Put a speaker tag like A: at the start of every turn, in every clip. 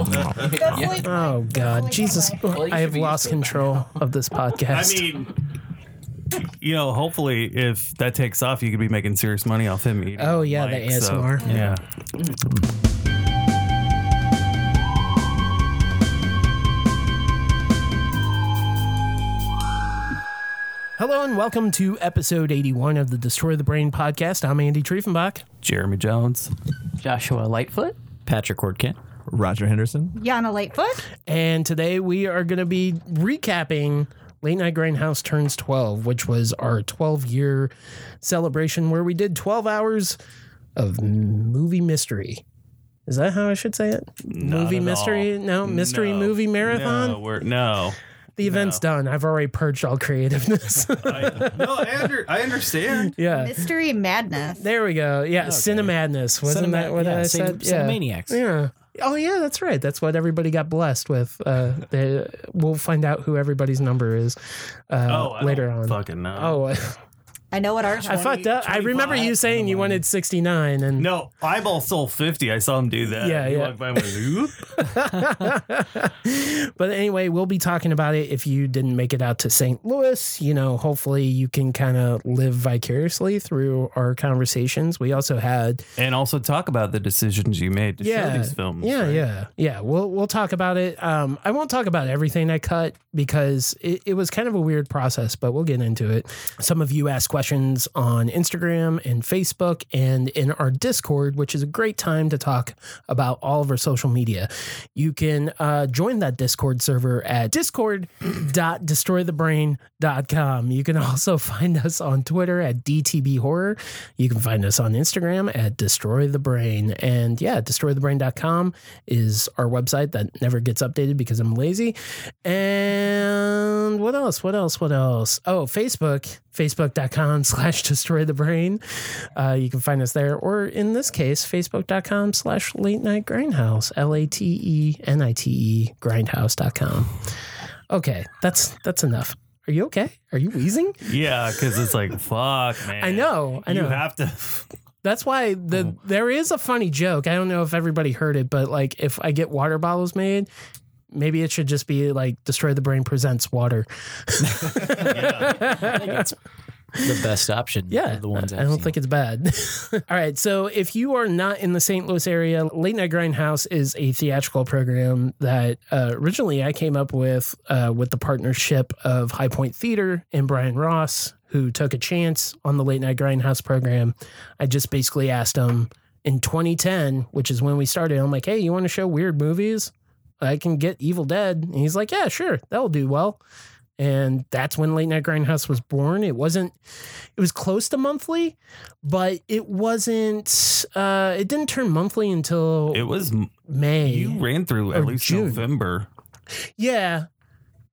A: Oh,
B: Definitely-
A: oh God, Jesus!
C: Well, you
A: I
C: should
A: have
C: be
A: lost
C: used to it
A: control of this
D: I
A: podcast.
D: mean, you know, hopefully, if that takes off, you could be making serious money off him. eating
A: Oh, yeah, the
D: mic, so,
A: ASMR.
D: yeah.
A: Hello and welcome to episode 81 of the Destroy the Brain podcast. I'm Andy Triefenbach.
D: Jeremy Jones.
C: Joshua Lightfoot.
E: Patrick Ordkent.
F: Roger Henderson.
B: Yana Lightfoot.
A: And today we are going to be recapping Late Night Grindhouse Turns 12, which was our 12 year celebration where we did 12 hours of movie mystery. Is that how I should say it? movie
D: at
A: mystery?
D: all.
A: No, mystery
D: No.
A: movie marathon?
D: No, we're, no.
A: the event's done. I've already purged all creativeness.
D: I, no, I, under, I understand.
A: yeah.
B: Mystery Madness.
A: There we go. Yeah, Cinemadness. Wasn't
E: Cinema-
A: that what
E: yeah,
A: I
E: Cin-
A: said? Yeah.
E: Cinemaniacs.
A: Yeah. Oh yeah, that's right. That's what everybody got blessed with. Uh, they, we'll find out who everybody's number is uh,
D: Oh, I don't
A: later on.
D: Fucking no.
A: Oh, I
B: I know what ours
A: I
B: was.
A: fucked up. I remember you saying you wanted sixty nine, and
D: No, eyeball sold 50. I saw him do that.
A: Yeah,
D: He
A: yeah.
D: walked by and went, "Oop."
A: but anyway, we'll be talking about it. If you didn't make it out to St. Louis, you know, hopefully you can kind of live vicariously through our conversations. We also had
D: and also talk about the decisions you made to
A: yeah,
D: show these films.
A: Yeah,
D: right?
A: yeah, yeah. We'll we'll talk about it. Um, I won't talk about everything I cut because it, it was kind of a weird process, but we'll get into it. Some of you asked questions on Instagram and Facebook and in our Discord, which is a great time to talk about all of our social media. You can uh, join that Discord server at discord.destroythebrain.com. You can also find us on Twitter at DTB Horror. You can find us on Instagram at Destroy the Brain. And yeah, destroythebrain.com is our website that never gets updated because I'm lazy. And what else? What else? What else? Oh, Facebook, facebook.com slash destroy the brain. Uh, you can find us there, or in this case, facebook.com slash late night grindhouse, L A T E N I T E grindhouse.com. Okay, that's that's enough. Are you okay? Are you wheezing?
D: Yeah, because it's like, fuck, man.
A: I know, I know.
D: You have to.
A: That's why the there is a funny joke. I don't know if everybody heard it, but like if I get water bottles made, maybe it should just be like Destroy the Brain presents water.
E: I think it's the best option.
A: Yeah,
E: of the ones I've
A: I don't
E: seen.
A: think it's bad. All right, so if you are not in the St. Louis area, Late Night Grindhouse is a theatrical program that uh, originally I came up with uh, with the partnership of High Point Theater and Brian Ross, who took a chance on the Late Night Grindhouse program. I just basically asked him in 2010, which is when we started. I'm like, hey, you want to show weird movies? I can get Evil Dead, and he's like, yeah, sure, that'll do well. And that's when Late Night Grindhouse was born. It wasn't it was close to monthly, but it wasn't. Uh, it didn't turn monthly until
D: It was,
A: May.
D: you ran through at
A: Or
D: least
A: June.
D: November.
A: yeah,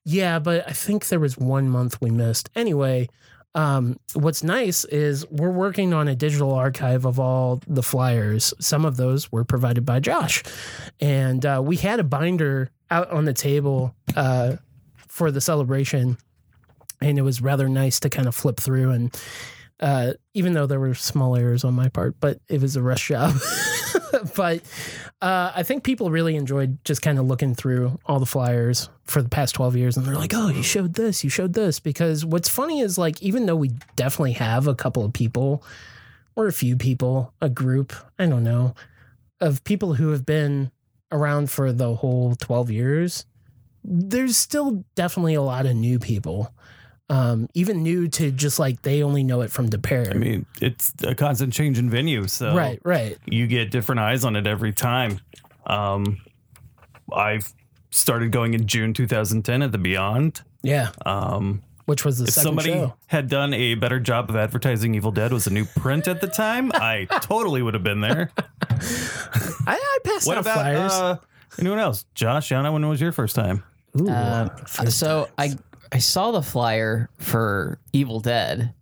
A: yeah, but I think there was one month we missed. Anyway, um, what's nice is we're working on a digital archive of all the flyers. Some of those were provided by Josh, and uh, we had a binder out on the table uh, for the celebration, and it was rather nice to kind of flip through and uh, even though there were small errors on my part, but it was a rush job. but uh, I think people really enjoyed just kind of looking through all the flyers for the past 12 years. And they're like, oh, you showed this, you showed this. Because what's funny is, like, even though we definitely have a couple of people or a few people, a group, I don't know, of people who have been around for the whole 12 years, there's still definitely a lot of new people. Um, even new to just like they only know it from the pair.
D: I mean, uh, it's a constant change in venue. So
A: right, right.
D: you get different eyes on it every time. Um, I've started going in June 2010 at the Beyond.
A: Yeah.
D: Um,
A: Which was the
D: if
A: second
D: somebody
A: show.
D: had done a better job of advertising Evil Dead was a new print at the time, I totally would have been there.
A: I, I passed
D: What
A: out
D: about
A: flyers.
D: uh, anyone else? Josh, Yana, when was your first time?
A: Ooh.
C: Um, so I I saw the flyer for Evil Dead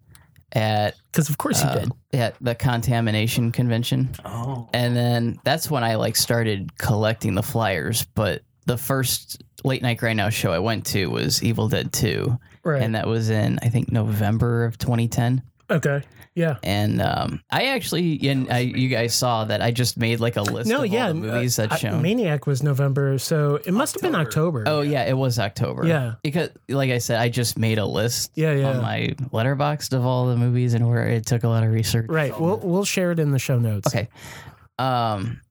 C: at
A: Because of course you
C: uh,
A: did.
C: at the contamination convention,
D: Oh,
C: and then that's when I like started collecting the flyers. But the first late night right now show I went to was Evil Dead Two,
A: Right.
C: and that was in I think November of 2010.
A: Okay. Yeah.
C: and um, I actually and I, you guys saw that I just made like a list.
A: No,
C: of
A: yeah,
C: all the
A: uh,
C: movies that's
A: I-
C: shown.
A: Maniac was November, so it must have been October.
C: oh yeah, it was October.
A: Yeah.
C: because like I said, I just made a list.
A: Yeah, yeah.
C: On my letterbox of all the movies and where it took a lot of research.
A: Right. We'll we'll share it in the show notes.
C: Okay. Um,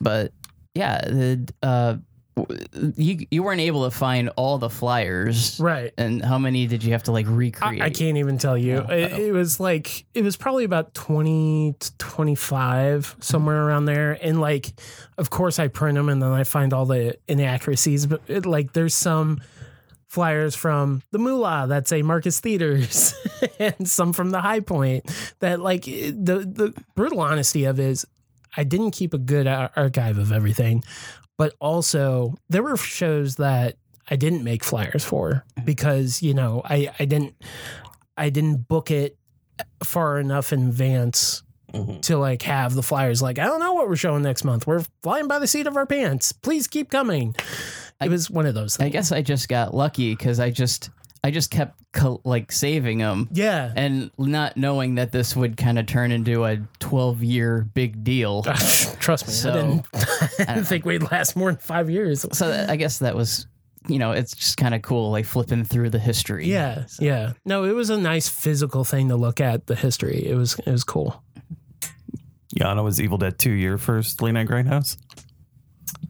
C: but yeah, the uh, w- you you weren't able to find all the flyers.
A: Right.
C: And how many did you have to like
A: I,
C: recreate?
A: I can't even tell you. It, it was like it was probably about 20 to 25 somewhere around there and like of course I print them and then I find all the inaccuracies but it, like there's some flyers from the Moolah that say Marcus Theaters and some from the High Point that like it- the the brutal honesty of it is I didn't keep a good ar- archive of everything but also there were shows that I didn't make flyers for
C: Mm-hmm.
A: because you know I I didn't I didn't book it far enough in advance
C: Mm-hmm.
A: to like have the flyers like I don't know what we're showing next month we're flying by the seat of our pants please keep coming
C: I-
A: it was one of those
C: I
A: things
C: guess I just got lucky because I just I just kept co- like saving them
A: yeah
C: and not knowing that this would kind of turn into a 12 year big deal.
A: trust me
C: So,
A: I didn't, I
C: I
A: didn't
C: don't
A: think we'd last more than five years
C: so that, I guess that was, you know, it's just kind of cool, like flipping through the history.
A: yeah yeah no it was a nice physical thing to look at the history it was it was cool
D: Yana was Evil Dead 2 your first Late Night Grindhouse?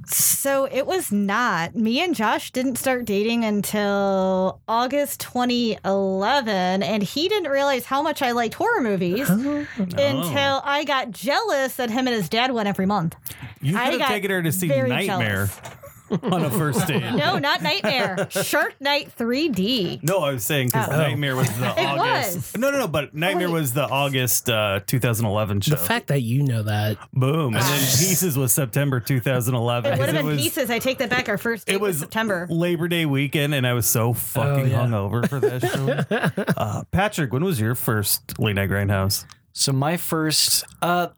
B: So it was not. Me and Josh didn't start dating until August 2011, and he didn't realize how much I liked horror movies
D: Oh.
B: until I got jealous that him and his dad went every month.
D: You
B: I
D: could have
B: got
D: taken her to see
B: very
D: Nightmare on a first date.
B: No, not Nightmare. Shark Night 3D.
D: No, I was saying because
B: Oh.
D: Nightmare was the
B: It
D: August.
B: was.
D: No, no, no, but Nightmare was the August uh, 2011 show.
A: the fact that you know that
D: Boom. And then Pieces was September 2011.
B: It would
D: 'cause
B: have been
D: was,
B: pieces. I take that back. Our first date
D: It was
B: September.
D: Labor Day weekend, and I was
E: Oh,
D: so fucking
A: yeah.
D: hungover for that show. uh, Patrick, when was your first Late Night Grindhouse?
E: So my first, uh,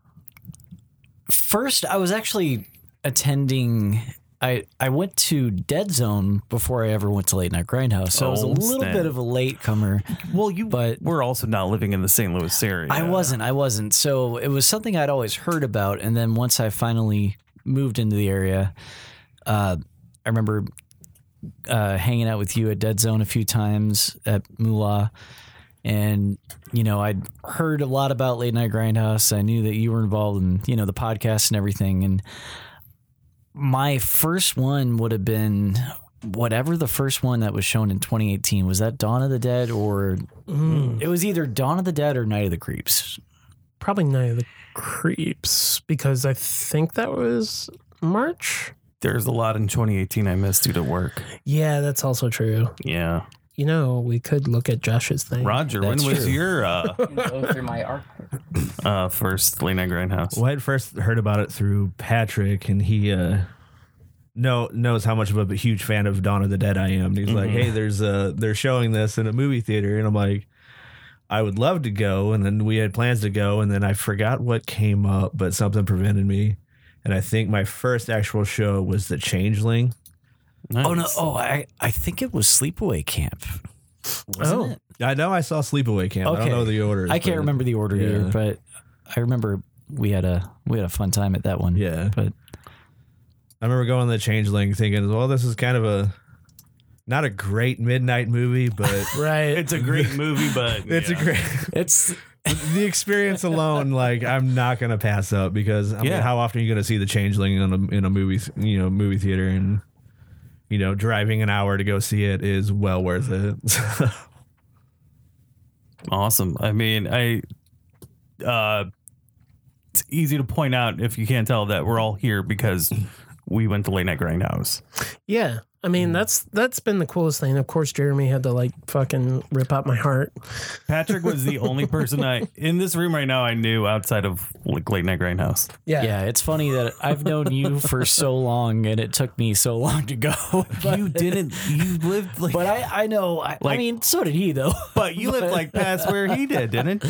E: first I was actually attending. I I went to Dead Zone before I ever went to Late Night Grindhouse, so I was a
D: Oh,
E: little
D: snap.
E: bit of a latecomer.
D: Well, you
E: But-
D: we're also not living in the St. Louis area.
E: I wasn't. I wasn't. So it was something I'd always heard about, and then once I finally moved into the area, uh, I remember uh, hanging out with you at Dead Zone a few times at Moolah, and you know I'd heard a lot about Late Night Grindhouse. I knew that you were involved in you know the podcast and everything, and my first one would have been. Whatever the first one that was shown in 2018 was that Dawn of the Dead or
A: mm.
E: it was either Dawn of the Dead or Night of the Creeps.
A: probably none of the creeps because I think that was March.
D: There's a lot in 2018 I missed due to work.
A: Yeah, that's also true.
D: Yeah.
A: You know, we could look at Josh's thing.
D: Roger,
E: That's
D: when was
E: true.
D: your uh,
C: Go through my arc.
D: uh, first Late Night Grindhouse?
E: Oh,
F: Well, I had first heard about it through Patrick, and he uh, know knows how much of a huge fan of Dawn of the Dead I am. He's
E: Mm-hmm.
F: like, "Hey, there's a they're showing this in a movie theater," and I'm like, "I would love to go." And then we had plans to go, and then I forgot what came up, but something prevented me. And I think my first actual show was The Changeling.
E: Oh no!
D: Nice.
E: Oh, I I think it was Sleepaway Camp. Wasn't
A: Oh.
E: it?
F: I know I saw Sleepaway Camp. I
E: Okay.
F: don't know the order.
E: I can't
F: but-
E: remember the order
F: yeah.
E: either, but I remember we had a we had a fun time at that one.
F: Yeah.
E: but
F: I remember going to the Changeling, thinking, "Well, this is kind of a not a great midnight movie, but."
A: Right.
D: It's a great movie, but
F: It's
D: yeah.
F: a great.
E: it's
F: the experience alone, like I'm not gonna pass up because I
D: Yeah.
F: mean, how often are you gonna see the changeling in a in a movie th- you know movie theater and you know driving an hour to go see it is well worth it.
D: Awesome. I mean, I uh it's easy to point out if you can't tell that we're all here because we went to late night grindhouse.
A: yeah. I mean, that's that's been the coolest thing. Of course, Jeremy had to like fucking rip out my heart.
D: Patrick was the only person I in this room right now I knew outside of like late night grindhouse.
A: Yeah.
E: yeah, it's funny that I've known you for so long and it took me so long to go. But,
D: You didn't you lived like
E: but I I know. I, I
D: Like-
E: mean, so did he though.
D: but you lived like past where he did, didn't?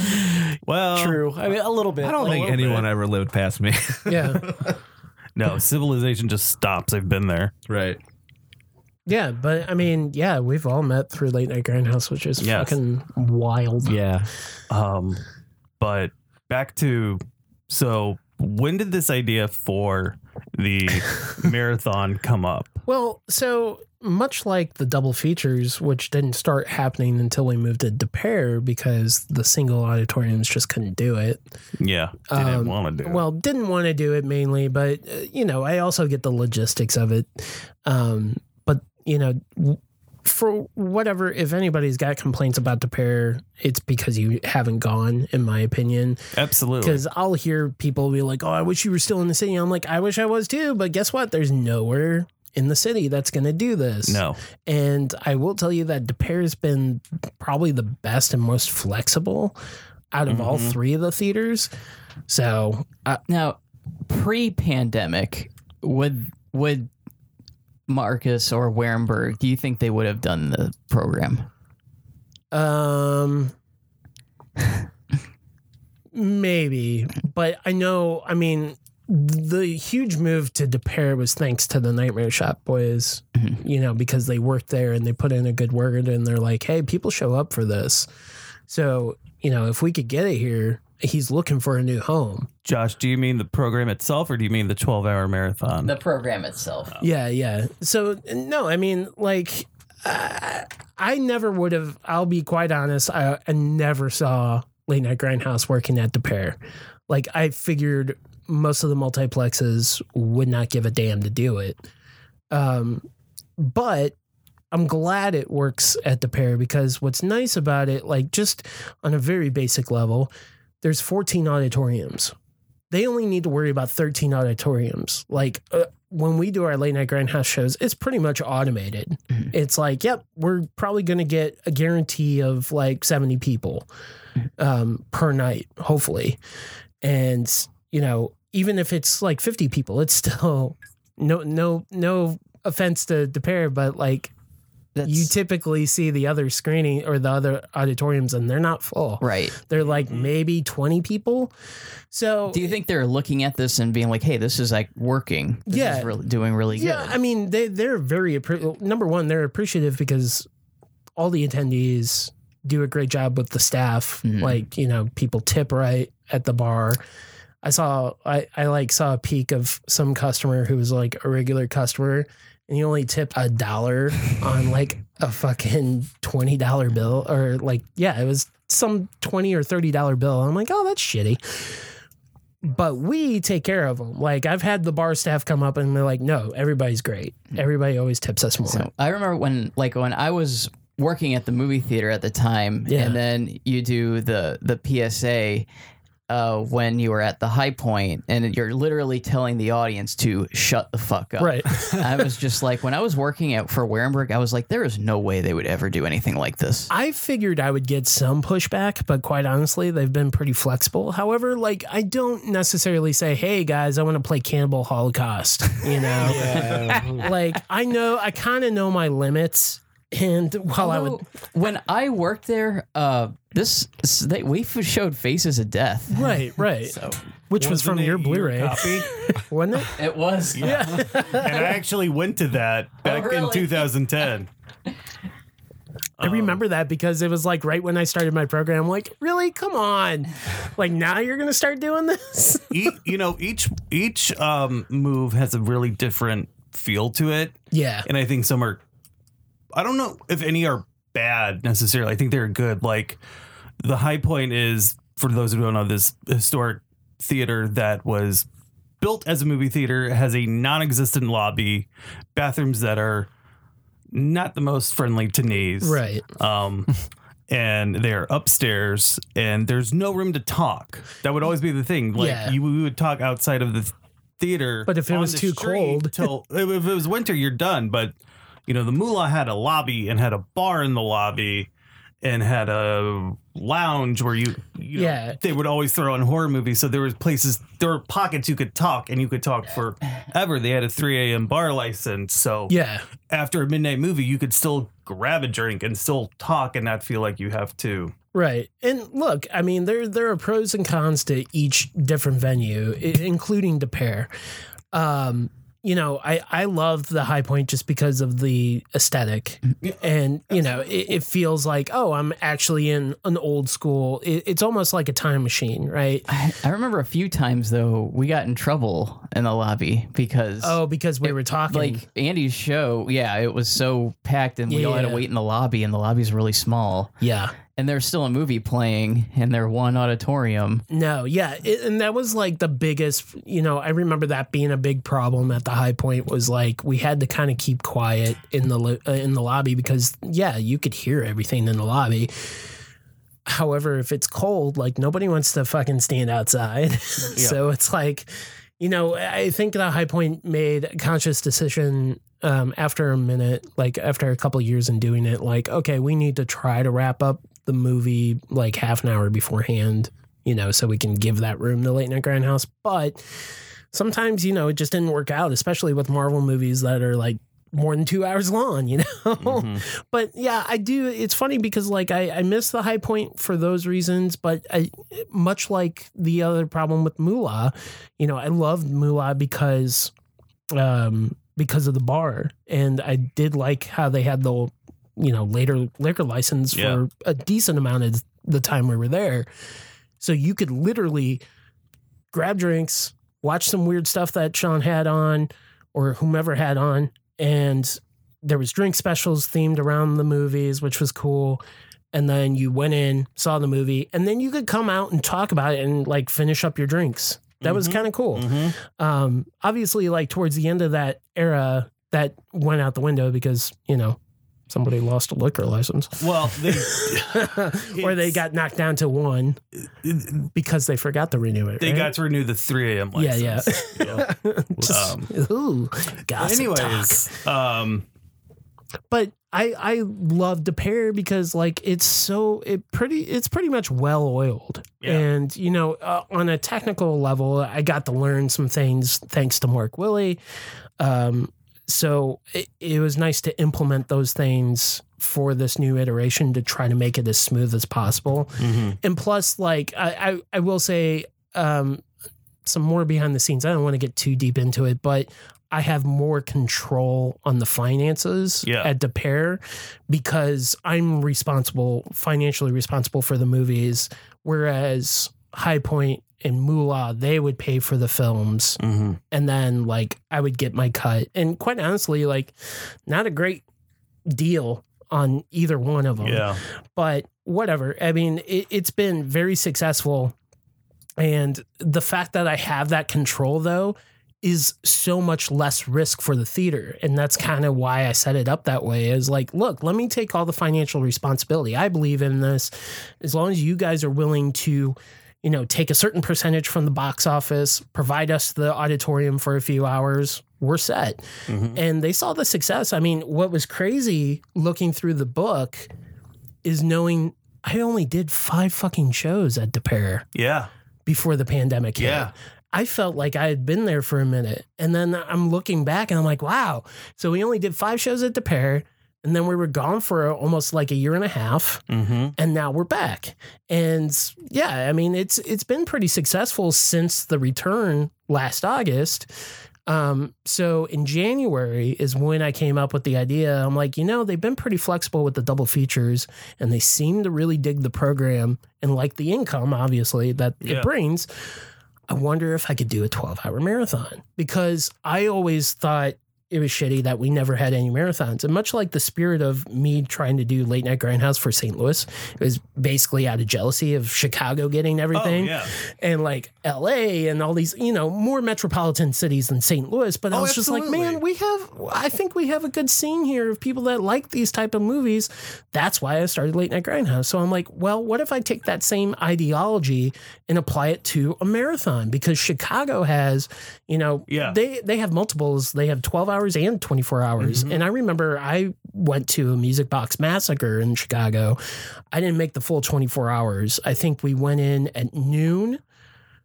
D: Well,
E: True. I mean, a little bit.
F: I don't think anyone ever lived past me.
A: Yeah.
D: No, civilization just stops. I've been there.
F: right.
A: Yeah, but I mean, yeah, we've all met through Late Night Grindhouse, which is
D: Yes.
A: fucking wild.
E: Yeah.
D: Um, but back to so when did this idea for the marathon come up?
A: Well, so much like the double features, which didn't start happening until we moved to DePere because the single auditoriums just couldn't do it.
D: Yeah, didn't
A: Um,
D: want to do. it.
A: Well, didn't want to do it mainly, but uh, you know, I also get the logistics of it. Um, but you know, w- for whatever, if anybody's got complaints about DePere, it's because you haven't gone, in my opinion.
D: absolutely.
A: Because I'll hear people be like, "Oh, I wish you were still in the city." I'm like, "I wish I was too," but guess what? There's nowhere in the city that's going to do this.
D: No,
A: And I will tell you that DePere has been probably the best and most flexible out of all
D: Mhm.
A: three of the theaters. So I,
C: Uh, Now, pre-pandemic, would would Marcus or Warenberg? Do you think they would have done the program?
A: Um, maybe, but I know. I mean, the huge move to DePere was thanks to the Nightmare Shop boys. You know, because they worked there and they put in a good word, and they're like, "Hey, people show up for this." So you know, if we could get it here, he's looking for a new home.
D: Josh, do you mean the program itself, or do you mean the twelve-hour marathon?
C: The program itself.
A: Yeah, yeah. So no, I mean, like, uh, I never would have. I'll be quite honest. I, I never saw Late Night Grindhouse working at the pair. Like, I figured most of the multiplexes would not give a damn to do it. Um, but I'm glad it works at the pair because what's nice about it, like, just on a very basic level, there's 14 auditoriums. They only need to worry about 13 auditoriums. Like, uh, when we do our late night grindhouse shows, it's pretty much automated.
C: Mhm.
A: It's like, yep, we're probably going to get a guarantee of like 70 people
C: Mm-hmm.
A: um, per night, hopefully. And, you know, even if it's like 50 people, it's still no, no, no offense to the pair, but like
C: That's
A: you typically see the other screening or the other auditoriums and they're not full.
C: right. Mm-hmm.
A: They're like maybe 20 people. So
C: Do you think they're looking at this and being like, "Hey, this is like working. This
A: Yeah.
C: is really doing really
A: Yeah,
C: good."
A: I mean they they're very appre- number one they're appreciative because all the attendees do a great job with the staff.
C: Mhm.
A: Like you know, people tip right at the bar. I saw I I like saw a peak of some customer who was like a regular customer. And he only tipped a dollar on like a fucking twenty dollar bill, or like yeah, it was some twenty or thirty dollar bill. I'm like, oh, that's shitty but we take care of them. Like I've had the bar staff come up and they're like, "No, everybody's great. Everybody always tips us more."
C: So I remember when like when I was working at the movie theater at the time,
A: Yeah.
C: and then you do the the PSA uh, when you were at the high point, and you're literally telling the audience to shut the fuck up.
A: right?
C: I was just like when I was working at for Warenberg, I was like, there is no way they would ever do anything like this.
A: I figured I would get some pushback, but quite honestly, they've been pretty flexible. However, like I don't necessarily say, "Hey guys, I want to play Cannibal Holocaust," you know? Like I know I kind of know my limits, and while I would.
C: Although, when I worked there, uh, this they, we f- showed Faces of Death.
A: Right, right.
C: So
A: Which was from
D: Wasn't it
A: your Blu-ray,
D: copy?
A: wasn't it?
C: it was.
A: Yeah.
D: and I actually went to that
A: Oh,
D: back in
C: really?
D: 2010.
A: I remember that because it was like right when I started my program. I'm like, really? Come on! Like now you're gonna start doing this?
D: E- you know, each each um, move has a really different feel to it,
A: Yeah.
D: and I think some are. I don't know if any are bad necessarily. I think they're good. Like the high point is for those who don't know this historic theater that was built as a movie theater it has a non-existent lobby, bathrooms that are not the most friendly to knees,
A: Right.
D: um, and they're upstairs, and there's no room to talk. That would always be the thing. Like
A: Yeah.
D: you, we would talk outside of the th- theater.
A: But if it
D: on
A: was
D: the
A: too
D: street
A: cold-
D: till if if it was winter, you're done. But you know, the mullah had a lobby and had a bar in the lobby. And had a lounge where you, you know,
A: Yeah.
D: they would always throw on horror movies. So there was places, there were pockets you could talk, and you could talk forever. They had a 3 a.m. bar license, so
A: Yeah.
D: after a midnight movie, you could still grab a drink and still talk and not feel like you have to.
A: Right. And look, I mean, there there are pros and cons to each different venue, i- including the pair. Um, you know, I, I love the high point just because of the aesthetic. And, you know, it, it feels like, oh, I'm actually in an old school. It, it's almost like a time machine, right?
C: I, I remember a few times though we got in trouble in the lobby because
A: Oh, because we were talking.
C: like Andy's show, yeah, it was so packed and we all had to
A: Yeah.
C: wait in the lobby and the lobby's really small.
A: yeah.
C: And there's still a movie playing in their one auditorium.
A: No, yeah, it, and that was like the biggest. You know, I remember that being a big problem at the high point. Was like we had to kind of keep quiet in the lo- uh, in the lobby because yeah, you could hear everything in the lobby. However, if it's cold, like nobody wants to fucking stand outside, so it's like, you know, I think the high point made a conscious decision. Um, after a minute, like after a couple years in doing it, like okay, we need to try to wrap up the movie like half an hour beforehand you know, so we can give that room to Late Night Grindhouse. But sometimes, you know, it just didn't work out, especially with Marvel movies that are like more than two hours long, you know? But yeah, I do. It's funny because like I, I miss the high point for those reasons, but I, much like the other problem with Moolah, you know, I loved Moolah because, um, because of the bar. And I did like how they had the, you know, later liquor license
D: Yeah.
A: for a decent amount of the time we were there. So you could literally grab drinks, watch some weird stuff that Sean had on or whomever had on. And there was drink specials themed around the movies, which was cool. And then you went in, saw the movie, and then you could come out and talk about it and like finish up your drinks. That was
D: Mhm.
A: kind of cool.
D: Mhm.
A: Um, obviously, like towards the end of that era, that went out the window because, you know, somebody lost a liquor license
D: Well, they,
A: or they got knocked down to one because they forgot to renew it.
D: they
A: right?
D: got to renew the 3 a.m.
A: Yeah,
D: license. yeah.
A: Just,
D: Um,
A: ooh, gossip talk.
D: Anyways, um,
A: But I I love the pair because like it's so it pretty it's pretty much well oiled
D: Yeah.
A: and you know uh, on a technical level I got to learn some things thanks to Mark Willie, um, so it, it was nice to implement those things for this new iteration to try to make it as smooth as possible.
E: Mm-hmm,
A: and plus like I, I i will say um some more behind the scenes i don't want to get too deep into it but i have more control on the finances
D: Yeah.
A: at the pair because i'm responsible financially responsible for the movies whereas high point and moolah they would pay for the films
E: mm-hmm.
A: and then like I would get my cut. And quite honestly, like not a great deal on either one of them.
D: yeah,
A: But whatever. I mean, it, it's been very successful, and the fact that I have that control though is so much less risk for the theater and that's kind of why I set it up that way is like look let me take all the financial responsibility I believe in this as long as you guys are willing to you know, take a certain percentage from the box office, provide us the auditorium for a few hours, we're set.
E: Mm-hmm.
D: Mm-hmm.
A: And they saw the success. I mean, what was crazy looking through the book is knowing I only did five fucking shows at DePere
D: yeah, Oh,
A: before the pandemic hit.
D: Yeah.
A: I felt like I had been there for a minute. And then I'm looking back and I'm like, wow. So we only did five shows at DePere. And then we were gone for almost like a year and a half
D: mm-hmm.
A: and now we're back. And yeah, I mean it's it's been pretty successful since the return last August. Um, so in January is when I came up with the idea. I'm like, you know, they've been pretty flexible with the double features, and they seem to really dig the program and like the income, obviously, that
D: Yeah.
A: it brings. I wonder if I could do a 12 hour marathon because I always thought it was shitty that we never had any marathons. And much like the spirit of me trying to do late night grindhouse for St. Louis, it was basically out of jealousy of Chicago getting
D: oh
A: everything
D: yeah,
A: and like LA and all these, you know, more metropolitan cities than St. Louis. But I
D: Oh,
A: was just like, man,
D: absolutely.
A: we have, I think we have a good scene here of people that like these type of movies. That's why I started Late Night Grindhouse. So I'm like, well, what if I take that same ideology and apply it to a marathon? Because Chicago has, you know,
D: Yeah.
A: they they have multiples. They have 12 hours and 24 hours.
D: Mm-hmm.
A: And I remember I went to a music box massacre in Chicago. I didn't make the full 24 hours. I think we went in at noon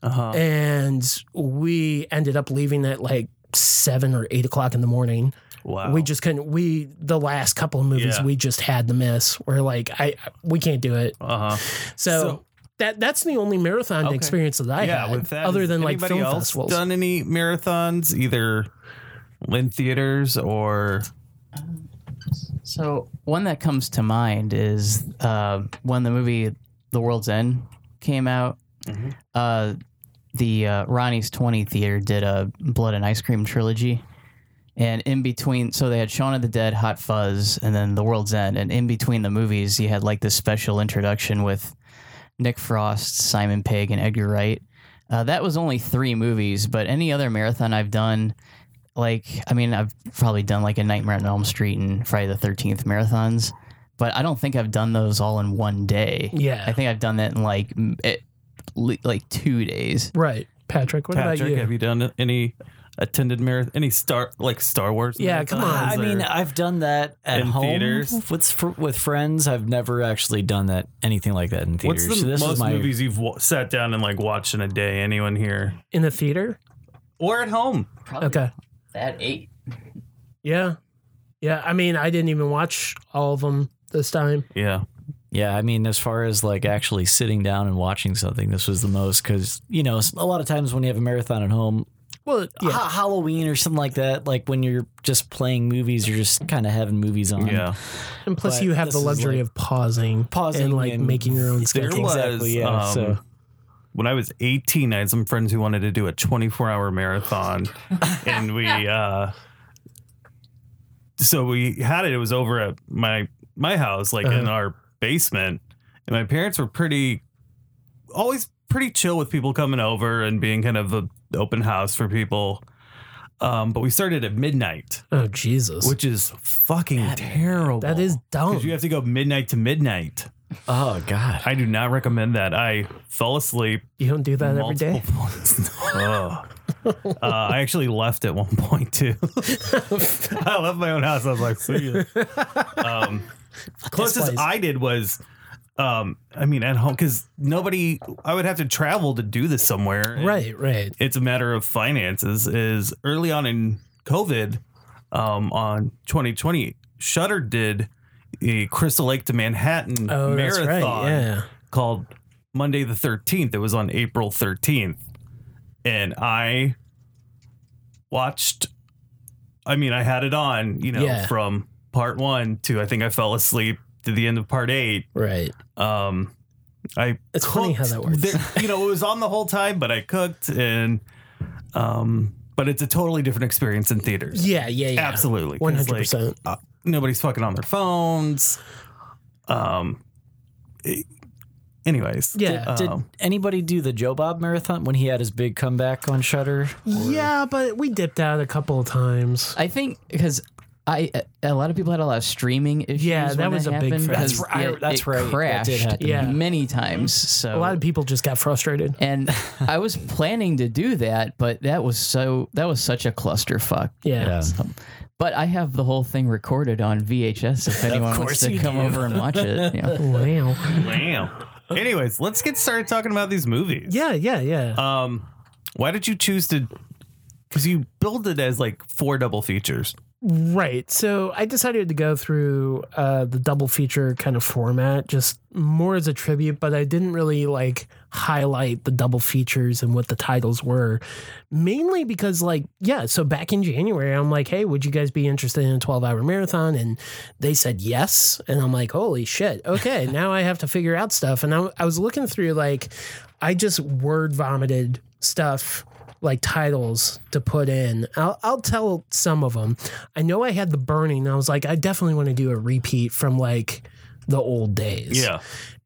D: uh-huh.
A: and we ended up leaving at like seven or eight o'clock in the morning.
D: wow,
A: We just couldn't. We the last couple of movies
D: Yeah.
A: we just had to miss. We're like, I we can't do it.
D: uh huh.
A: So,
D: So-
A: that that's the only marathon
D: Okay.
A: experience that I
D: yeah,
A: had.
D: with that,
A: other
D: has
A: than like
D: anybody
A: film
D: else
A: festivals.
D: done any marathons either in theaters or
C: So one that comes to mind is uh, when the movie The World's End came out. Uh, the uh, Ronnie's Twenty Theater did a Blood and Ice Cream trilogy, and in between, so they had Shaun of the Dead, Hot Fuzz, and then The World's End, and in between the movies, you had like this special introduction with Nick Frost, Simon Pegg, and Edgar Wright. Uh, that was only three movies, but any other marathon I've done, like I mean, I've probably done like a Nightmare on Elm Street and Friday the Thirteenth marathons, but I don't think I've done those all in one day.
A: Yeah.
C: I think I've done that in like m- it, li- like two days.
A: Right. Patrick, what about
D: Patrick?
A: you?
D: Have you done any attended marathon? Any Star like Star Wars?
A: Yeah, come on.
D: marathons
E: I mean,
D: or-
E: I've done that at
D: In
E: home
D: theaters?
E: with fr- with friends. I've never actually done that anything like that in
D: what's
E: theaters.
D: the
E: so this
D: most
E: is my
D: movies you've w- sat down and like watched in a day? Anyone here
A: In the theater?
D: or at home?
C: Probably
A: Okay.
C: that eight.
A: Yeah. Yeah. I mean, I didn't even watch all of them this time.
D: Yeah,
E: Yeah, I mean, as far as like actually sitting down and watching something, this was the most because you know a lot of times when you have a marathon at home,
A: Well, yeah.
E: ha- Halloween or something like that, like when you're just playing movies, you're just kind of having movies on.
D: yeah.
A: and plus,
E: but
A: you have
E: this
A: the
E: is
A: luxury
E: like-
A: of pausing,
E: Pausing
A: and like
E: and-
A: making your own schedule.
D: was,
E: exactly. Yeah,
D: um,
E: so
D: When I was 18, I had some friends who wanted to do a 24 hour marathon, and we uh, so we had it. It was over at my my house, like in
A: Uh-huh.
D: our basement, and my parents were pretty always pretty chill with people coming over and being kind of the open house for people. Um, but we started at midnight.
A: Oh Jesus,
D: which is fucking terrible.
A: that is dumb.
D: because you have to go midnight to midnight.
E: oh god,
D: I do not recommend that. I fell asleep
A: You don't do that every day.
D: multiple points. Oh. Uh, I actually left at one point too. I left my own house. I was like, see ya. Um, closest
A: place.
D: I did was, um, I mean, at home because nobody. I would have to travel to do this somewhere. and
A: Right. Right.
D: it's a matter of finances is early on in covid um, on 2020 shutter did a crystal lake to manhattan
A: Oh, that's
D: marathon
A: right. Yeah.
D: called monday the 13th it was on april 13th and i watched i mean i had it on you know
A: Yeah.
D: from part one to i think i fell asleep to the end of part eight
A: Right.
D: um, I
A: It's funny how that works.
D: There- you know, it was on the whole time, but I cooked and um, but it's a totally different experience in theaters.
A: Yeah. Yeah. Yeah.
D: Absolutely, 'Cause,
A: One
D: like,
A: hundred percent.
D: uh, nobody's fucking on their phones. Um. eh, Anyways.
A: Yeah.
E: did
D: um,
E: anybody do the Joe Bob marathon when he had his big comeback on Shutter?
A: yeah, but we dipped out a couple of times.
C: I think because I eh, a lot of people had a lot of streaming issues.
A: Yeah, that
C: when
A: was a big
C: happened,
A: factor.
E: That's
C: 'cause
E: right.
C: It,
E: That's
C: it
E: right. That did
C: Crashed
E: happen.
A: Yeah.
C: many times. So
A: A lot of people just got frustrated.
C: and I was planning to do that, but that was so that was such a clusterfuck.
A: Yeah.
C: So- but I have the whole thing recorded on VHS if anyone wants
E: course
C: to
E: you
C: come
E: do.
C: over and watch it. Yeah.
A: Wow.
D: wow. Anyways, let's get started talking about these movies.
A: Yeah. Yeah. Yeah.
D: Um, why did you choose to? Because you build it as like four double features.
A: Right. So I decided to go through uh, the double feature kind of format, just more as a tribute, but I didn't really like highlight the double features and what the titles were, mainly because, like, yeah, so back in January, I'm like, hey, would you guys be interested in a 12 hour marathon? And they said yes. And I'm like, holy shit. Okay. now I have to figure out stuff. And I, I was looking through, like, I just word vomited stuff like titles to put in. I'll, I'll tell some of them. I know I had the burning. I was like, I definitely want to do a repeat from like the old days.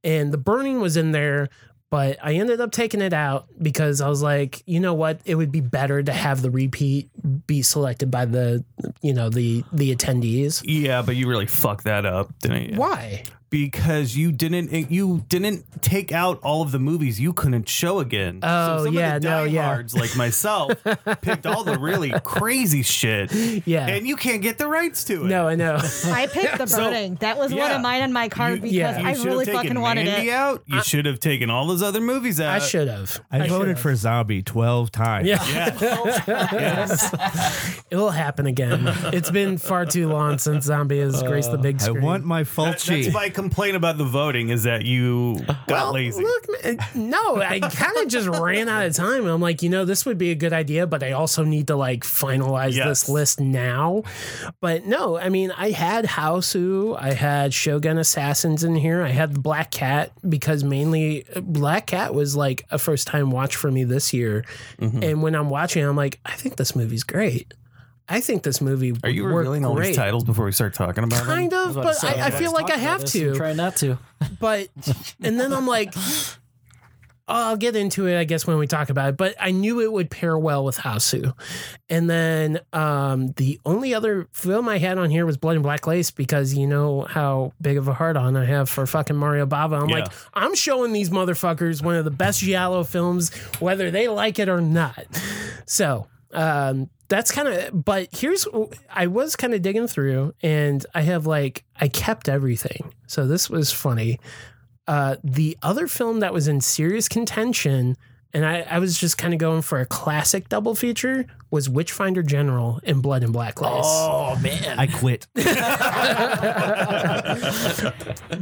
A: And the burning was in there, but I ended up taking it out because I was like, you know what? It would be better to have the repeat be selected by the, you know, the the attendees.
D: Yeah, but you really fucked that up, didn't you?
A: Why?
D: because you didn't you didn't take out all of the movies you couldn't show again.
A: Oh,
D: so some
A: yeah,
D: of the
A: no, yeah.
D: diehards like myself picked all the really crazy shit,
A: Yeah.
D: and you can't get the rights to it.
A: no, I know.
B: I picked the burning. that was one
D: yeah.
B: of mine on my card because
A: yeah.
B: I
D: You should have
B: really
D: taken
B: fucking wanted
D: Mandy
B: it.
D: out. You should have taken all those other movies out.
A: I should have.
F: I, voted for Zombie 12 times.
A: Yeah.
D: Yeah,
A: It'll happen again. It's been far too long since Zombie has graced the big
F: I
A: screen.
F: want my Fulci.
D: that's my complaint about the voting is that you got
A: Well,
D: lazy.
A: Look, man, no, I kind of just ran out of time. I'm like, you know, this would be a good idea, but I also need to like finalize
D: Yes.
A: this list now. But no, I mean, I had Houseu, I had Shogun Assassins in here, I had Black Cat because mainly uh, Black Cat was like a first time watch for me this year.
D: Mm-hmm.
A: And when I'm watching, I'm like, I think this movie's great. I think this movie
D: Are you
A: would work
D: revealing all
A: great.
D: these titles before we start talking about them?
A: Kind of, but I, I feel like I have to
E: Try not to.
A: but and then I'm like, oh, I'll get into it, I guess, when we talk about it. But I knew it would pair well with Hasu. And then um, the only other film I had on here was Blood and Black Lace because you know how big of a hard on I have for fucking Mario Bava. I'm
D: Yeah.
A: like, I'm showing these motherfuckers one of the best Giallo films, whether they like it or not. So um, that's kind of, but here's, I was kind of digging through and I have like, I kept everything. So this was funny. Uh, the other film that was in serious contention, and I, I was just kind of going for a classic double feature, was Witchfinder General and Blood and Black Lace.
D: Oh man.
F: I quit.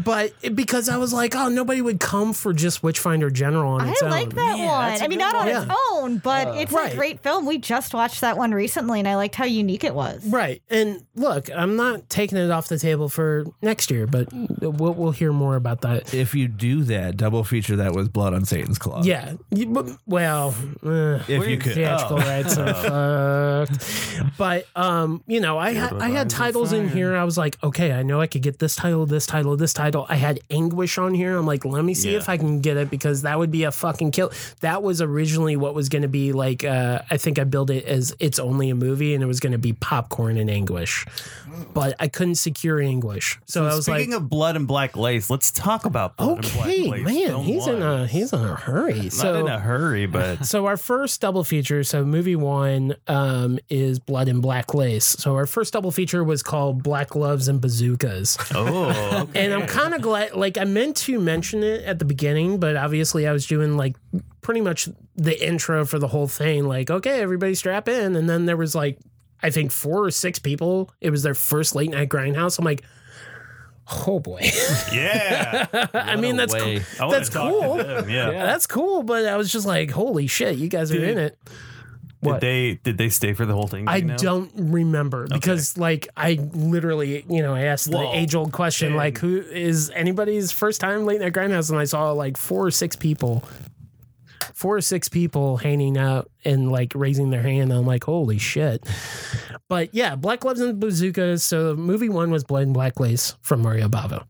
A: But because I was like, oh, nobody would come for just Witchfinder General on
B: I
A: its own.
B: like that
E: Yeah,
B: one.
E: that's a
B: I mean,
E: good
B: not on
A: one.
B: its
A: Yeah.
B: own, but it's
A: Right.
B: a great film. We just watched that one recently, and I liked how unique it was.
A: Right. And look, I'm not taking it off the table for next year, but we'll, we'll hear more about that.
F: If you do that, double feature that with Blood on Satan's Claw.
A: Yeah. You- but- Well, uh,
F: If you could.
D: Oh.
A: theatrical rights are fucked. But um, you know, I had I had titles in here. I was like, okay, I know I could get this title, this title, this title. I had anguish on here. I'm like, let me see
D: Yeah.
A: if I can get it because that would be a fucking kill. That was originally what was going to be like. Uh, I think I billed it as it's only a movie, and it was going to be popcorn and anguish, but I couldn't secure anguish. So, I was like.
D: Speaking of blood and black lace, let's talk about blood
A: Okay,
D: and black lace.
A: man,
D: Film
A: he's in
D: one.
A: a he's in a hurry. so
D: not in a hurry, but
A: so our first double feature so movie one um, is blood and black lace so our first double feature was called black gloves and bazookas
D: oh, okay.
A: and i'm kind of glad like i meant to mention it at the beginning but obviously i was doing like pretty much the intro for the whole thing like okay everybody strap in and then there was like i think four or six people it was their first late night grindhouse i'm like oh boy
D: yeah.
A: i mean that's cool.
D: I wanna
A: That's
D: talk to
A: cool.
D: them, Yeah.
A: that's cool but i was just like holy shit you guys are
D: Dude,
A: in it
D: Did they did they stay for the whole thing?
A: I
D: do know?
A: don't remember because, like, I literally, you know, I asked
D: Well,
A: the age old question, like, who is anybody's first time late night grindhouse? And I saw like four or six people, four or six people hanging out and like raising their hand. I'm like, holy shit. But yeah, Black Gloves and Bazookas. So movie one was Blood and Black Lace from Mario Bava.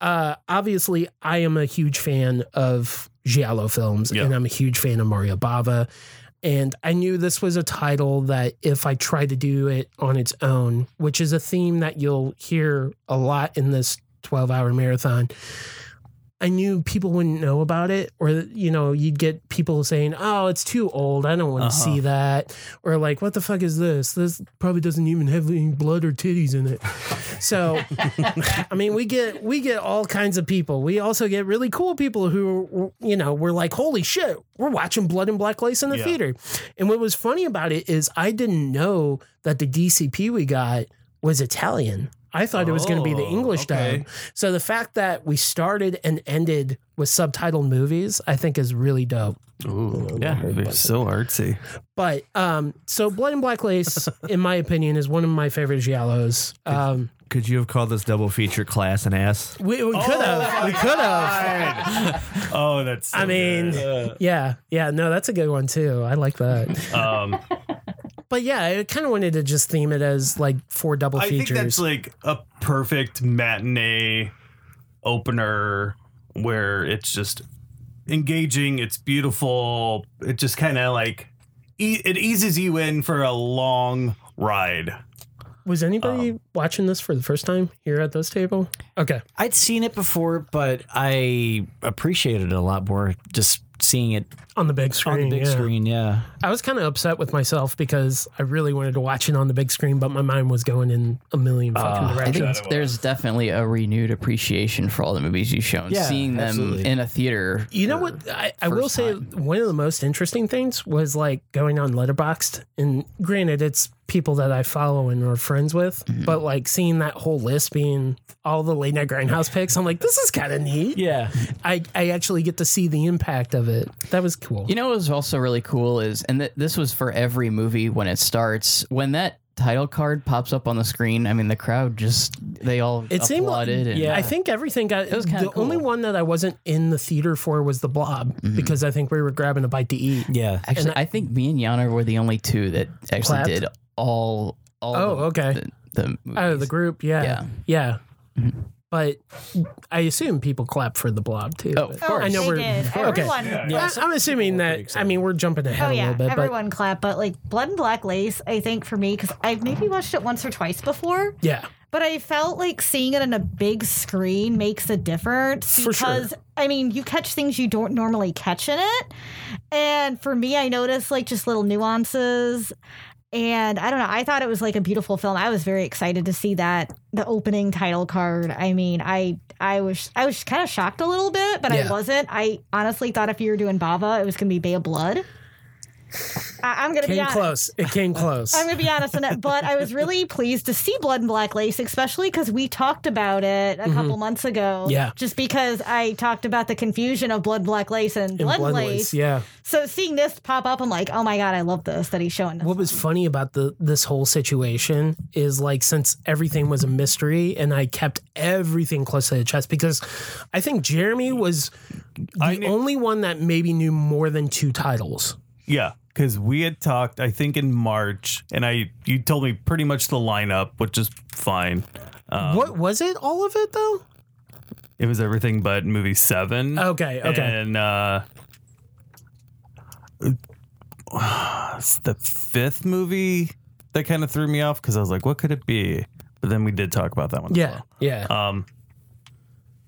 A: Uh, obviously, I am a huge fan of Giallo films
D: Yeah.
A: and I'm a huge fan of Mario Bava. And I knew this was a title that if I tried to do it on its own, which is a theme that you'll hear a lot in this 12 hour marathon, I knew people wouldn't know about it. Or, you know, you'd get people saying, oh, it's too old. I don't want to
D: Uh-huh.
A: see that. Or, like, what the fuck is this? This probably doesn't even have any blood or titties in it. So, I mean, we get we get all kinds of people. We also get really cool people who, you know, we're like, holy shit, we're watching Blood and Black Lace in the
D: Yeah.
A: theater. And what was funny about it is I didn't know that the DCP we got was Italian. I thought it was going to be the
D: Oh,
A: English
D: okay.
A: dub. So the fact that we started and ended with subtitled movies, I think, is really dope.
D: Ooh, yeah, they're so artsy.
A: But um, so Blood and Black Lace, in my opinion, is one of my favorite giallos. Um,
F: Could you have called this double feature class an ass?
A: we we could have, we could have.
D: oh, that's. so
A: I mean,
D: good.
A: yeah, yeah, no, that's a good one too. I like that.
D: um,
A: but yeah, I kind of wanted to just theme it as like four double
D: I think
A: features.
D: that's like a perfect matinee opener where it's just engaging. It's beautiful. It just kind of like e- it eases you in for a long ride.
A: Was anybody watching this for the first time here at this table? Okay,
E: I'd seen it before, but I appreciated it a lot more just seeing it
A: on the big screen.
E: on the big
A: yeah.
E: screen. Yeah.
A: I was kind of upset with myself because I really wanted to watch it on the big screen, but my mind was going in a million fucking
C: I
A: directions.
C: think there's definitely a renewed appreciation for all the movies you've shown.
E: Yeah,
C: Seeing them
E: absolutely.
C: in a theater.
A: You know what? I, I will
C: first
A: say
C: time.
A: one of the most interesting things was like going on Letterboxd, and granted, it's people that I follow and are friends with.
C: Mm-hmm.
A: But like seeing that whole list being all the late night grindhouse picks, I'm like, this is kind of neat.
E: Yeah.
A: I, I actually get to see the impact of it. That was cool.
C: You know what was also really cool is, and th- this was for every movie when it starts, when that title card pops up on the screen, I mean, the crowd just, they all
A: it seemed like,
C: applauded. and,
A: yeah. I think everything got.
C: was kinda
A: the only
C: cool. Mm-hmm.
A: one that I wasn't in the theater for was the Blob because I think we were grabbing a bite to eat.
E: Yeah.
C: Actually, I, think me and Yana were the only two that actually
A: Clapped?
C: did all, all
A: Oh,
C: the,
A: okay.
C: the, the movies.
A: Out of the group, yeah, yeah.
C: Yeah.
A: But I assume people clap for the Blob too.
C: Oh,
A: but-
C: of course.
A: I know
B: they
A: we're-
B: did.
A: okay.
B: Everyone.
A: I- I'm assuming that. I mean, we're jumping ahead
B: Oh
A: a
B: yeah,
A: little bit,
B: everyone clapped, but like Blood and Black Lace, I think for me because I've maybe watched it once or twice before,
A: but yeah,
B: but I felt like seeing it on a big screen makes a difference
A: For sure.
B: because I mean you catch things you don't normally catch in it, and for me I noticed like just little nuances, and I don't know I thought it was like a beautiful film. I was very excited to see that the opening title card. I mean I I was I was kind of shocked a little bit, but
A: Yeah.
B: I wasn't. I honestly thought if you were doing Bava, it was gonna be Bay of Blood. I, I'm gonna be
A: came
B: honest.
A: close. It came close.
B: I'm gonna be honest on it, but I was really pleased to see Blood and Black Lace, especially because we talked about it a couple months ago.
A: Mm-hmm. Yeah.
B: Just because I talked about the confusion of Blood and Black Lace and
A: In
B: Blood, and
A: Bloodlace,
B: Lace.
A: yeah.
B: So seeing this pop up, I'm like, oh my god, I love this that he's showing. us.
A: What was funny about the this whole situation is like since everything was a mystery and I kept everything close to the chest because I think Jeremy was the
D: knew-
A: only one that maybe knew more than two titles.
D: Yeah, because we had talked, I think, in March, and I you told me pretty much the lineup, which is fine. Um,
A: what was it? All of it though?
D: It was everything but movie seven.
A: Okay, Oh, okay.
D: And uh, it's the fifth movie that kind of threw me off because I was like, what could it be? But then we did talk about that one. as
A: Yeah,
D: well.
A: yeah.
D: Um,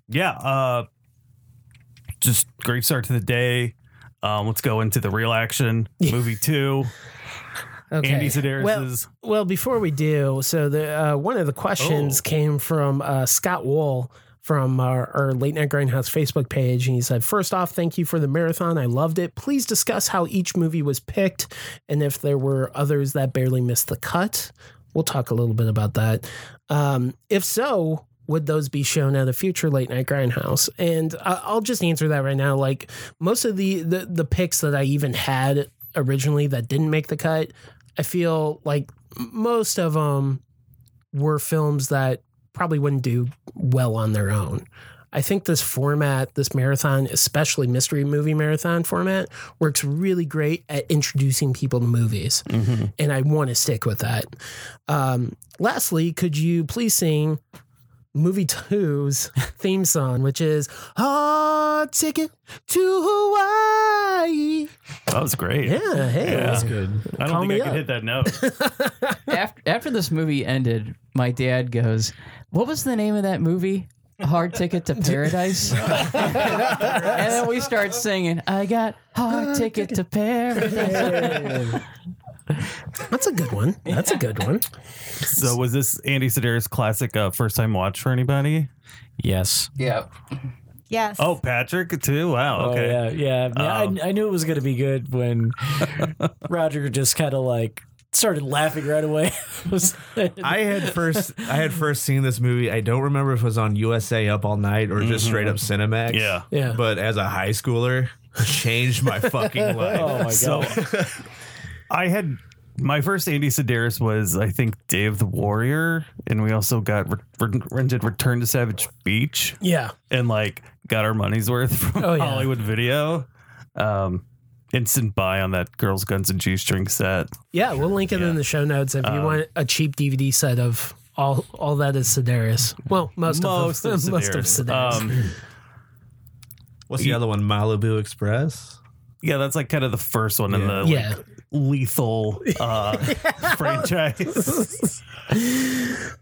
D: yeah. Uh, just great start to the day. Um, let's go into the real action movie two.
A: Okay.
D: Andy Sedaris
A: Well,
D: is-
A: well, before we do, so the uh, one of the questions
D: Oh.
A: came from uh, Scott Wool from our, our Late Night Grindhouse Facebook page, and he said, First off, thank you for the marathon. I loved it. Please discuss how each movie was picked and if there were others that barely missed the cut. We'll talk a little bit about that. Um, if so, would those be shown at a future late night grindhouse? And I- I'll just answer that right now. Like most of the, the the picks that I even had originally that didn't make the cut, I feel like most of them were films that probably wouldn't do well on their own. I think this format, this marathon, especially mystery movie marathon format, works really great at introducing people to movies. And I want to stick with that. Um, lastly, could you please sing movie two's theme song, which is Hard Ticket to Hawaii?
D: That was great.
A: Yeah, hey.
D: Yeah.
E: Good.
D: I don't
A: Call
D: think
A: me
D: I could
A: up.
D: hit that note.
C: after, after this movie ended, my dad goes, What was the name of that movie? Hard Ticket to Paradise. and then we start singing, I got Hard Ticket to Paradise.
A: That's a good one. That's a good one.
D: So was this Andy Sedaris classic uh, first time watch for anybody?
E: Yes.
C: Yeah.
B: yes.
D: Oh, Patrick too. Wow. Okay.
E: Oh, yeah. Yeah. I mean, I, I knew it was going to be good when Roger just kind of like started laughing right away. It was-
F: I had first I had first seen this movie. I don't remember if it was on USA Up All Night or just straight up Cinemax.
D: Mm-hmm. Yeah.
A: Yeah.
F: But as a high schooler, changed my fucking life.
E: oh, my God.
D: So I had my first Andy Sedaris was I think Day of the Warrior, and we also got re- re- rented Return to Savage Beach
A: Yeah.
D: and like got our money's worth from
A: Oh, yeah.
D: Hollywood Video. Um, instant buy on that Girls Guns and G String set.
A: Yeah, we'll link it in the show notes if you want a cheap DVD set of all all that is Sedaris. Well, most,
D: Most
A: of,
D: of
A: them- most of
D: Sedaris.
A: Sedaris.
D: Um,
F: What's the other one? Malibu Express.
D: yeah, that's like kind of the first one in the like,
A: yeah.
D: lethal uh, franchise.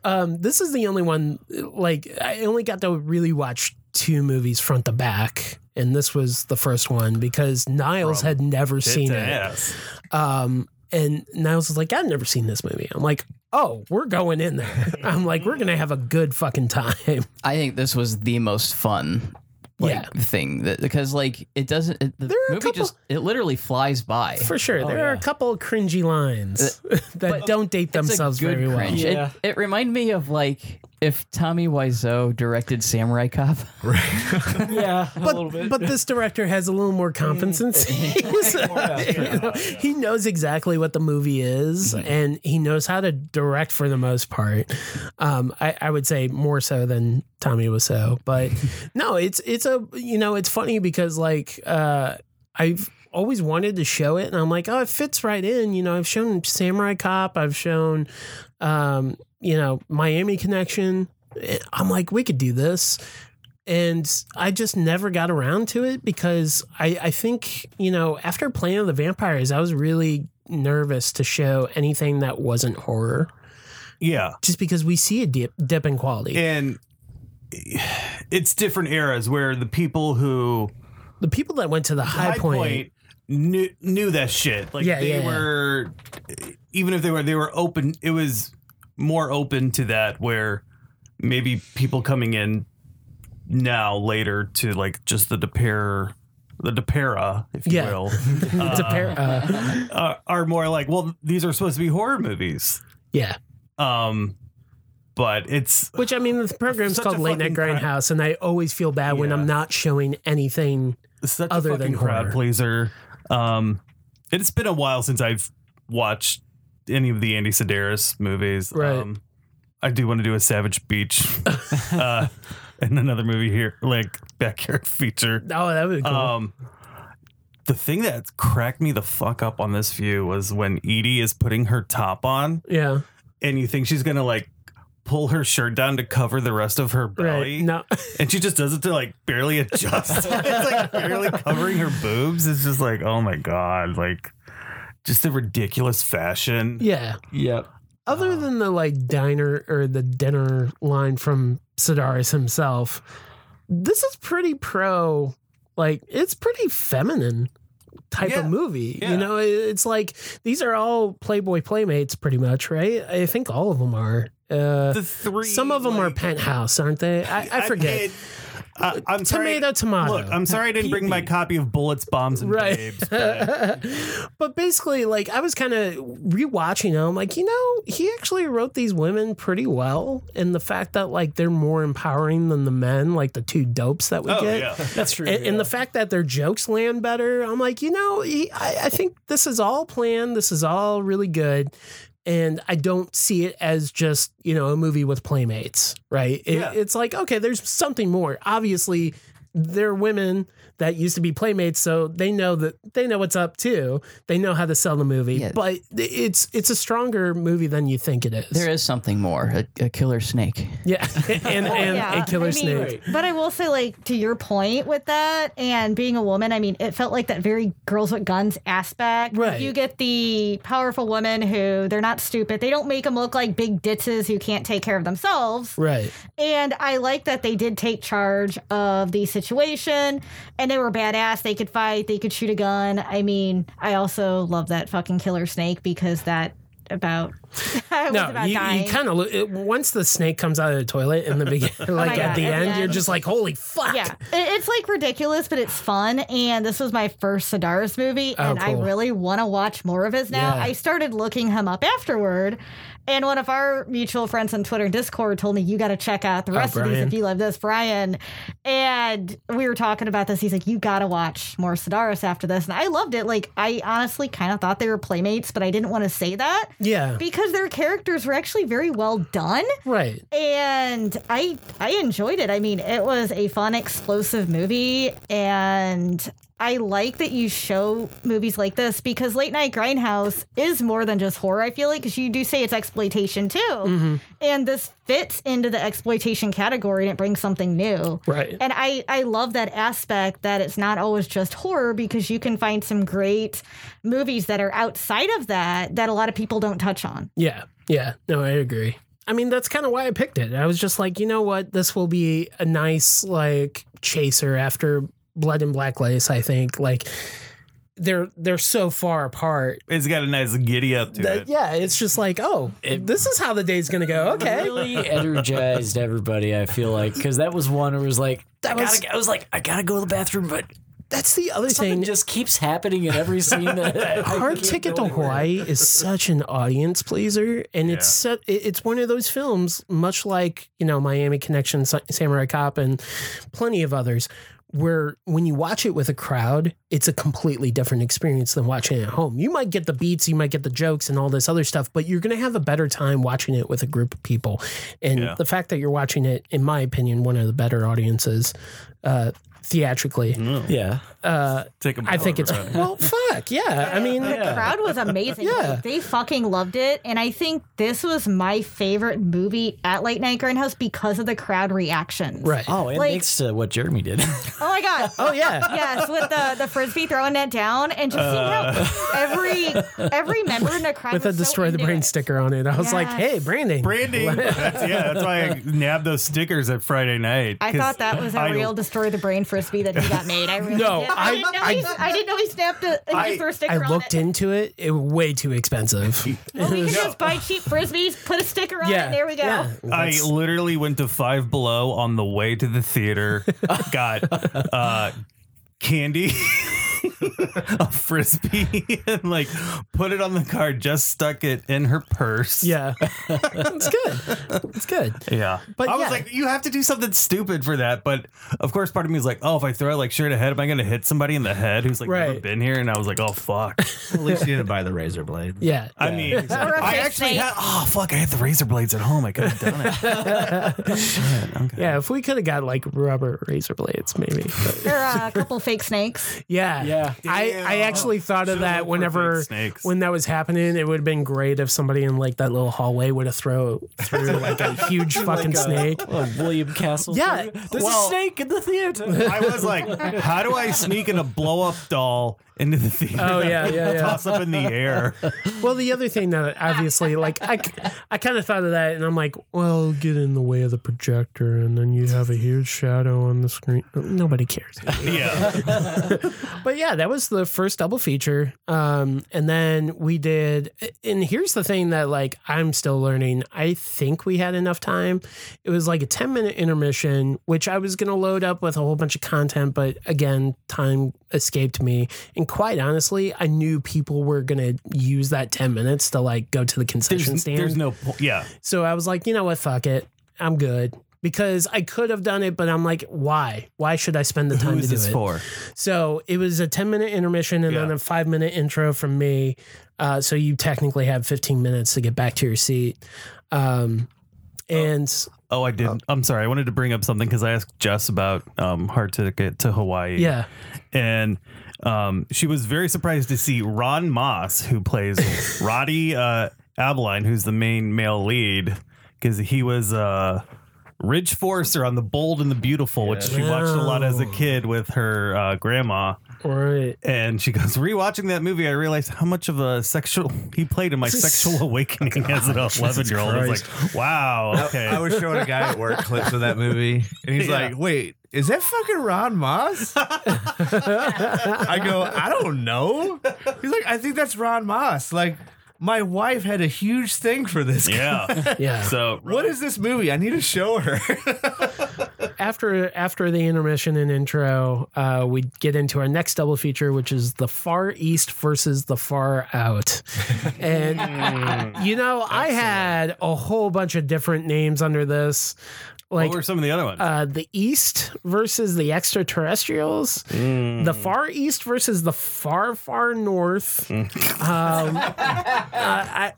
A: Um, this is the only one like I only got to really watch two movies front to back, and this was the first one because Niles
D: From
A: had never seen
D: to
A: it.
D: ass.
A: Um, and Niles was like, I've never seen this movie. I'm like, oh, we're going in there. I'm like, we're gonna have a good fucking time.
C: I think this was the most fun like
A: Yeah.
C: thing that because like it doesn't it, the
A: There are a
C: movie
A: couple-
C: just it literally flies by.
A: For sure, there are a
E: yeah.
A: couple of cringy lines that don't date
C: Uh, It's a
A: themselves
C: good
A: very well.
C: cringe. It-
E: Yeah.
C: It, reminded me of like if Tommy Wiseau directed Samurai Cop.
E: yeah, a little
A: But,
E: bit.
A: but this director has a little more competency. You know, he knows exactly what the movie is, and he knows how to direct for the most part. Um, I, I would say more so than Tommy Wiseau, but no, it's it's a you know it's funny because like uh, I've always wanted to show it, and I'm like, oh, it fits right in. You know, I've shown Samurai Cop, I've shown um, you know Miami Connection. Eh, I'm like, we could do this and I just never got around to it because I, I think, you know, after Planet of the Vampires, I was really nervous to show anything that wasn't horror
D: Yeah.
A: just because we see a dip, dip in quality.
D: And it's different eras where the people who
A: the people that went to the high, point,
D: knew, knew that shit. Like
A: Yeah,
D: they
A: yeah, yeah.
D: were, even if they were, they were open. It was more open to that where maybe people coming in now later to like just the depera, the depera, if
A: Yeah.
D: you will,
A: it's a pair, uh,
D: are, are more like, well, these are supposed to be horror movies.
A: yeah.
D: Um, but it's
A: Which I mean, the program's
D: Such
A: called
D: a
A: Late Night
D: fucking crap.
A: Grindhouse, and I always feel bad when
D: Yeah.
A: I'm not showing anything.
D: such
A: Other
D: a
A: than
D: fucking crowd
A: horror.
D: pleaser. Um, it's been a while since I've watched any of the Andy Sedaris movies.
A: Right.
D: Um, I do want to do a Savage Beach uh, and another movie here, like backyard feature.
A: Oh, that would be cool.
D: Um, the thing that cracked me the fuck up on this view was when Edie is putting her top on,
A: yeah.
D: and you think she's gonna like pull her shirt down to cover the rest of her belly.
A: Right. No.
D: And she just does it to like barely adjust. it's like barely covering her boobs. It's just like, oh my God. Like just the ridiculous fashion.
A: yeah.
E: yep.
A: other
D: Uh-huh.
A: than the like diner or the dinner line from Sidaris himself, this is pretty pro. Like it's pretty feminine type of
D: Yeah.
A: movie.
D: Yeah.
A: You know, It- it's like these are all Playboy playmates, pretty much, right? I think all of them are. Uh,
D: The three
A: some of them are
D: like-
A: penthouse, aren't they? I, I forget.
D: paid- I- I'm sorry-
A: tomato, tomato.
D: Look, I'm sorry I didn't bring my copy of Bullets, Bombs, and
A: Right.
D: Babes. but
A: but basically, like I was kind of rewatching him, like you know, he actually wrote these women pretty well, and the fact that like they're more empowering than the men, like the two dopes that we
D: Oh,
A: get.
D: yeah.
E: That's true.
A: And, and the fact that their jokes land better, I'm like, you know, he, I, I think this is all planned. This is all really good. And I don't see it as just, you know, a movie with playmates, right? It-
D: Yeah.
A: It's like, okay, there's something more. Obviously, they're women that used to be playmates, so they know that they know what's up too. They know how to sell the movie,
C: Yeah.
A: but it's it's a stronger movie than you think it is.
C: There is something more. A, a killer snake.
A: yeah, and and
B: Oh, Yeah,
A: a killer
B: I mean,
A: snake.
B: But I will say, like, to your point with that and being a woman, I mean, it felt like that very girls with guns aspect.
A: Right.
B: You get the powerful woman who they're not stupid. They don't make them look like big ditzes who can't take care of themselves.
A: Right.
B: And I like that they did take charge of the situation and they were badass. They could fight, they could shoot a gun. I mean, I also love that fucking killer snake because that about I was
A: No,
B: about
A: you,
B: dying. Oh
A: you kind of once the snake comes out of the toilet in the beginning, like
B: my
A: at
B: God,
A: the
B: at the
A: end, you're
B: end.
A: just like, holy fuck!
B: yeah, It- it's like ridiculous, but it's fun. And this was my first Sidaris movie,
A: Oh,
B: and I
A: cool.
B: really want to watch more of his now.
A: Yeah.
B: I started looking him up afterward, and one of our mutual friends on Twitter and Discord told me you got to check out the rest of these
A: Oh, Brian.
B: if you love this, Brian. And we were talking about this. He's like, you got to watch more Sidaris after this, and I loved it. Like, I honestly kind of thought they were playmates, but I didn't want to say that
A: yeah,
B: because their characters were actually very well done
A: right.
B: and I I enjoyed it. I mean, it was a fun, explosive movie, and I like that you show movies like this because Late Night Grindhouse is more than just horror. I feel like because you do say it's exploitation too, and this fits into the exploitation category and it brings something new.
A: Right.
B: And I, I love that aspect that it's not always just horror because you can find some great movies that are outside of that that a lot of people don't touch on.
A: Yeah, yeah. No, I agree. I mean, that's kind of why I picked it. I was just like, you know what? This will be a nice like chaser after Blood and Black Lace. I think like they're they're so far apart.
D: It's got a nice giddy up to
A: That,
D: it.
A: yeah, it's just like, oh, this is how the day's gonna go. Okay,
E: really energized everybody. I feel like because that was one where it was like, I, gotta, go- I was like, I gotta go to the bathroom, but
A: That's the other
E: something
A: thing.
E: just keeps happening in every scene. That I
A: Hard
E: can't
A: Ticket
E: go
A: to
E: anywhere.
A: Hawaii is such an audience pleaser, and it's su- it- it's one of those films, much like you know Miami Connection, Sa- Samurai Cop, and plenty of others, where when you watch it with a crowd, it's a completely different experience than watching it at home. You might get the beats, you might get the jokes, and all this other stuff, but you're gonna have a better time watching it with a group of people. And
D: Yeah.
A: the fact that you're watching it, in my opinion, one of the better audiences. Uh, theatrically
E: Yeah,
A: uh
D: Mm. Take 'em
A: i think
D: over,
A: it's
D: right?
A: well fuck yeah i mean
B: The crowd was amazing.
A: Yeah.
B: Like, they fucking loved it. And I think this was my favorite movie at Late Night Grindhouse because of the crowd reactions.
A: Right.
E: Oh, and
B: Like-
E: thanks to what Jeremy did.
B: Oh my God.
A: Oh yeah.
B: Yes, with the, the frisbee throwing that down and just seeing how every every member in the crowd
A: Uh. With a
B: was so
A: destroy the
B: into
A: brain
B: it.
A: sticker on it. I was like,
B: Yes.
A: hey, branding.
D: Branding. That's- yeah, that's why I nabbed those stickers at Friday night.
B: I
D: 'cause
B: thought that was a
D: I-
B: real destroy the brain frisbee that he got made. I really
A: No,
B: did.
A: I-
B: I, didn't know
A: I-
B: he, I didn't know he snapped a, he
D: I-
B: threw a sticker
A: I
B: on
A: looked
B: it.
A: into it. It was way too expensive.
B: Well, we can just buy cheap frisbees, put a sticker on it, there we go.
A: yeah.
D: I literally went to Five Below on the way to the theater, got uh, candy, a frisbee, and like put it on the car, just stuck it in her purse.
A: Yeah. it's good. It's good.
D: Yeah.
A: But
D: I was
A: yeah.
D: like, you have to do something stupid for that. But of course, part of me is like, oh, if I throw like straight ahead, am I going to hit somebody in the head who's like never
A: Right.
D: been here? And I was like, oh, fuck.
F: At least you didn't buy the razor blade.
A: Yeah.
D: I mean,
B: Or
D: I
B: a fake
D: actually
B: snake.
D: had, oh, fuck, I had the razor blades at home. I could have done it.
A: yeah, if we could have got like rubber razor blades, maybe. But-
B: There are a couple fake snakes.
A: yeah,
E: Yeah.
A: I, I
D: Damn.
A: actually thought of
D: Should've looked
A: that
D: for
A: whenever
D: fake snakes.
A: when that was happening. It would have been great if somebody in like that little hallway would have thrown through like a huge fucking snake.
E: Oh, William Castle.
A: Yeah,
E: there's
D: well-
E: a snake in the theater.
D: I was like, how do I sneak in a blow up doll into the theater?
A: Oh, yeah, yeah, yeah.
D: Toss up in the air.
A: Well, the other thing that obviously, like, I, I kind of thought of that, and I'm like, well, get in the way of the projector, and then you have a huge shadow on the screen. Nobody cares.
D: Yeah.
A: but yeah, that was the first double feature. Um, and then we did, and here's the thing that, like, I'm still learning. I think we had enough time. It was like a 10 minute intermission, which I was going to load up with a whole bunch of content, but again, time escaped me. And quite honestly, I knew people were going to use that 10 minutes to, like, go to the concession
D: There's,
A: stand.
D: there's no point. Yeah.
A: So I was like, you know what? Fuck it. I'm good. Because I could have done it, but I'm like, why? Why should I spend the time
D: Who is
A: to do
D: this
A: it?
D: for?
A: So it was a 10 minute intermission and then
D: Yeah.
A: a five minute intro from me. Uh, so you technically have 15 minutes to get back to your seat. Um, and
D: Oh, I didn't. I'm sorry. I wanted to bring up something because I asked Jess about um, Hard Ticket to Hawaii.
A: yeah,
D: and um, she was very surprised to see Ron Moss, who plays Roddy uh, Abeline, who's the main male lead, because he was uh, Ridge Forrester on The Bold and the Beautiful, which she watched a lot as a kid with her uh, grandma.
A: right.
D: And she goes, rewatching that movie, I realized how much of a sexual he played in my sexual awakening as an 11 year old. I was like, wow, okay.
F: I was showing a guy at work clips of that movie, and he's
D: Yeah.
F: like, "Wait, is that fucking Ron Moss?" I go, "I don't know." He's like, "I think that's Ron Moss." Like, my wife had a huge thing for this. guy.
D: yeah.
A: Yeah.
D: So,
F: What is this movie? I need to show her.
A: after after the intermission and intro, uh, we get into our next double feature, which is the Far East versus the Far Out.
D: Hmm.
A: And you know, I had a whole bunch of different names under this. Like
D: what were some of the other ones?
A: uh, the East versus the extraterrestrials, the Far East versus the far, far North. um, uh, I,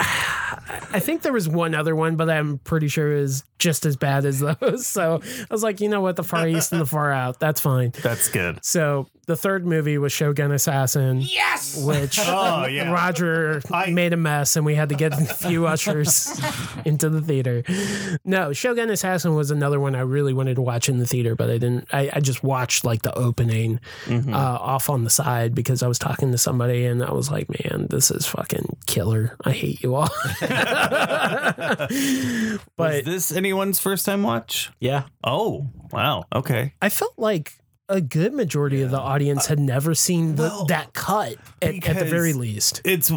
A: I think there was one other one, but I'm pretty sure is just as bad as those. So I was like, you know what, the Far East and the Far Out, that's fine.
D: That's good.
A: So the third movie was Shogun Assassin. Yes, which
D: Oh, yeah.
A: Roger
D: I-
A: made a mess, and we had to get a few ushers into the theater. No, Shogun Assassin was another one I really wanted to watch in the theater, but I didn't. I, I just watched like the opening
D: Mm-hmm.
A: uh, off on the side because I was talking to somebody, and I was like, "Man, this is fucking killer. I hate you all."
D: Is
A: but
D: this anyone's first time watch?
E: yeah,
D: Oh, wow. Okay.
A: I felt like. A good majority of the audience had never seen the,
D: Well,
A: that cut at, at the
D: because-
A: very least.
D: It's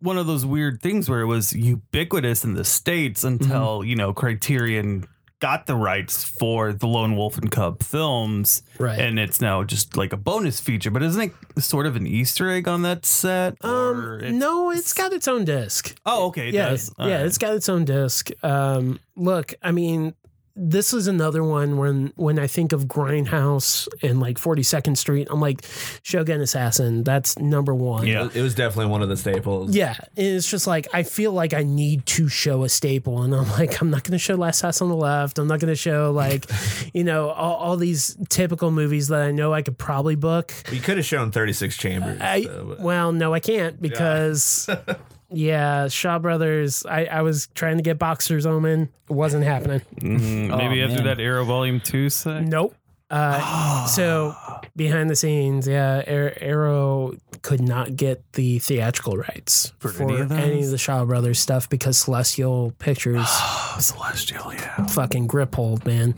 D: one of those weird things where it was ubiquitous in the States until, you know, Criterion got the rights for the Lone Wolf and Cub films,
A: Right.
D: And it's now just like a bonus feature. But isn't it sort of an Easter egg on that set? Or
A: Um,
D: it-
A: no, it's got its own disc.
D: Oh, okay. it
A: yeah,
D: does. All
A: yeah,
D: right.
A: it's got its own disc. Um, look, I mean, this is another one when when I think of Grindhouse and like 42nd Street, I'm like Shogun Assassin. That's number one.
D: Yeah.
F: It was definitely one of the staples.
A: Yeah, and it's just like I feel like I need to show a staple, and I'm like, I'm not going to show Last House on the Left. I'm not going to show like, you know, all, all these typical movies that I know I could probably book.
F: We could have shown 36 chambers.
A: I
F: though, but-
A: well, no, I can't because yeah, Shaw Brothers. I, I was trying to get Boxer's Omen. It wasn't happening.
D: Mm, maybe
E: Oh, man.
D: after that Arrow Volume Two set.
A: Nope. Uh, so behind the scenes, yeah, Ar- Arrow could not get the theatrical rights for,
D: any of
A: any
D: those?
A: of the Shaw Brothers stuff because Celestial Pictures
D: Oh, Celestial, yeah.
A: fucking grip hold, man.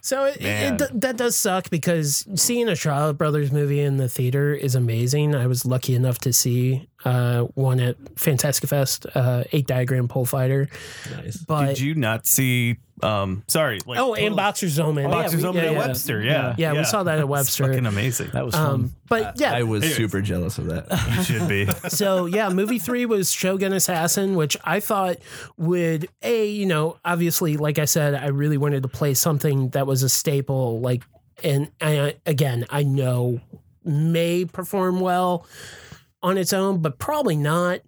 A: So it,
D: Man.
A: It, it, that does suck because seeing a Shaw Brothers movie in the theater is amazing. I was lucky enough to see uh, one at Fantastic Fest, uh, Eight Diagram Pole Fighter.
F: Nice.
A: But
D: Did you not see? Um, sorry. Like,
A: oh, and Boxer's Omen.
D: Boxers
A: yeah,
D: on
A: we, yeah, yeah.
D: Webster. Yeah.
A: Yeah, we saw that at
D: It's
A: Webster.
D: Fucking amazing.
E: That was fun.
A: Um, but yeah,
F: I was
D: Anyways.
F: super jealous of that.
D: you should be.
A: so yeah, movie three was Shogun Assassin, which I thought would a you know obviously like I said, I really wanted to play something that was a staple. Like, and I, again, I know may perform well on its own, but probably not.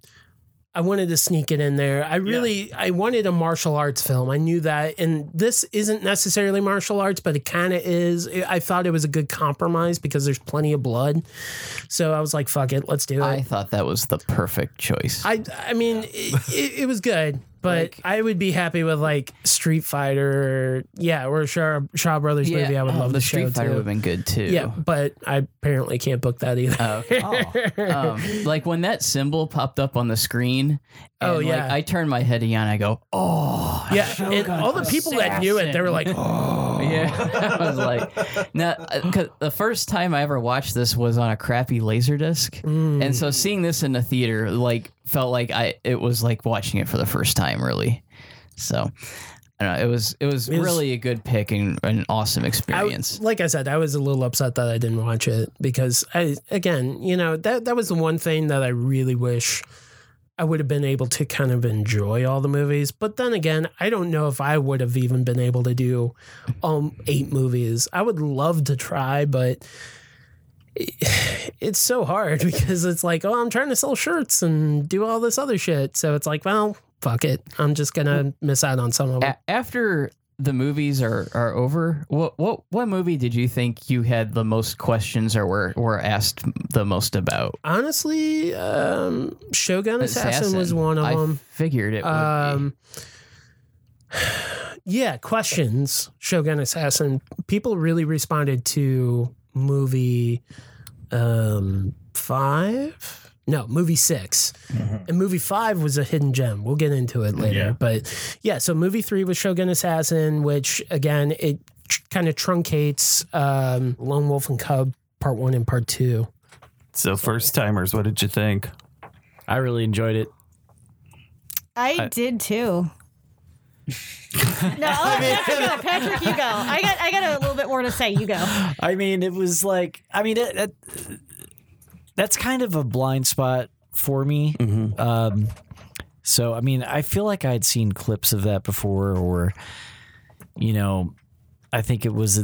A: I wanted to sneak it in there. I really I wanted a martial arts film. I knew that and this isn't necessarily martial arts, but it kind of is. I I thought it was a good compromise because there's plenty of blood. So I was like, fuck it, let's do it.
C: I thought that was the perfect choice.
A: I I mean, it, it, it was good, but I would be happy with like Street Fighter, yeah, or a Shaw, Shaw Brothers movie. I would
C: oh,
A: love
C: the
A: to show
C: Street Fighter would
A: too.
C: have been good too.
A: Yeah, but I apparently can't book that either.
C: Okay. um, like when that symbol popped up on the screen, and
A: Oh, yeah.
C: like, I turned my head and I go, oh
A: yeah, and all the people that knew it, they were like,
C: yeah. I was like, now 'cause the first time I ever watched this was on a crappy laser disc,
A: "Hmm, Mm.
C: and so seeing this in the theater like felt like I it was like watching it for the first time really. So I don't know, it was it was
A: It was-
C: really a good pick and an awesome
A: I,
C: experience.
A: like I said, I was a little upset that I didn't watch it because I, again, you know, that that was the one thing that I really wish I would have been able to kind of enjoy all the movies. But then again, I don't know if I would have even been able to do um eight movies. I would love to try, but it's so hard because it's like, oh, I'm trying to sell shirts and do all this other shit. So it's like, well, fuck it. I'm just gonna miss out on some of them.
C: A- after the movies are, are over, what what what movie did you think you had the most questions or were, were asked the most about?
A: honestly, um, Shogun Assassin, was one of
C: I
A: them.
C: figured it would be.
A: Um, yeah, questions. Shogun Assassin. People really responded to movie um, five. No, movie 6 And movie five was a hidden gem. We'll get into it later.
D: Yeah.
A: But yeah, so movie three was Shogun Assassin, which again, it tr- kind of truncates um, Lone Wolf and Cub part one and part two.
D: So first timers, what did you think?
E: I really enjoyed it.
B: I did too. no, I'll let Patrick go. Patrick, you go. I got, I got a little bit more to say. You go.
E: I mean, it was like, I mean, it, it, that's kind of a blind spot for me.
A: Mm-hmm.
E: Um, so, I mean, I feel like I'd seen clips of that before, or, you know, I think it was,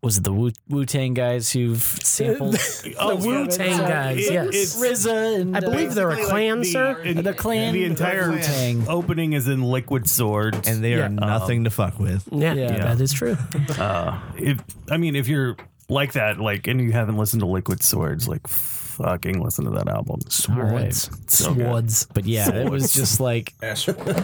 E: was it the Wu Tang guys who've sampled
D: Oh,
A: the Wu Tang guys,
D: it-
A: yes.
D: it's-
E: RZA and uh,
A: I believe they're a clan, sir.
E: The clan,
D: The entire
E: the Wu-Tang.
D: opening is in liquid swords.
F: And they are
A: Yeah.
F: nothing to fuck with.
A: Yeah,
E: Yeah.
A: that is true.
D: uh, if I mean, if you're like that, like, and you haven't listened to Liquid Swords, like, fucking listen to that album.
A: Swords,
D: So good.
A: swords.
E: But yeah, it was just like that,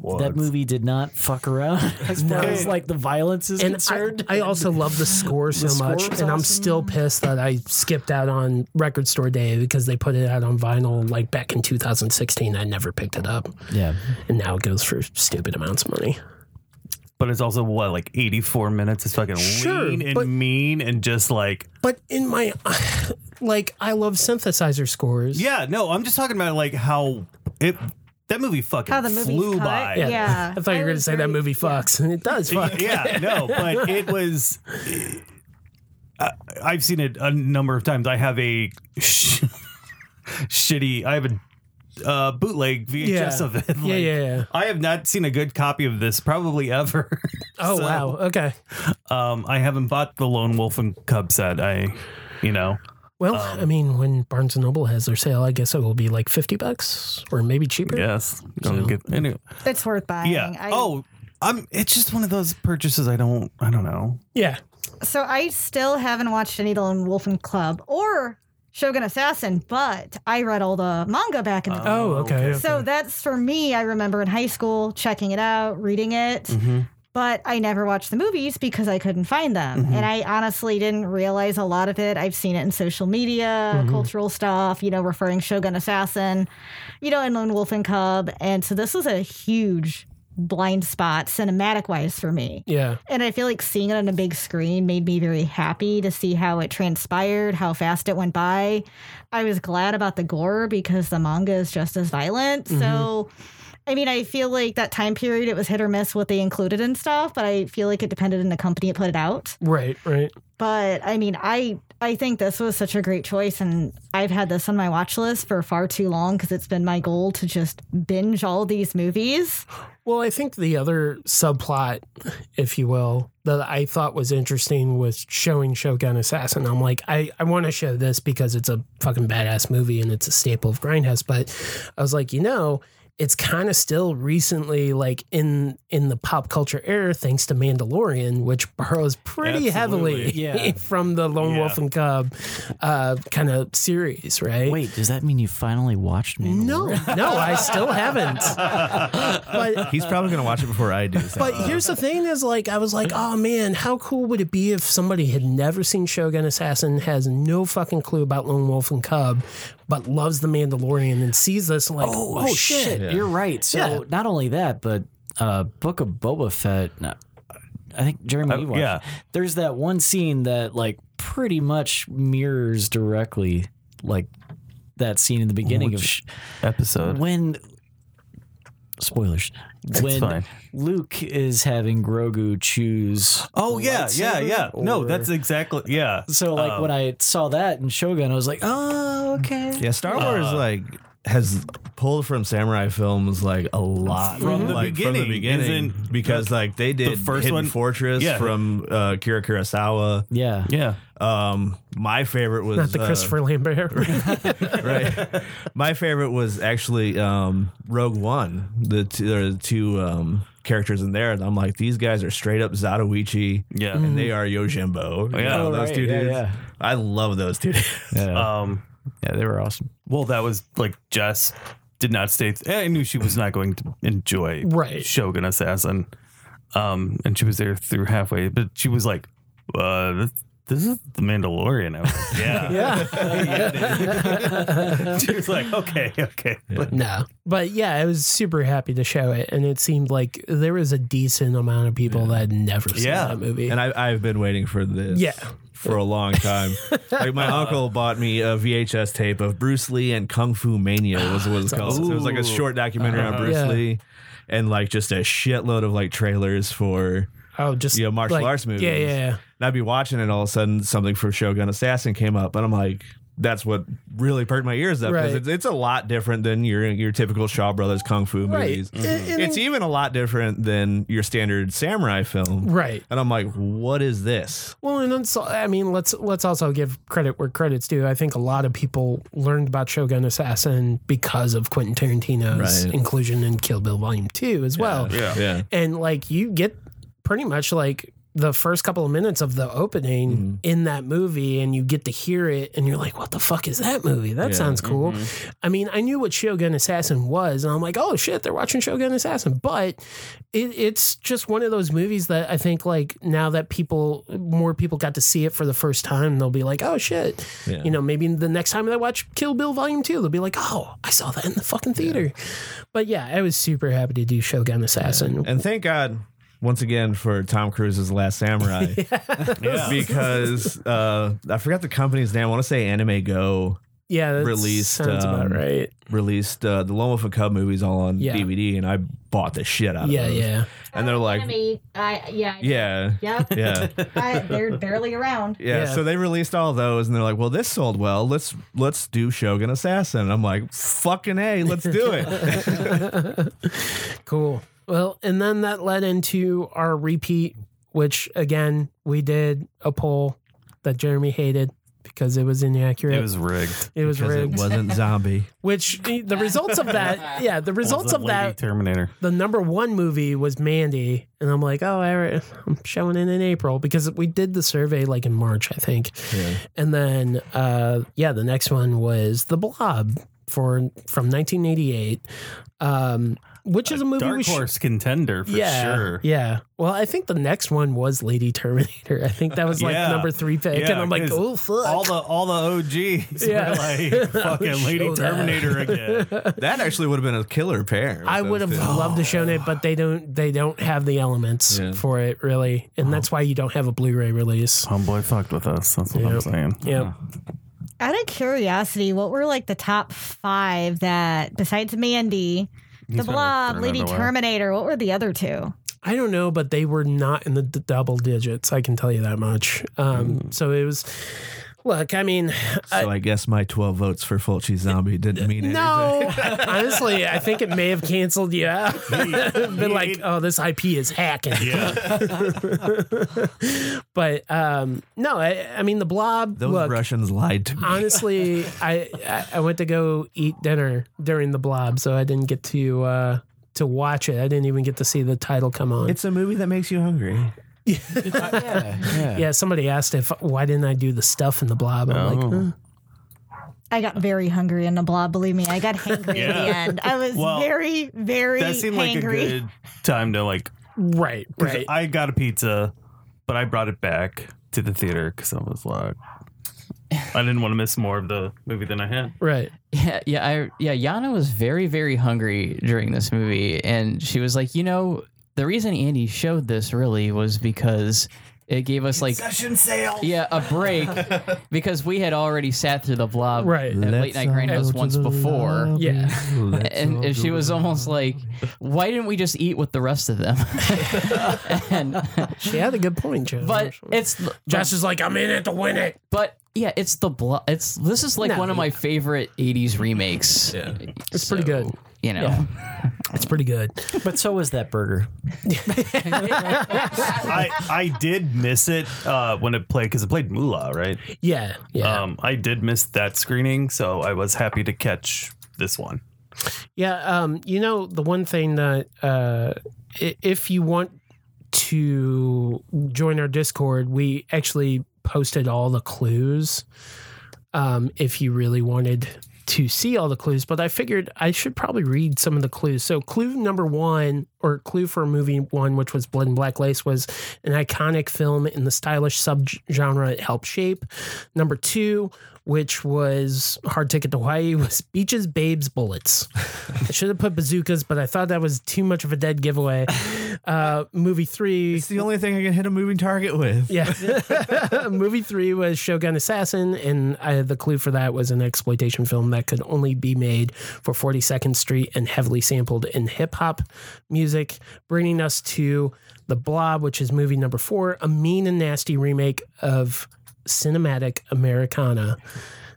E: that movie did not fuck around as far as like the violence is
A: And I,
E: concerned.
A: I also love the score so
E: score
A: much,
E: was
A: and I'm
E: awesome.
A: still pissed that I skipped out on Record Store Day because they put it out on vinyl like back in 2016. I never picked it up,
E: yeah.
A: and now it goes for stupid amounts of money.
D: But it's also what, like, 84 minutes. It's fucking
A: Sure,
D: lean and
A: but-
D: mean and just like,
A: But in my, like, I love synthesizer scores.
D: yeah, no, I'm just talking about like how it. that movie fucking
B: How the movie's
D: flew
B: cut.
D: by.
B: Yeah.
A: I thought you
B: I
A: were going to
B: was
A: say that
B: very-
A: movie fucks, and it does fuck.
D: Yeah, no, but it was. I, I've seen it a number of times. I have a sh- shitty. I have a uh, bootleg VHS
A: Yeah.
D: of it. Like,
A: yeah, yeah, yeah.
D: I have not seen a good copy of this probably ever.
A: Oh
D: So,
A: wow. Okay.
D: Um, I haven't bought the Lone Wolf and Cub set. I, you know,
A: Well, I mean, when Barnes and Noble has their sale, I guess it will be like fifty bucks or maybe cheaper.
D: yes, gonna
A: So-
D: get anyway.
B: It's worth buying.
D: Yeah.
B: I,
D: oh, I'm. It's just one of those purchases. I don't. I don't know.
A: Yeah.
B: So I still haven't watched any and Wolf and Club or Shogun Assassin, but I read all the manga back in the day.
A: Oh, okay. okay.
B: So that's for me. I remember in high school checking it out, reading it,
D: Mhm.
B: but I never watched the movies because I couldn't find them. And I honestly didn't realize a lot of it. I've seen it in social media, cultural stuff, you know, referring Shogun Assassin, you know, and Lone Wolf and Cub. And so this was a huge blind spot cinematic wise for me.
A: yeah.
B: And I feel like seeing it on a big screen made me very happy to see how it transpired, how fast it went by. I was glad about the gore because the manga is just as violent. So,
F: Mm-hmm.
B: I mean, I feel like that time period, it was hit or miss what they included and stuff, but I feel like it depended on the company that put it out.
A: Right. Right.
B: But I mean, I. I think this was such a great choice, and I've had this on my watch list for far too long because it's been my goal to just binge all these movies.
A: Well, I think the other subplot, if you will, that I thought was interesting was showing Shogun Assassin. I'm like, I, I want to show this because it's a fucking badass movie and it's a staple of Grindhouse. But I was like, you know, it's kind of still recently like in in the pop culture era, thanks to Mandalorian, which borrows pretty heavily
D: Absolutely.
E: Yeah.
A: from the Lone Wolf and Cub uh, kind of series, right?
E: Wait, does that mean you finally watched me?
A: No, no, I still haven't. But
F: He's probably gonna watch it before I do. so.
A: but here's the thing is like I was like, oh man, how cool would it be if somebody had never seen Shogun Assassin, has no fucking clue about Lone Wolf and Cub, but loves the Mandalorian and sees this and like, oh,
E: Oh
A: shit.
E: shit, you're right. So
A: Yeah.
E: not only that, but uh, Book of Boba Fett. no, I think Jeremy, you watched.
D: Oh, yeah.
E: There's that one scene that like pretty much mirrors directly like that scene in the beginning of sh-
D: Episode.
E: when spoilers when
D: fine.
E: Luke is having Grogu choose.
D: Oh
E: the
D: yeah, yeah,
E: lightsaber
D: yeah. No,
E: or-
D: that's exactly yeah.
E: So like when I saw that in Shogun, I was like, oh okay.
F: yeah, Star Wars like has pulled from samurai films like a lot
D: From the
F: like, from
D: beginning,
F: the beginning
D: isn't-
F: because like they did
D: first
F: Hidden
D: one-
F: Fortress
D: yeah.
F: from uh, Kira Kurosawa.
E: Yeah.
D: Yeah.
F: Um, my favorite was
A: Not the
F: uh,
A: Christopher Lambert.
F: right. My favorite was actually um, Rogue One. The two, there are the two um, characters in there, and I'm like, these guys are straight up Zatoichi,
D: Yeah.
F: and they are Yojimbo. You
D: yeah.
F: know,
D: Oh,
F: those
E: right.
F: two
E: Yeah,
F: dudes.
E: yeah.
F: I love those two dudes.
D: Um
E: Yeah, they were awesome.
D: well that was like Jess did not stay I knew she was not going to enjoy
A: Right.
D: Shogun Assassin. Um and she was there through halfway, but she was like, uh this, this is the Mandalorian. I was like, yeah. She was like, okay, okay.
A: No. But yeah, I was super happy to show it. And it seemed like there was a decent amount of people that had never seen
D: Yeah.
A: that movie.
F: And I, I've been waiting for this.
A: Yeah.
F: For a long time, like my uncle bought me a VHS tape of Bruce Lee and Kung Fu Mania
A: Ah,
F: was what it was called. So it was like a short documentary on Bruce
A: Uh-huh. Yeah.
F: Lee, and like just a shitload of like trailers for
A: oh, just
F: you know, martial
A: like-
F: arts movies.
A: Yeah, yeah, yeah.
F: And I'd be watching it all of a sudden something for Shogun Assassin came up, and I'm like, that's what really perked my ears up because
A: Right.
F: it's, it's a lot different than your your typical Shaw Brothers kung fu
A: Right.
F: movies. Mm-hmm.
A: And- and-
F: It's even a lot different than your standard samurai film.
A: right.
F: And I'm like, what is this?
A: Well, and it's, I mean, let's let's also give credit where credit's due. I think a lot of people learned about Shogun Assassin because of Quentin Tarantino's
F: Right.
A: inclusion in Kill Bill Volume Two as well.
F: Yeah. Yeah.
A: And like you get pretty much like the first couple of minutes of the opening
F: Mm-hmm.
A: in that movie, and you get to hear it, and you're like, "What the fuck is that movie? That
F: Yeah. Mm-hmm.
A: sounds cool." I mean, I knew what Shogun Assassin was, and I'm like, "Oh shit, they're watching Shogun Assassin," but it, it's just one of those movies that I think like now that people more people got to see it for the first time, they'll be like, oh shit,
F: Yeah.
A: you know, maybe the next time they watch Kill Bill Volume Two, they'll be like, oh, I saw that in the fucking theater. But yeah, I was super happy to do Shogun Assassin.
F: And thank God. Once again, for Tom Cruise's Last Samurai, because uh, I forgot the company's name. I want to say Anime Go
A: yeah, that
F: Released,
A: sounds
F: um,
A: about right.
F: released uh, the Lone Wolf and Cub movies all on
A: Yeah.
F: DVD, and I bought the shit out
A: Yeah,
F: of those.
A: yeah.
F: And they're like,
B: Enemy, I, yeah.
F: yeah,
B: Yep.
F: yeah.
B: I, they're barely around.
F: Yeah,
A: Yeah.
F: so they released all those, and they're like, "Well, this sold well. Let's let's do Shogun Assassin." And I'm like, "Fucking a, let's do it."
A: cool. Well, and then that led into our repeat, which again, we did a poll that Jeremy hated because it was inaccurate.
D: It was rigged.
A: it was
F: Because
A: rigged.
F: it wasn't zombie.
A: which the results of that, yeah, the results
D: Wasn't
A: of that
D: Lady Terminator.
A: the number one movie was Mandy, and I'm like, oh, I, I'm showing it in April because we did the survey like in March, I think,
F: Yeah.
A: and then uh, yeah, the next one was The Blob for from 1988, um, which is a movie
D: Dark
A: we should.
D: horse contender for
A: yeah,
D: sure.
A: yeah. Well, I think the next one was Lady Terminator. I think that was like
D: Yeah.
A: number three pick, and
D: Yeah,
A: I'm like,
D: 'cause
A: oh fuck,
D: All the all the OGs
A: Yeah.
D: were like fucking Lady
A: Show that.
D: Terminator again.
F: That actually would have been a killer pair.
A: I would have loved to shown it, but they don't. They don't have the elements
F: Yeah.
A: for it really, and that's why you don't have a Blu-ray release.
D: Homeboy fucked with us. That's what
A: Yeah.
D: I'm saying. Uh-huh.
A: Yeah,
B: Out of curiosity, what were like the top five that, besides Mandy, The
D: He's been, like,
B: Blob,
D: thrown
B: Lady
D: into a-
B: Terminator, what were the other two?
A: I don't know, but they were not in the d- double digits. I can tell you that much. Um, So it was. Look, I mean,
F: So I guess my 12 votes for Fulci Zombie didn't mean
A: no. Honestly, I think it may have canceled you out. Been like, oh, this IP is hacking.
D: Yeah.
A: But um, no, I, I mean, the blob.
F: Those
A: look,
F: Russians lied to me.
A: honestly, I I- I went to go eat dinner during the blob, so I didn't get to uh, to watch it. I didn't even get to see the title come on.
F: It's a movie that makes you hungry.
E: yeah, yeah.
A: yeah, somebody asked if why didn't I do the stuff in the blob. I'm like, "Uh, huh.
B: I got very hungry in the blob. Believe me, I got hangry at the
D: Yeah.
B: end. I was
D: Well,
B: very, very
D: That seemed like a
B: hangry.
D: good time to like.
A: right,
D: 'cause
A: right.
D: I got a pizza, but I brought it back to the theater because I was like, I didn't want to miss more of the movie than I had.
A: Right.
C: Yeah, yeah, I, yeah. Yana was very, very hungry during this movie, and she was like, you know, the reason Andy showed this really was because it gave us like
D: Session sale.
C: yeah a break because we had already sat through the blob
A: Right.
C: at late night grindhouse once before.
A: Yeah.
C: and if she was almost like, "Why didn't we just eat with the rest of them?" and
A: She had a good point, Josh.
C: but it's the-
A: Josh is like, I'm in it to win it.
C: but yeah, it's the blo- it's this is like
A: No,
C: one of my favorite '80s remakes. Yeah,
A: It's pretty good.
C: You know,
A: It's pretty good.
E: But so was that burger.
D: I, I did miss it uh, when it played because it played Moolah, right?
A: Yeah. Yeah.
D: Um, I did miss that screening, so I was happy to catch this one.
A: yeah. Um, you know, the one thing that uh, i- if you want to join our Discord, we actually posted all the clues um, if you really wanted to see all the clues. But I figured I should probably read some of the clues. So, clue number one, or clue for movie one, which was Blood and Black Lace, was an iconic film in the stylish subgenre it helped shape. Number two, which was Hard Ticket to Hawaii, was Beaches, Babes, Bullets. I should have put bazookas, but I thought that was too much of a dead giveaway. Uh, movie three.
F: It's the only thing I can hit a moving target with.
A: Yeah. Movie three was Shogun Assassin, and I, the clue for that was an exploitation film that could only be made for 42nd Street and heavily sampled in hip hop music, bringing us to The Blob, which is movie number four, a mean and nasty remake of cinematic Americana.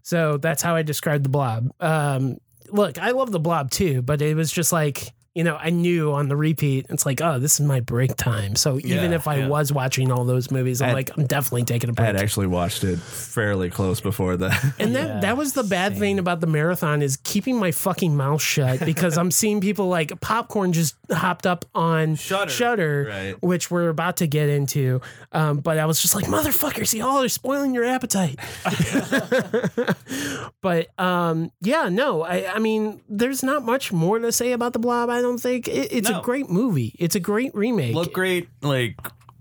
A: So that's how I described The Blob. Um, look, I love The Blob too, but it was just like, you know, I knew on the repeat, it's like, oh, this is my break time. So even
D: Yeah,
A: if I
D: yeah.
A: was watching all those movies, I'm
F: I'd-
A: like, I'm definitely taking a
F: I had
A: break.
F: actually watched it fairly close before that.
A: And that,
E: Yeah,
A: that was the bad thing about the marathon is keeping my fucking mouth shut because I'm seeing people like popcorn just hopped up on Shutter,
D: Shudder.
F: Right.
A: which we're about to get into. Um, but I was just like, motherfuckers, y'all are spoiling your appetite. but um, yeah, no, I, I mean, there's not much more to say about the Blob. I don't think it, it's
D: No.
A: a great movie. It's a great remake.
D: Look great, like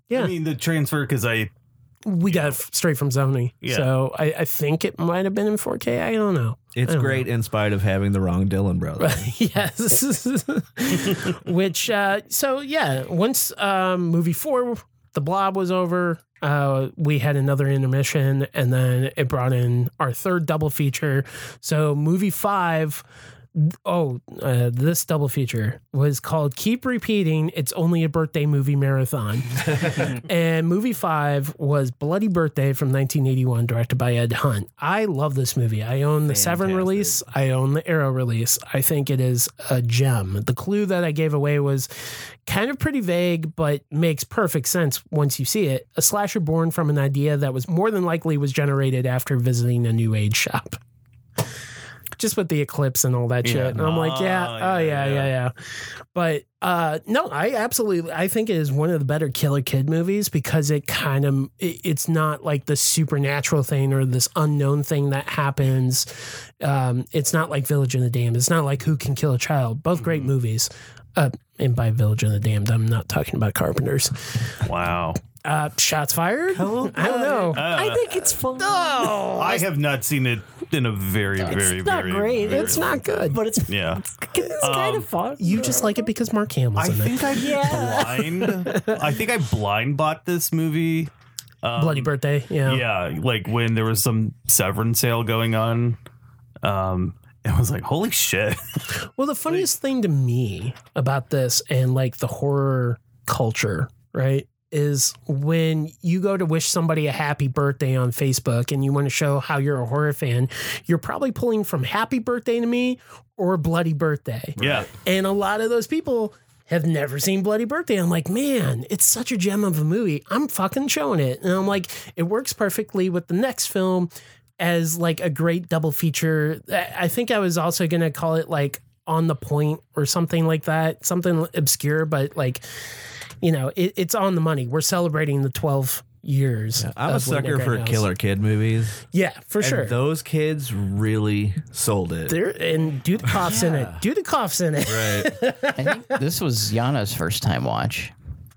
A: Yeah.
D: I mean the transfer because I
A: we got it f- straight from Sony,
D: Yeah.
A: so I, I think it might have been in 4K. I don't know.
F: It's
A: don't
F: great in spite of having the wrong Dylan brother.
A: yes. Which, uh, so yeah, once um, movie four, The Blob was over, uh, we had another intermission, and then it brought in our third double feature. So, movie five, oh, uh, this double feature was called Keep Repeating, It's Only a Birthday Movie Marathon. and movie five was Bloody Birthday from 1981, directed by Ed Hunt. I love this movie. I own the Severn
F: Fantastic.
A: release, I own the Arrow release. I think it is a gem. The clue that I gave away was kind of pretty vague, but makes perfect sense once you see it. A slasher born from an idea that was more than likely was generated after visiting a new age shop. Just with the eclipse and all that
D: Yeah.
A: shit. And I'm like, yeah,
D: Ah,
A: oh
D: yeah,
A: yeah, yeah, yeah. But uh no, I absolutely I think it is one of the better killer kid movies because it kind of it, it's not like the supernatural thing or this unknown thing that happens. Um it's not like Village and the Damned. It's not like Who Can Kill a Child. Both great
E: Mm-hmm.
A: movies. Uh, and by Village and the Damned, I'm not talking about Carpenters.
D: Wow.
A: Uh, shots fired. I don't know.
D: I
E: think it's fun.
D: Oh, I have not seen it in a very, very,
E: not
D: very. Um,
E: great.
D: very-
A: it's not good. But
E: it's
D: Yeah.
E: it's
D: kind of
E: fun.
A: you just like it because Mark Hamill's
D: I
A: in it.
D: think I blind. I think I blind bought this movie. Um,
A: Bloody birthday. Yeah.
D: Yeah, like when there was some Severance sale going on. Um, I was like, holy shit.
A: Well, the funniest thing to me about this and like the horror culture, right, is when you go to wish somebody a happy birthday on Facebook and you want to show how you're a horror fan, you're probably pulling from happy birthday to me or bloody birthday.
D: Yeah.
A: And a lot of those people have never seen Bloody Birthday. I'm like, man, it's such a gem of a movie. I'm fucking showing it. And I'm like, it works perfectly with the next film as like a great double feature. I I think I was also going to call it like on the point or something like that, something obscure, but like, you know, it, it's on the money. We're celebrating the 12 years.
F: I'm a
A: of Window
F: sucker for
A: Grindhouse.
F: killer kid movies.
A: Yeah, for sure.
F: And those kids really sold it.
A: there and Dudikoff's in it. Dudikoff's in it.
F: right.
C: I think this was Yana's first time watch.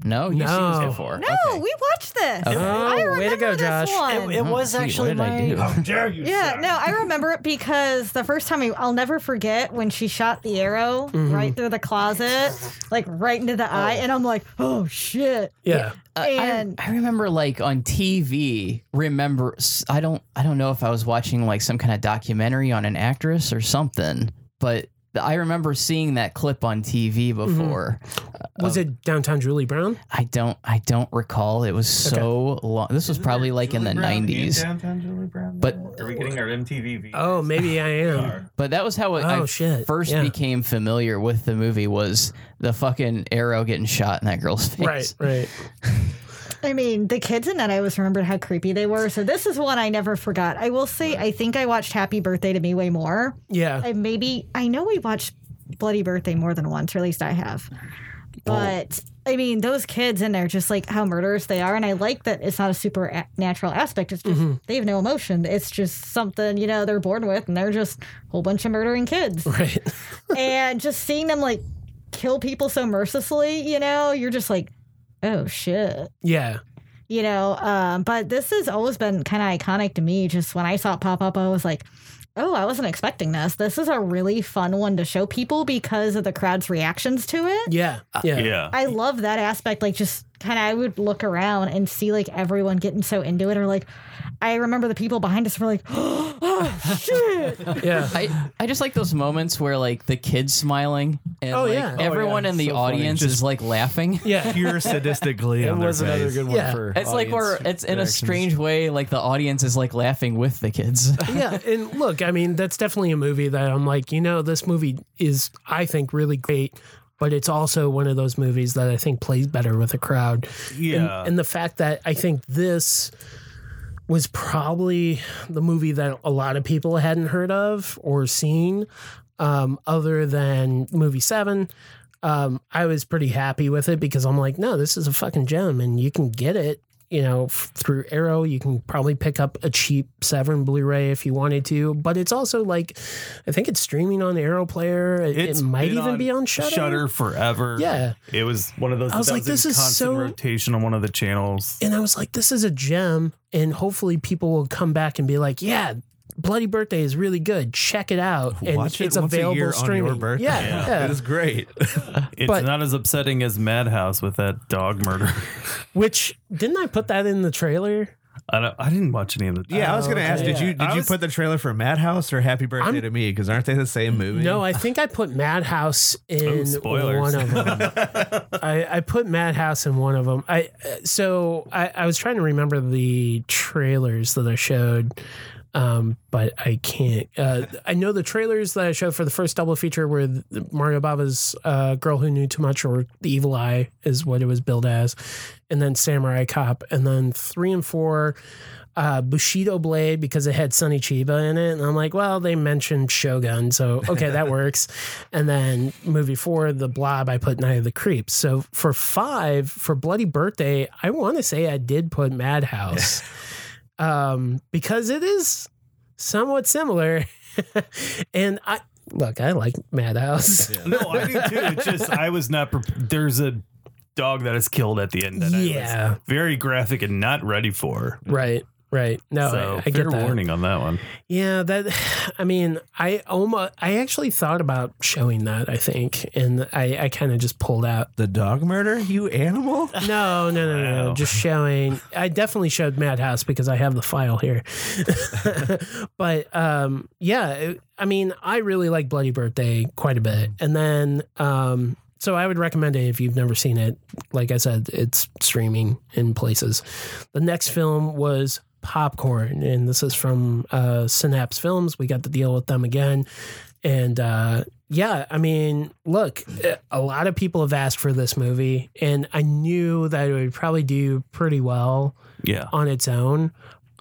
C: No, you've seen
A: No.
C: this before.
B: No, we watched this. I
A: Oh,
B: remember
A: way to go,
B: this
A: Josh.
B: one.
D: Mm-hmm.
E: It was
C: Gee,
E: actually
C: what did I
E: my.
A: Oh.
C: do?
B: yeah, no, I remember it because the first time I, I'll never forget when she shot the arrow
D: Mm-hmm.
B: right through the closet, like right into the eye, and I'm like, oh shit.
A: Yeah.
B: And
C: Uh, I remember like on TV. Remember, s- I don't, I don't know if I was watching like some kind of documentary on an actress or something, but I remember seeing that clip on TV before.
A: Mm-hmm. Was it Downtown Julie Brown?
C: I don't, I don't recall. It was so long. This was probably like in the nineties. But
D: Are we getting our MTV?
A: Oh, maybe I am.
C: but that was how it, I
A: Oh, shit.
C: first
A: Yeah.
C: became familiar with the movie was the fucking arrow getting shot in that girl's face.
A: Right, right.
B: I mean, the kids in that I always remembered how creepy they were. So this is one I never forgot. I will say, I think I watched Happy Birthday to Me way more.
A: Yeah.
B: I maybe I know we watched Bloody Birthday more than once, or at least I have. But I mean, those kids in there, just like how murderous they are, and I like that it's not a super a- natural aspect. It's just they have no emotion. It's just something you know they're born with, and they're just a whole bunch of murdering kids.
A: right.
B: and just seeing them like kill people so mercilessly, you know, you're just like, oh shit
A: Yeah.
B: you know um, but this has always been kind of iconic to me just when i saw it pop up i was like oh i wasn't expecting this this is a really fun one to show people because of the crowd's reactions to it
A: Yeah. Yeah.
D: Yeah.
B: i love that aspect like just kind of i would look around and see like everyone getting so into it or like i remember the people behind us were like oh shit
A: Yeah.
C: I, I just like those moments where like the kids smiling and
A: Oh,
C: like,
A: yeah. Oh,
C: everyone
E: yeah.
C: in the
E: So funny.
C: audience is like laughing.
A: Yeah.
F: Pure sadistic glee
E: It
F: on
E: was
F: their
E: another
F: face.
E: good one
A: Yeah.
E: for.
C: It's like
E: audience
C: we're it's in a
E: reactions.
C: strange way like the audience is like laughing with the kids.
A: yeah. And look, I mean, that's definitely a movie that I'm like, you know, this movie is, I think, really great, but it's also one of those movies that I think plays better with a crowd.
D: Yeah.
A: And, and the fact that I think this was probably the movie that a lot of people hadn't heard of or seen, um, other than movie seven. Um, I was pretty happy with it because I'm like, no, this is a fucking gem, and you can get it. You know, f- through Arrow, you can probably pick up a cheap Severn Blu-ray if you wanted to, but it's also like, I think it's streaming on Arrow Player. It, it
D: It's
A: might
D: been
A: even be on Shutter.
D: Shutter forever.
A: Yeah.
D: It was one of those.
A: I was
D: that
A: like,
D: in
A: this is
D: constant
A: so-
D: rotation on one of the channels.
A: and I was like, this is a gem, and hopefully people will come back and be like, yeah, Bloody Birthday is really good. Check it out. And
F: Watch it
A: it's
F: once a
A: available
F: year on your
A: streaming.
F: birthday.
A: Yeah,
D: Yeah.
A: yeah.
F: It is great.
D: It's
A: But-
D: not as upsetting as Madhouse with that dog murder.
A: Which didn't I put that in the trailer?
D: I, don't, I didn't watch any of the.
F: Yeah, I was gonna
A: okay.
F: ask. Did
A: Yeah.
F: you did
D: I
F: you
D: was-
F: put the trailer for Madhouse or Happy Birthday
A: I'm-
F: to Me? Because aren't they the same movie?
A: No, I think I put Madhouse
D: Oh,
A: in
D: spoilers.
A: one of them. I, I put Madhouse in one of them. I uh, so I, I was trying to remember the trailers that I showed, um, but I can't. Uh, I know the trailers that I showed for the first double feature were the- Mario Bava's uh, "Girl Who Knew Too Much" or "The Evil Eye" is what it was billed as, and then "Samurai Cop," and then three and four. Uh, Bushido Blade because it had Sonny Chiba in it, and I'm like, well, they mentioned Shogun, so okay, that works. And then movie four, The Blob, I put Night of the Creeps. So for five, for Bloody Birthday, I want to say I did put Madhouse um, because it is somewhat similar. and I look, I like Madhouse.
D: no, I do too. It's just I was not. Pre- there's a dog that is killed at the end. That I
A: Yeah.
D: was very graphic and not ready for.
A: Right, right. No,
D: so
A: I, I
D: fair
A: get that.
D: warning on that one.
A: Yeah, that. I mean, I almost, I actually thought about showing that. I think, and I, I kind of just pulled out.
F: the dog murder. You animal.
A: No, no, no, no,
D: Wow.
A: no. Just showing. I definitely showed Madhouse because I have the file here. but um, yeah, it- I mean, I really like Bloody Birthday quite a bit, and then um, so I would recommend it if you've never seen it. Like I said, it's streaming in places. The next film was Popcorn, and this is from uh, Synapse Films. We got to deal with them again, and uh, yeah, I mean, look, eh, a lot of people have asked for this movie, and I knew that it would probably do pretty well
D: Yeah.
A: on its own.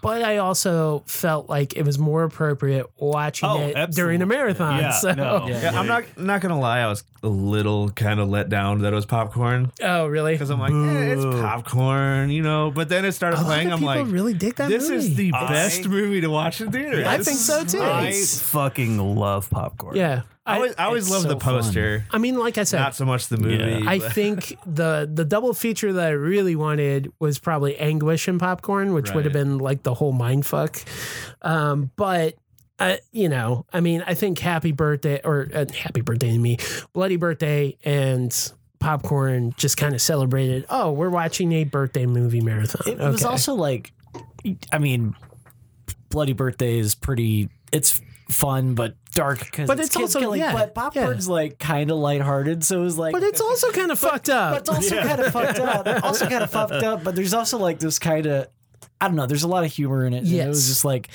A: But I also felt like it was more appropriate watching
D: Oh,
A: it
D: absolutely.
A: during a marathon.
D: Yeah.
A: so.
D: no.
F: Yeah, I'm not not gonna lie. I was a little kind of let down that it was popcorn
A: Oh, really?
F: because I'm like, eh, it's
D: Boo.
F: popcorn, you know. But then it started
A: A lot
F: playing.
A: of
F: I'm
A: people
F: like,
A: really dig that
F: this
A: movie.
F: is the
D: I-
F: best movie to watch in theaters.
A: I
F: This
A: think
F: is
A: so, too.
D: I
F: great.
D: fucking love popcorn.
A: yeah.
F: I always, I always
E: It's
F: love
E: so
F: the poster.
A: I mean, like I said,
F: Not so much the movie.
A: I
F: but-
A: think the the double feature that I really wanted was probably Anguish and Popcorn, which would have
F: Right.
A: been like the whole mind fuck. Um, but I, you know, I mean, I think Happy Birthday or uh, Happy Birthday to me, Bloody Birthday and Popcorn just kind of celebrated. Oh, we're watching a birthday movie marathon.
E: It, was
A: Okay.
E: also like, I mean, Bloody Birthday is pretty. It's fun but dark because
A: But
E: it's,
A: it's
E: kids
A: also-
E: killing.
A: yeah,
E: but popcorn's like kind of lighthearted, so it was like. uh,
A: but it's also kind of fucked
E: but
A: up.
E: it's also kind of fucked up. Also kind of fucked up. But there's also like this kind of. I don't know. There's a lot of humor in it. and It
A: Yes.
E: was just like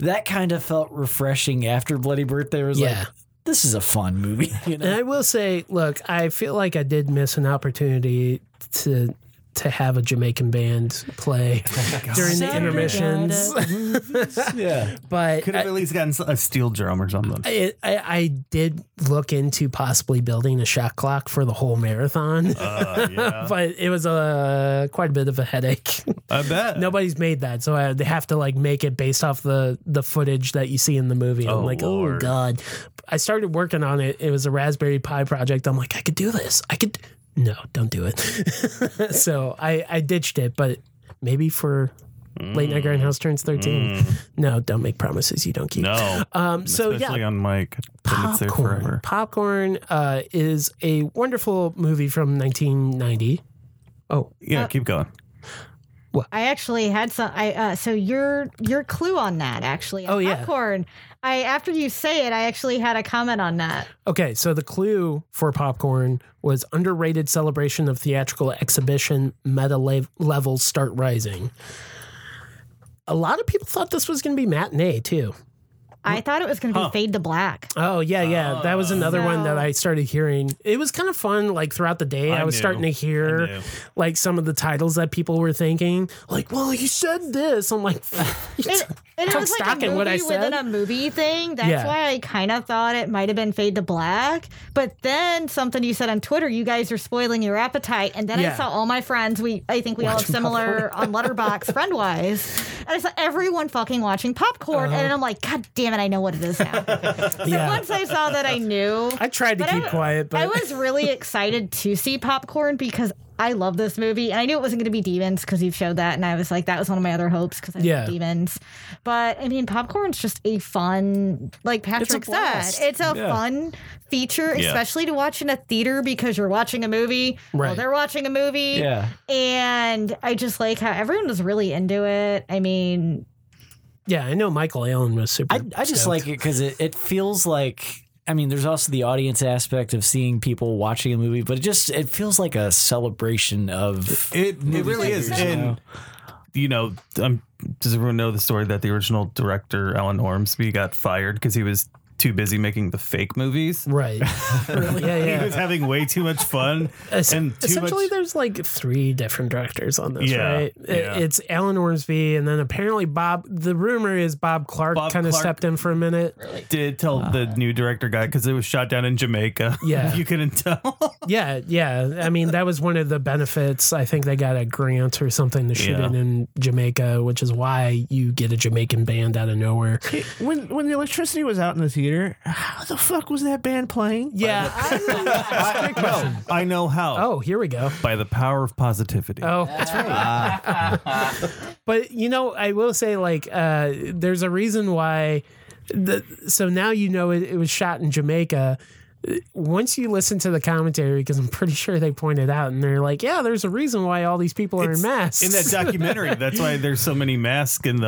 E: that kind of felt refreshing after Bloody Birthday. It was
A: Yeah.
E: like this is a fun movie. You know?
A: And I will say, look, I feel like I did miss an opportunity to to have a Jamaican band play
D: Oh
A: during the intermissions.
E: yeah.
A: But
D: Could have at least gotten a steel drum or something.
A: I, I, I did look into possibly building a shot clock for the whole marathon,
D: Uh, yeah.
A: but it was uh, quite a bit of a headache.
D: I bet.
A: Nobody's made that, so I, they have to like make it based off the the footage that you see in the movie.
D: Oh,
A: I'm like, oh
D: Lord.
A: god. I started working on it. It was a Raspberry Pi project. I'm like, I could do this. I could. No, don't do it. so I I ditched it, but maybe for. Late Night Grindhouse turns 13. No, don't make promises you don't keep.
D: Mm. No.
A: Um, so, yeah,
D: Especially on Mike. It's there
A: Popcorn.
D: forever.
A: Popcorn uh, is a wonderful movie from 1990. Oh,
D: Yeah, keep going.
B: I actually had some. I uh, so your your clue on that actually.
A: Oh, yeah.
B: popcorn. I after you say it, I actually had a comment on that.
A: okay. So the clue for popcorn was underrated celebration of theatrical exhibition meta le- levels start rising. A lot of people thought this was going to be matinee too.
B: I thought it was going to be fade to black.
A: Oh yeah, yeah. that was another one that
B: So-
A: I started hearing. It was kind of fun. Like throughout the day, I,
D: I
A: was
D: knew.
A: starting to
D: I
A: hear
D: knew.
A: like some of the titles that people were thinking. Like, well, you said this. I'm like,
B: It, and it
A: Took
B: was
A: stock
B: like a
A: in
B: movie
A: what I
B: within
A: said?
B: a movie thing. That's
A: Yeah.
B: why I kind of thought it might have been fade to black. But then something you said on Twitter, you guys are spoiling your appetite. And then
A: Yeah.
B: I saw all my friends. We I think we all have similar on Letterbox friend wise. And I saw everyone fucking watching popcorn. And then I'm like, God damn it, I know what it is now.
A: Uh-huh. yeah.
B: Once I saw that, I knew.
A: I tried to
B: But I
A: keep
B: w-
A: quiet, but
B: I was really excited to see popcorn because I love this movie, and I knew it wasn't going to be Demons because you've showed that, and I was like, that was one of my other hopes because I
A: Yeah.
B: love Demons. But I mean, popcorn's just a fun, like Patrick said,
E: blast.
B: it's a fun feature, especially to watch in a theater because you're watching a movie while
A: Right.
B: they're watching a movie,
E: Yeah.
B: and I just like how everyone was really into it. I mean,
A: Yeah, I know Michael Allen was super.
E: I, I just
A: stoked.
E: like it because it, it feels like I mean, there's also the audience aspect of seeing people watching a movie, but it just it feels like a celebration of
D: It it really
E: theaters
D: is.
E: now.
D: And you know, um, does everyone know the story that the original director Alan Ormsby got fired because he was too busy making the fake movies?
A: right. yeah,
D: He
A: yeah.
D: was having way too much fun
A: Es-
D: and too
A: essentially,
D: much.
A: there's like three different directors on this,
D: Yeah,
A: right? I-
D: yeah.
A: It's Alan Ormsby, and then apparently Bob. The rumor is Bob Clark
D: Bob
A: kind of
D: Clark.
A: stepped in for a minute.
D: Did tell the new director guy because it was shot down in Jamaica.
A: Yeah.
D: you couldn't tell.
A: Yeah, yeah. I mean, that was one of the benefits. I think they got a grant or something to shoot
D: Yeah.
A: it in Jamaica, which is why you get a Jamaican band out of nowhere.
F: when when the electricity was out in the theater, how the fuck was that band playing?
A: Yeah.
D: I, no, I know how.
A: oh, here we go.
D: By the power of positivity.
A: Oh, that's right. but you know, I will say, like, uh, there's a reason why. The, so now you know it, it was shot in Jamaica. Once you listen to the commentary, because I'm pretty sure they pointed out, and they're like, "Yeah, there's a reason why all these people are
D: It's
A: in masks."
D: In that documentary, that's why there's so many masks in the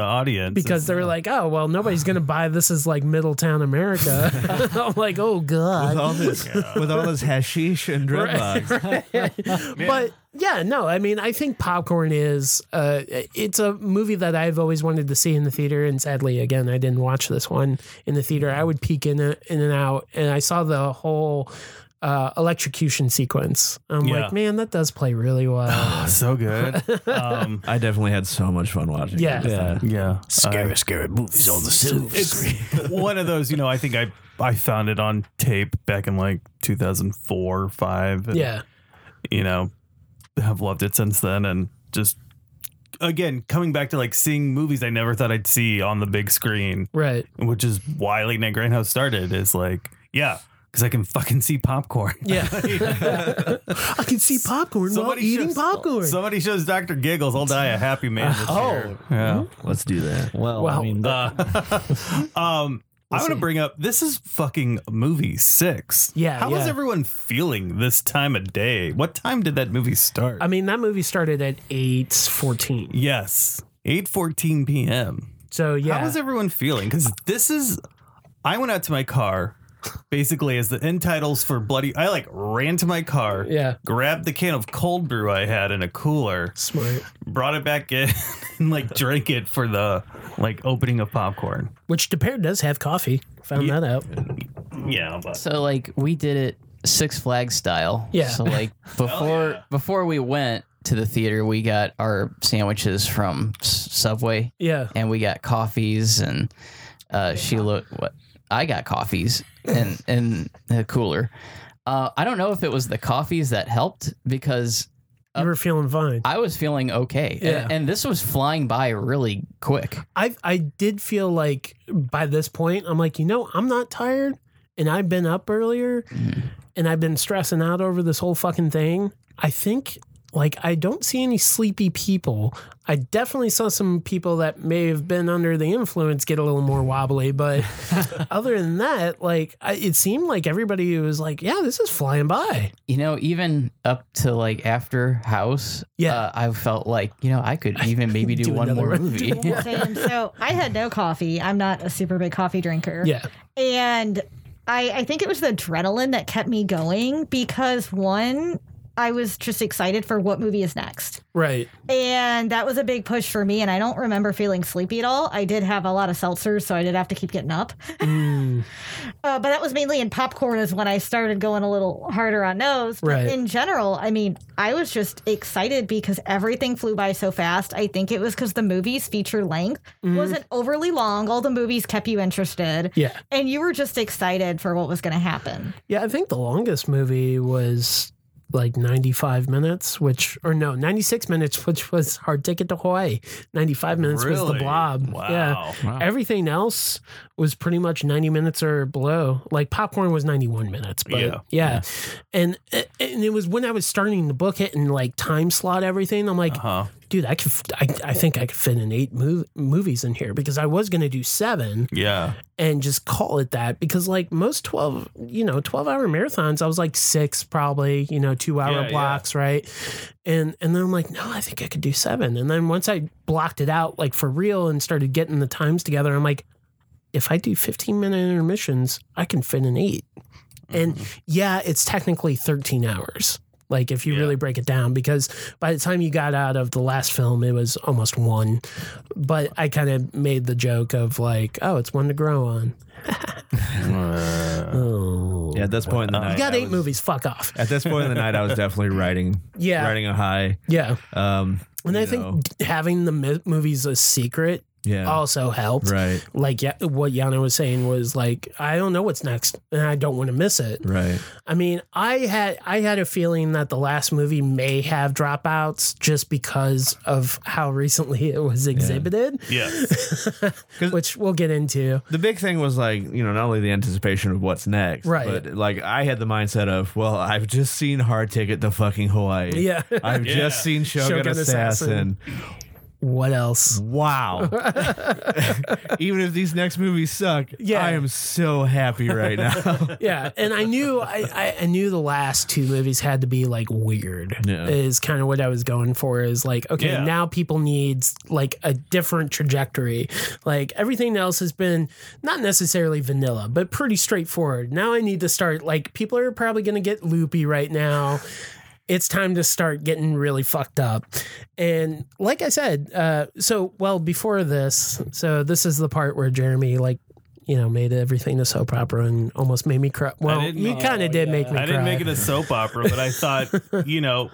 D: audience.
A: because they were like, "Oh, well, nobody's gonna buy this as like Middletown America." I'm like, "Oh
F: With
A: God!"
F: all this, with all this hashish and dreadlocks.
A: But yeah, no, I mean, I think Popcorn is uh, it's a movie that I've always wanted to see in the theater, and sadly, again, I didn't watch this one in the theater. I would peek in uh, in and out, and I saw the whole. Uh, electrocution sequence. I'm
D: Yeah.
A: like, man, that does play really well.
D: Oh, so good. Um,
F: I definitely had so much fun watching.
A: Yeah.
F: it.
E: Yeah.
D: yeah.
E: scary, scary movies on the silver screen.
D: one of those, you know, I think I I found it on tape back in like 2004, 5. and,
A: yeah,
D: You know, have loved it since then and just again, coming back to like seeing movies I never thought I'd see on the big screen,
A: right.
D: which is why Late Night Grindhouse started is like, yeah, cuz I can fucking see popcorn.
A: Yeah, I can see popcorn while
D: Somebody
A: eating
D: shows-
A: popcorn. Oh.
D: Somebody shows Dr. Giggles, I'll die a happy man this year.
A: Mm-hmm.
D: Yeah.
F: Let's do that.
E: Well,
A: Well,
E: I mean,
D: Um, I want to bring up this is fucking movie six.
A: Yeah,
D: How was
A: yeah.
D: everyone feeling this time of day? What time did that movie start?
A: I mean, that movie started at eight fourteen.
D: yes, eight fourteen p.m.
A: So yeah,
D: How was everyone feeling? Because this is, I went out to my car. Basically, as the end titles for bloody, I like ran to my car,
A: Yeah.
D: grabbed the can of cold brew I had in a cooler,
A: smart.
D: brought it back in, and like drank it for the like opening of popcorn.
A: Which DePere does have coffee. Found that out.
D: Yeah, but
C: So like we did it Six Flags style.
A: Yeah.
C: So like before before we went to the theater, we got our sandwiches from S- Subway
A: Yeah.
C: and we got coffees and uh, she looked what I got coffees and in the cooler. Uh, I don't know if it was the coffees that helped because
A: You were feeling fine.
C: I was feeling okay, And-
A: Yeah.
C: and, this was flying by really quick.
A: I I did feel like by this point I'm like, you know, I'm not tired and I've been up earlier and I've been stressing out over this whole fucking thing. I think like I don't see any sleepy people. I definitely saw some people that may have been under the influence get a little more wobbly, but other than that, like I, it seemed like everybody was like, yeah, this is flying by.
C: You know, even up to like after house,
A: Yeah.
C: uh, I felt like you know I could even maybe do,
A: Do
C: one
A: another
C: more
A: one.
C: movie.
B: same. so I had no coffee. I'm not a super big coffee drinker.
A: Yeah.
B: and I, I think it was the adrenaline that kept me going because one i was just excited for what movie is next
A: Right.
B: and that was a big push for me and i don't remember feeling sleepy at all i did have a lot of seltzers so i did have to keep getting up
A: Mm.
B: uh, but that was mainly in popcorn is when i started going a little harder on those but
A: Right.
B: in general i mean i was just excited because everything flew by so fast i think it was because the movie's feature length wasn't overly long all the movies kept you interested
A: Mm. Yeah.
B: and you were just excited for what was going to happen.
A: Yeah, I think the longest movie was like 95 minutes, which, or no, 96 minutes, which was our ticket to Hawaii. 95 minutes was the
D: Really?
A: blob.
D: Wow.
A: Yeah.
C: Wow.
A: Everything else was pretty much 90 minutes or below. Like popcorn was 91 minutes. But yeah.
D: Yeah.
A: And, and it was when I was starting to book it and like time slot everything. I'm like,
D: Uh-huh.
A: dude, I could, f- I, I think I could fit in eight mov- movies in here because I was going to do seven
D: Yeah.
A: and just call it that because like most 12 you know 12 hour marathons i was like six probably you know two hour
D: Yeah,
A: blocks right and and then i'm like no i think i could do seven and then once i blocked it out like for real and started getting the times together i'm like if i do 15 minute intermissions i can fit an 8 and yeah it's technically 13 hours like if you
D: Mm-hmm. Yeah.
A: really break it down because by the time you got out of the last film it was almost one but i kind of made the joke of like oh it's one to grow on oh
F: Yeah, at this point in the night,
A: you got
F: I
A: eight
F: was-
A: movies fuck off
F: At this point in the night, I was definitely riding,
A: yeah
F: riding a high.
A: yeah
F: Um,
A: and i
F: you
A: think
F: know,
A: having the mi- movies a secret
F: yeah,
A: also helped
F: right,
A: like yeah, what yana was saying was like i don't know what's next and i don't want to miss it
F: right.
A: I mean, I had I had a feeling that the last movie may have dropouts just because of how recently it was exhibited,
D: Yes.
A: which we'll get into.
F: The big thing was like you know not only the anticipation of what's next,
A: Right.
F: But like I had the mindset of well, I've just seen Hard Ticket to fucking Hawaii.
A: Yeah.
F: I've
D: Yeah.
F: just seen Shogun,
A: Shogun
F: Assassin.
A: What else?
F: Wow. Even if these next movies suck,
A: Yeah.
F: I am so happy right now.
A: Yeah, and I knew I, I, I knew the last two movies had to be like weird.
F: Yeah.
A: Is kind of what I was going for. Is like okay,
D: Yeah.
A: now people need like a different trajectory. Like everything else has been not necessarily vanilla, but pretty straightforward. Now I need to start like people are probably going to get loopy right now. It's time to start getting really fucked up. And like I said, uh, so well before this, so this is the part where Jeremy like you know made everything a soap opera and almost made me cry. Well,
D: didn't
A: you
D: make-
A: kind of did make me.
D: I didn't
A: cry.
D: make it a soap opera, but I thought, you know,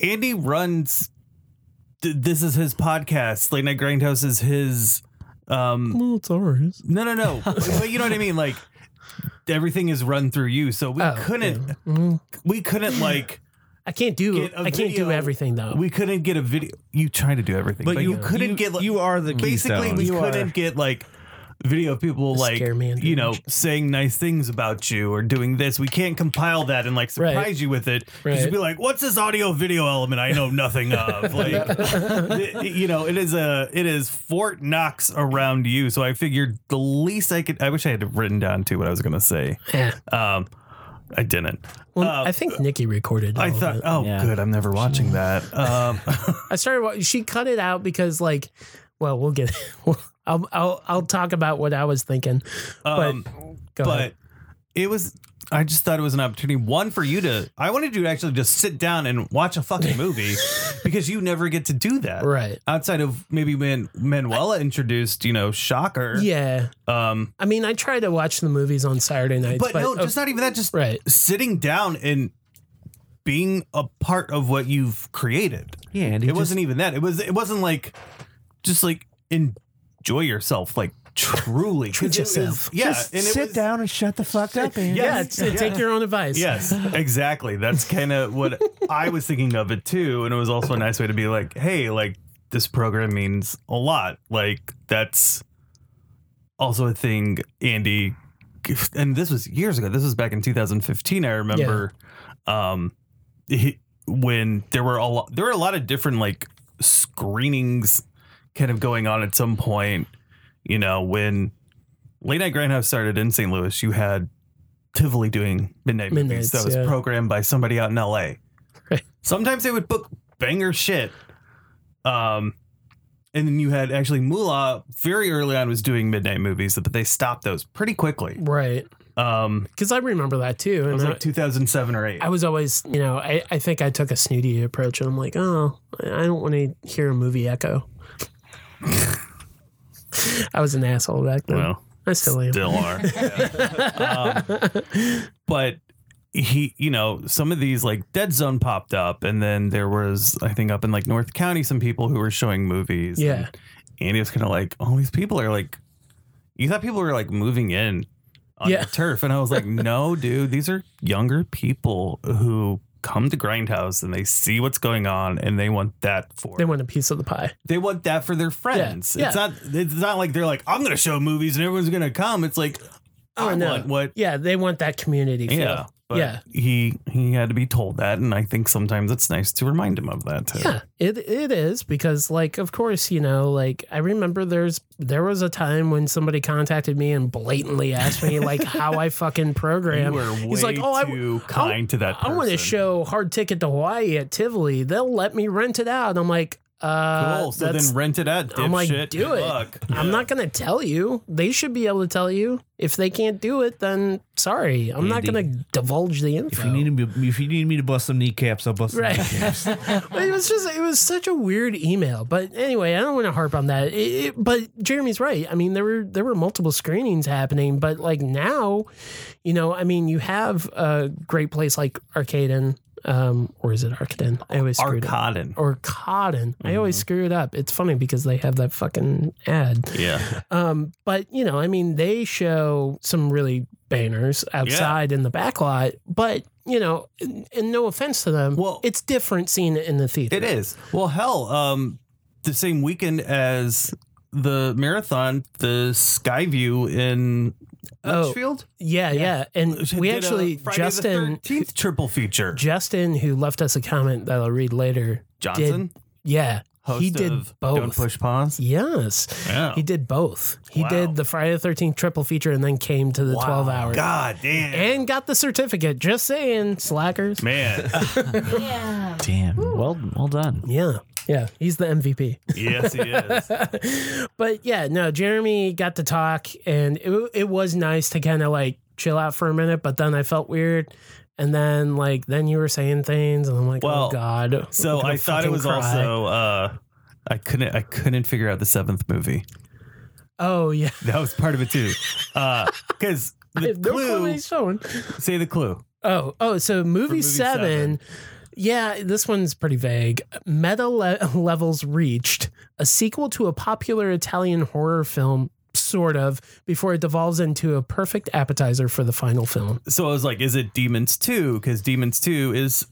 D: Andy runs. th- This is his podcast. Late Night Grindhouse is his. Um,
A: Well, it's ours.
D: No, no, no. but, but you know what I mean? Like everything is run through you. So we
A: Oh,
D: couldn't
A: Mhm.
D: we couldn't like
A: I can't do.
D: Get a
A: I can't do
D: video.
A: everything though.
D: we couldn't get a video you try to do everything. But, you, couldn't get like
F: you are the
D: basically we
F: keystone.
A: You
D: couldn't
A: are.
D: get like video of people
A: The
D: like
A: scare man
D: you know
A: image.
D: saying nice things about you or doing this we can't compile that and like surprise
A: Right.
D: you with it
A: Right.
D: just be like what's this audio video element i know nothing of like it- you know it is a it is fort knox around you so i figured the least i could i wish i had written down too what i was gonna say
A: yeah.
D: um i didn't
A: Well,
D: Uh,
A: I think Nikki recorded.
D: i
A: all of
D: thought
A: it.
D: oh
E: Yeah.
D: good i'm never watching that um
A: I started. wa- She cut it out because, like, well, we'll get. I'll I'll, I'll talk about what I was thinking. But
D: um,
A: go ahead.
D: but it was I just thought it was an opportunity one for you to I wanted you to actually just sit down and watch a fucking movie because you never get to do that
A: right.
D: outside of maybe when Manuela introduced you know Shocker
A: Yeah.
D: um
A: I mean, I try to watch the movies on Saturday nights,
D: but,
A: but,
D: no
A: oh,
D: just not even that just
A: right.
D: sitting down and being a part of what you've created
F: yeah, and
D: it
F: he just-
D: wasn't even that it was it wasn't like just like enjoy yourself like truly 'Cause
A: Treat
D: it was-
A: yourself.
D: yeah
F: just
D: and it
F: sit
D: was,
F: down and shut the fuck up. Andy.
D: Yeah.
A: Yeah, it's, take your own advice.
D: Yes, exactly. That's kind of what I was thinking of it too. And it was also a nice way to be like, hey, like this program means a lot. Like that's also a thing, Andy. And this was years ago. This was back in 2015. I remember um, he- when there were a lot, there were a lot of different like screenings kind of going on at some point. You know, when Late Night Grindhouse started in St. Louis, you had Tivoli doing midnight,
A: Midnights,
D: movies that was
A: yeah.
D: programmed by somebody out in LA.
A: Right.
D: Sometimes they would book banger shit. Um, and then you had actually Moolah very early on was doing midnight movies, but they stopped those pretty quickly.
A: Right.
D: Um,
A: Because I remember that too. And
D: it was
A: I-
D: like 2007 or 8.
A: I was always, you know, I, I think I took a snooty approach and I'm like, oh, I don't want to hear a movie echo. I was an asshole back then.
D: Well,
A: I still am.
D: still are. Um, but he, you know, some of these like Dead Zone popped up, and then there was, I think, up in like North County, some people who were showing movies.
A: Yeah.
D: and Andy was kind of like, "All these people are like," you thought people were like moving in on
A: Yeah.
D: your turf, and I was like, "No, dude, these are younger people who come to Grindhouse and they see what's going on and they want that for
A: They want a piece of the pie.
D: they want that for their friends.
A: Yeah,
D: It's
A: yeah.
D: not it's not like they're like I'm going to show movies and everyone's going to come. It's like I want what
A: Yeah, they want that community. Feel.
D: yeah. But
A: Oh, Yeah.
D: he he had to be told that, and I think sometimes it's nice to remind him of that too.
A: Yeah, it it is because like of course you know like I remember there's there was a time when somebody contacted me and blatantly asked me like how I fucking program.
D: You were way
A: He's like, oh, I-
D: too
A: I-
D: kind to that.
A: I want to
D: person.
A: show Hard Ticket to Hawaii at Tivoli. They'll let me rent it out. I'm like, uh,
D: Cool. so
A: that's-
D: then rent it out. Dipshit.
A: I'm like, do
D: Good
A: it.
D: luck.
A: I'm not going to tell you. They should be able to tell you. If they can't do it, then sorry. I'm not
F: Andy.
A: going to divulge the info.
F: If you need me, if you need me to bust some kneecaps, I'll bust some
A: Right.
F: kneecaps.
A: But it was just it was such a weird email. But anyway, I don't want to harp on that. It- it- but Jeremy's right. I mean, there were there were multiple screenings happening, but like now, you know, I mean, you have a great place like Arcaden, um, or is it Arcaden? I always screw it up.
D: Arcadin.
A: Or Cotton. I always screw it up. It's funny because they have that fucking ad.
D: Mm-hmm. Yeah.
A: Um, but you know, I mean, they show some really banners outside in the back lot, but you know, and, and no offense to them,
D: Well-
A: it's different seeing it in the theater.
D: It is. Well, hell, um, the same weekend as the marathon, the Skyview in
A: Oh,
D: Litchfield.
A: Yeah, yeah, and we
D: uh,
A: actually Justin,
D: Thirteenth triple feature.
A: Justin, who left us a comment that I'll read later.
D: Johnson,
A: Yeah,
D: host
A: he did
D: of
A: both.
D: Don't push pause.
A: Yes,
D: Yeah.
A: he did both. He
D: Wow.
A: did the Friday the Thirteenth triple feature, and then came to the twelve hour
D: God damn.
A: and got the certificate. Just saying, slackers.
D: Man,
B: Yeah.
E: Damn. Well, well done.
A: Yeah, yeah, he's the MVP.
D: yes, he is.
A: but yeah, no, Jeremy got to talk and it, it was nice to kind of like chill out for a minute, but then I felt weird. And then like then you were saying things and I'm like,
D: Well,
A: oh god.
D: So
A: I'm gonna
D: I thought it
A: fucking
D: was
A: cry.
D: also uh I couldn't I couldn't figure out the seventh movie.
A: Oh yeah.
D: That was part of it too. Uh cuz
A: I
D: the
A: have no clue what
D: clue
A: he's showing.
D: say the clue.
A: Oh, oh, so movie,
D: movie
A: seven.
D: seven.
A: Yeah, this one's pretty vague. Meta le- levels reached a sequel to a popular Italian horror film, sort of, before it devolves into a perfect appetizer for the final film.
D: So I was like is it Demons 2 cuz Demons 2 is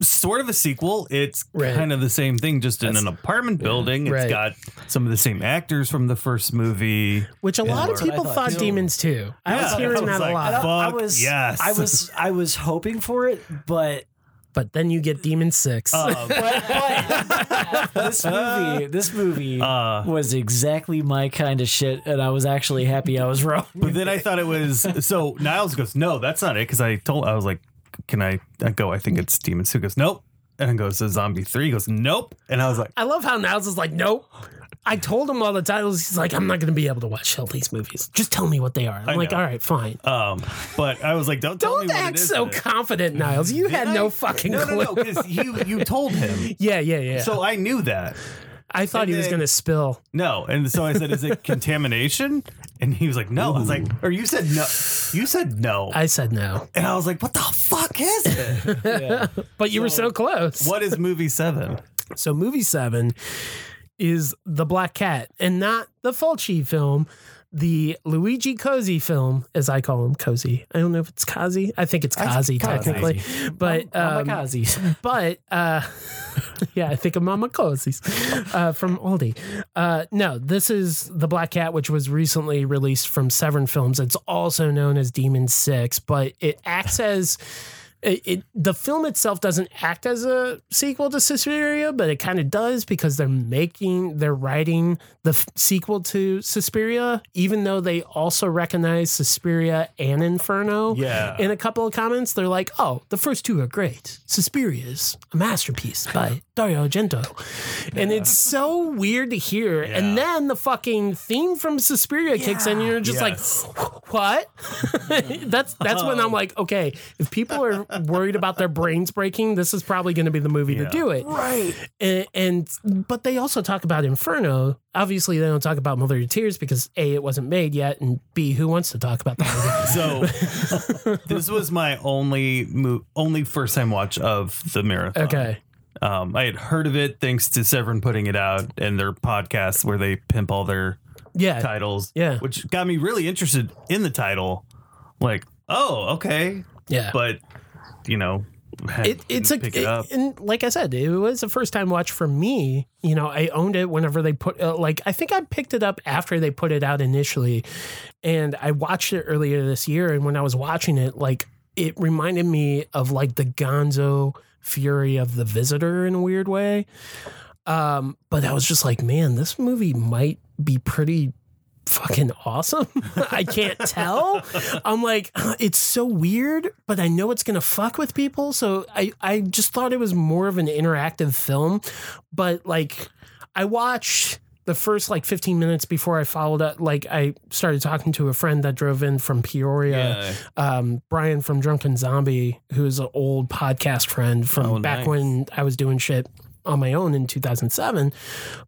D: sort of a sequel. It's
A: Right.
D: kind of the same thing just in an apartment building. It's
A: Right.
D: got some of the same actors from the first movie.
A: Which a lot of
E: That's what I
A: people
E: thought,
A: thought
E: too.
A: Demons too. I was
D: Yeah,
A: hearing
D: I was
A: that a
D: like,
A: lot.
D: I don't-
E: I
D: Fuck
E: was.
D: yes.
E: I was. I was hoping for it, but
A: But then you get Demon Six.
D: Uh. Um,
E: but, but this movie, this movie
D: Uh.
E: was exactly my kind of shit, and I was actually happy I was wrong.
D: But then I thought it was so Niles goes, No, that's not it. Cause I told I was like, Can I, I go? I think it's Demons 2 He goes, Nope. And it goes to Zombie 3. He goes, Nope. And I was like,
A: I love how Niles is like, nope. I told him all the titles. He's like, I'm not going to be able to watch all these movies. Just tell me what they are. I'm
D: I
A: like,
D: know.
A: all right, fine.
D: um, but I was like, Don't tell
A: Don't
D: me what it
A: act
D: is.
A: so
D: that-
A: confident, Niles. You had
D: I-
A: no fucking
D: No,
A: clue.
D: no, no, because you you told him.
A: Yeah, yeah, yeah.
D: So I knew that.
A: I thought
D: and
A: he was
D: then-
A: going to spill.
D: No. And so I said, Is it contamination? And he was like, No. I was like, or you said no. You said no.
A: I said no.
D: and I was like, What the fuck is it?
A: But you were so close.
D: what is movie seven?
A: So movie seven is The Black Cat and not the Fulci film, the Luigi Cozy film, as I call him Cozy. I don't know if it's Kazi. I think it's Kazi technically. But um, but uh yeah, I think of Mama Cozy's uh, from Aldi. Uh, no, this is The Black Cat, which was recently released from Severn Films. It's also known as Demon Six, but it acts as it, it the film itself doesn't act as a sequel to Suspiria, but it kind of does because they're making they're writing the f- sequel to Suspiria, even though they also recognize Suspiria and Inferno.
D: Yeah.
A: In a couple of comments, they're like, "Oh, the first two are great. Suspiria is a masterpiece by Dario Argento," and it's so weird to hear. And then the fucking theme from Suspiria kicks in, and you're just
D: Yes. Um,
A: like, "What?" that's that's when I'm like, okay, if people are worried about their brains breaking, this is probably going to be the movie to
D: Yeah.
A: do it. Right. And, and but they also talk about Inferno. Obviously, they don't talk about Mother of Tears because a it wasn't made yet, and b who wants to talk about that? movie?
D: So this was my only mo- only first time watch of the marathon.
A: okay.
D: Um, I had heard of it thanks to Severin putting it out and their podcast where they pimp all their
A: Yeah.
D: titles.
A: Yeah.
D: Which got me really interested in the title. Like, oh, okay.
A: Yeah.
D: But you know, had-
A: it, it's a
D: pick it
A: it-
D: up.
A: and like I said, it was a first time watch for me. You know, I owned it whenever they put uh, like I think I picked it up after they put it out initially, and I watched it earlier this year. And when I was watching it, like it reminded me of like the Gonzo Fury of the Visitor in a weird way. Um, but I was just like, man, this movie might be pretty fucking awesome. I can't tell. I'm like, it's so weird, but I know it's gonna fuck with people. So I, I just thought it was more of an interactive film. But like I watched the first like 15 minutes before I followed up, like I started talking to a friend that drove in from Peoria, um, Brian from Drunken Zombie, who's an old podcast friend from
D: Oh,
A: back
D: nice.
A: when I was doing shit on my own in 2007.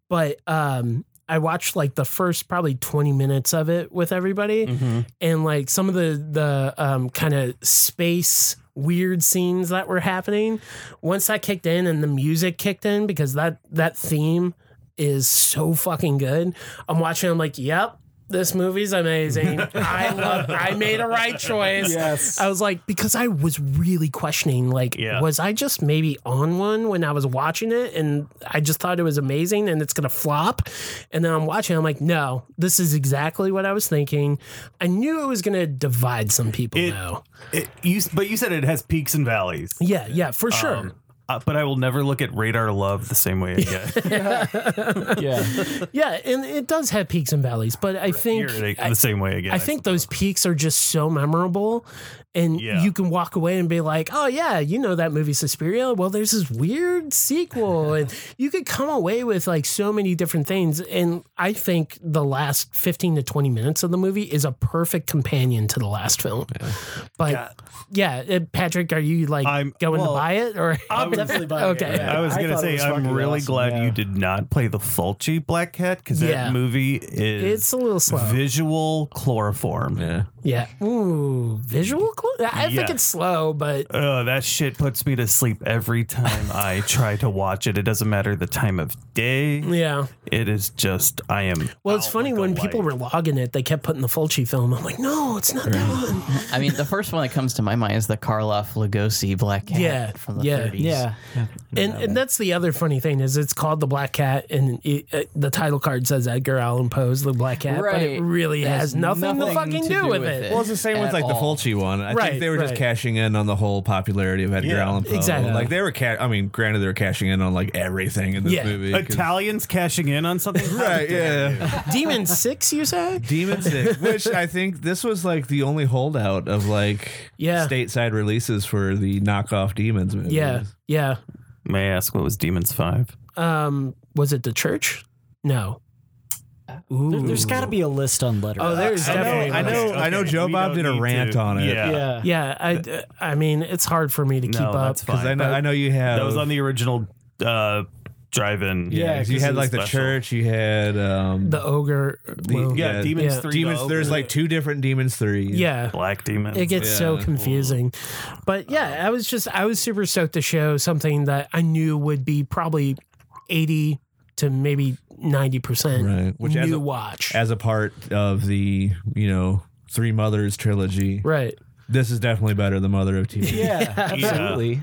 A: But um, I watched like the first probably 20 minutes of it with everybody
D: Mhm.
A: and like some of the the um, kind of space weird scenes that were happening once that kicked in and the music kicked in because that that theme is so fucking good i'm watching i'm like yep this movie's amazing i love i made a right choice
E: Yes.
A: i was like because i was really questioning like
D: Yeah.
A: was i just maybe on one when i was watching it and i just thought it was amazing and it's gonna flop and then i'm watching i'm like no this is exactly what i was thinking i knew it was gonna divide some people
D: It-
A: though
D: It- you, but you said it has peaks and valleys.
A: yeah yeah for sure
D: Um, uh, but I will never look at Radar Love the same way again.
E: Yeah.
A: yeah and it does have peaks and valleys but i think
D: Here,
A: I-
D: the same way again.
A: I think those peaks are just so memorable, and
D: Yeah.
A: you can walk away and be like, "Oh yeah, you know that movie Suspiria." Well, there's this weird sequel, and you could come away with like so many different things. And I think the last fifteen to twenty minutes of the movie is a perfect companion to the last film. But
D: Yeah.
A: yeah, uh, Patrick, are you like
D: I'm-
A: going to
D: well,
A: buy it or
E: I'm definitely buying it,
A: okay.
E: yeah.
D: I was
E: I
D: gonna
E: thought it
D: say
E: was
D: I'm
E: fucking
D: really
E: awesome,
D: glad
E: yeah.
D: you did not play the Fulci Black Cat because
A: Yeah.
D: that movie is
A: It's a little slow.
D: visual chloroform.
F: Yeah.
A: yeah. Ooh, visual. Cl- I think
D: Yeah.
A: it's slow, but
D: Oh, that shit puts me to sleep every time I try to watch it. It doesn't matter the time of day.
A: yeah.
D: It is just I am.
A: Well, it's
D: out
A: funny
D: like a
A: when people
D: light.
A: were logging it, they kept putting the Fulci film. I'm like, no, it's not that one.
C: I mean, the first one that comes to my mind is the Karloff Lugosi Black Cat
A: Yeah,
C: from the
A: yeah,
C: 30s.
E: Yeah.
A: And, and that's the other funny thing is it's called the Black Cat, and it, uh, the title card says Edgar Allan Poe's the Black Cat, but it
C: Right.
A: really
C: It
A: has,
C: has
A: nothing, to
C: nothing
A: fucking
C: to
A: do,
C: do
A: with
C: with
A: it.
C: it.
F: Well, it's the same with
C: At
F: like
C: all.
F: the Fulci one. I
A: Right,
F: think they were just
A: right.
F: cashing in on the whole popularity of Edgar
D: Yeah.
F: Allan Poe.
A: Exactly.
F: Like they were, ca- I mean, granted, they were cashing in on like everything in this
A: Yeah.
F: movie. 'cause-
D: Italians cashing in on something,
F: Right. Yeah.
A: Demon Six, you say?
F: Demon Six, which I think this was like the only holdout of like
A: Yeah.
F: stateside releases for the knockoff Demons movies.
A: Yeah, yeah.
D: May I ask what was Demons Five?
A: Um, was it the church? No. Ooh.
E: There, has got to be a list on Letterboxd.
A: Oh, there's
F: I know,
A: definitely.
F: I know,
A: one.
F: I know. Joe Bob did a rant on it.
D: Yeah,
E: yeah.
A: Yeah, I, I mean, it's hard for me to keep
D: no,
A: up.
D: that's
F: because I
D: fine.
F: know, I know you have.
D: that was on the original uh, drive-in.
E: Yeah,
F: 'cause you
E: 'cause
F: had
E: it's
F: like the
D: special.
F: church. You had um,
A: The ogre.
F: the-
A: will-
D: Yeah,
F: Yeah.
D: Demons
A: Yeah.
D: Three.
F: Demons.
D: though.
F: There's like two different Demons Three.
A: yeah.
D: Black Demons.
A: It gets so
F: Yeah. Uh-huh.
A: confusing. But yeah, I was just I was super stoked to show something that I knew would be probably 80 to maybe 90%
F: Right. Which as
A: new
F: a,
A: watch.
F: as a part of the you know Three Mothers trilogy,
A: right.
F: this is definitely better than Mother of TV.
E: Yeah,
D: Yeah.
E: absolutely.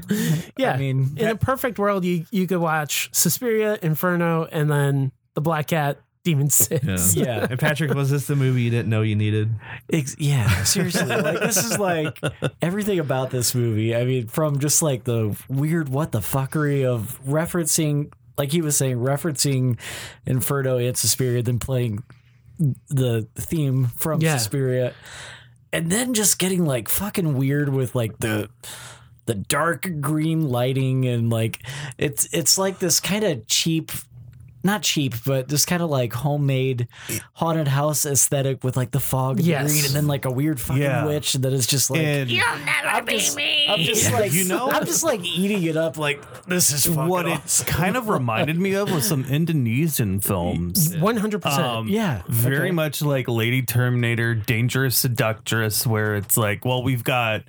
A: Yeah.
E: I mean,
A: in a perfect world you you could watch Suspiria, Inferno and then The Black Cat, Demon 6.
F: Yeah.
E: yeah,
F: And Patrick, was this the movie you didn't know you needed?
E: Ex- yeah. Seriously, like this is like everything about this movie. I mean, from just like the weird what the fuckery of referencing, like he was saying, referencing Inferno and Suspiria, then playing the theme from
A: Yeah.
E: Suspiria, and then just getting like fucking weird with like the the dark green lighting and like it's it's like this kind of cheap not cheap but this kind of like homemade haunted house aesthetic with like the fog and
A: Yes.
E: the green and then like a weird fucking
D: Yeah.
E: witch that is just like
D: And
E: I'm just, I'm just like
D: You know-
E: I'm just like eating it up like this is fucking
D: what it
E: awesome.
D: kind of reminded me of was some Indonesian films.
A: 100%.
D: Um,
E: yeah
D: Very
E: okay.
D: much like Lady Terminator, Dangerous Seductress, where it's like, well, we've got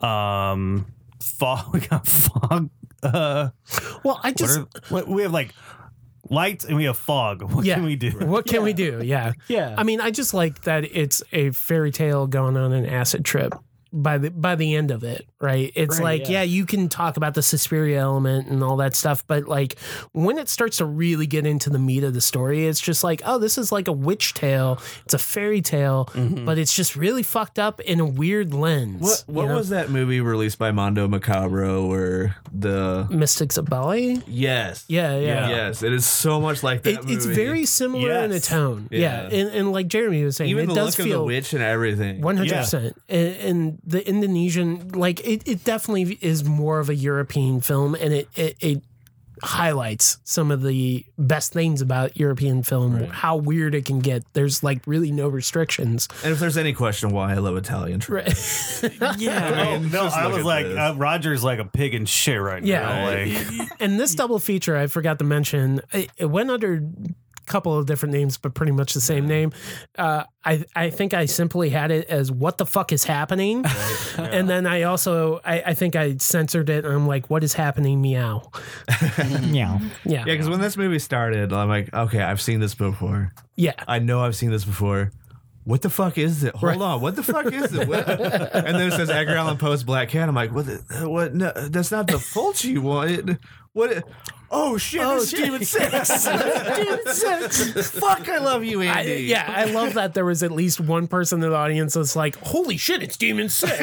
D: um fog we got fog uh
A: well, I
D: what
A: just
D: are, what, we have like lights and we have fog. What
A: yeah.
D: can we do?
A: What can we do? Yeah.
E: yeah
A: I mean, I just like that it's a fairy tale going on an acid trip. by the by the end of it, right? It's
E: Right,
A: like, yeah.
E: yeah.
A: you can talk about the Suspiria element and all that stuff, but like when it starts to really get into the meat of the story, it's just like, oh, this is like a witch tale. It's a fairy tale, but it's just really fucked up in a weird lens.
F: Mm-hmm. What what
A: you know?
F: was that movie released by Mondo Macabro where the
A: Mystics of Bali?
F: Yes.
A: Yeah, yeah.
F: Yes. It is so much like that.
A: It, it's
F: movie.
A: very similar in a
D: Yes.
A: tone. Yeah.
F: Yeah.
A: And, and like Jeremy was saying,
F: even
A: it
F: the
A: does
F: look of
A: feel
F: the witch and everything.
A: One hundred percent, and the Indonesian like it, it definitely is more of a European film, and it it, it highlights some of the best things about European film, how weird it can get. There's like really no restrictions.
F: And if there's any question why I love Italian, tra-
A: Right.
D: Yeah,
F: man,
D: no,
F: just
D: I
F: look
D: was
F: at
D: like,
F: this.
D: uh, Roger's like a pig in shit right
A: Yeah.
D: now. Like,
A: and
E: Hmm.
A: this double feature, I forgot to mention, it, it went under a couple of different names, but pretty much the same name. Uh, I I think I simply had it as "What the fuck is happening," and then I also I, I think I censored it. And I'm like, "What is happening?" Meow.
C: Yeah.
A: Yeah,
F: yeah, because when this movie started, I'm like, okay, I've seen this before.
A: yeah.
F: I know I've seen this before. What the fuck is it? Hold on, what the fuck is it? What? and then it says Edgar Allan Poe's Black Cat. I'm like, what? The, uh, what? No, that's not the Fulci you wanted. What? Oh shit!
A: Oh,
F: that's
A: shit.
F: Steven Six. fuck! I love you,
A: I,
F: Andy.
A: yeah, I love that there was at least one person in the audience that's like, "Holy shit, it's Demon Six.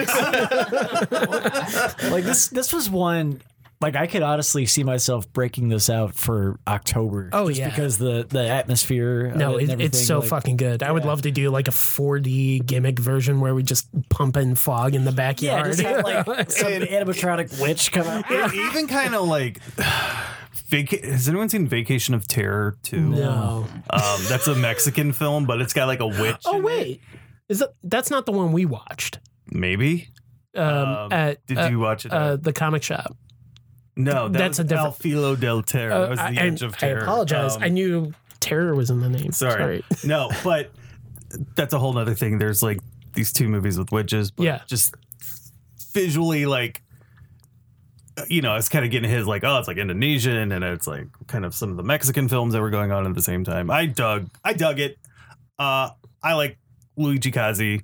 E: like this this was one like I could honestly see myself breaking this out for October.
A: Oh,
E: just
A: yeah.
E: because the the atmosphere. of
A: No,
E: it and
A: it, it's
E: everything,
A: so
E: like,
A: fucking good. I would love to do like a 4D gimmick version where we just pump in fog in the
E: Yeah,
A: backyard.
E: just have like some animatronic witch come out.
D: it even kind of like. Vaca- Has anyone seen Vacation of Terror too?
A: no.
D: Um, that's a Mexican film, but it's got like a witch.
A: Oh
D: in it.
A: wait, is that that's not the one we watched?
D: maybe.
A: Um,
D: Um,
A: at
D: Did
A: uh,
D: you watch it?
A: uh, the comic shop.
D: no, that
A: that's a
D: was
A: different-
D: El Filo del Terror. that was the
A: Uh, I,
D: Edge of
A: I
D: Terror.
A: apologize.
D: Um,
A: I knew terror was in the name.
D: Sorry. no, but that's a whole other thing. There's like these two movies with witches, but
A: Yeah.
D: just visually like uh, you know, I was kind of getting his like, oh, it's like Indonesian and it's like kind of some of the Mexican films that were going on at the same time. I dug I dug it. Uh I like Luigi Kazi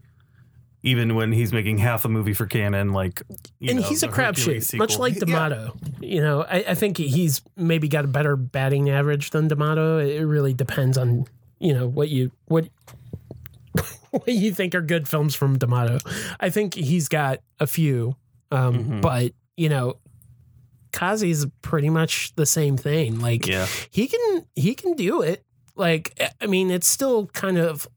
D: even when he's making half a movie for canon, like you
A: and
D: know,
A: he's a
D: the Hercules
A: crapshoot, much
D: sequel.
A: like
D: Yeah.
A: D'Amato. You know, I, I think he's maybe got a better batting average than D'Amato. It really depends on you know what you what what you think are good films from D'Amato. I think he's got a few, um,
D: Mhm.
A: but you know, Kazi's pretty much the same thing. Like
D: Yeah.
A: he can he can do it. Like eh, I mean, it's still kind of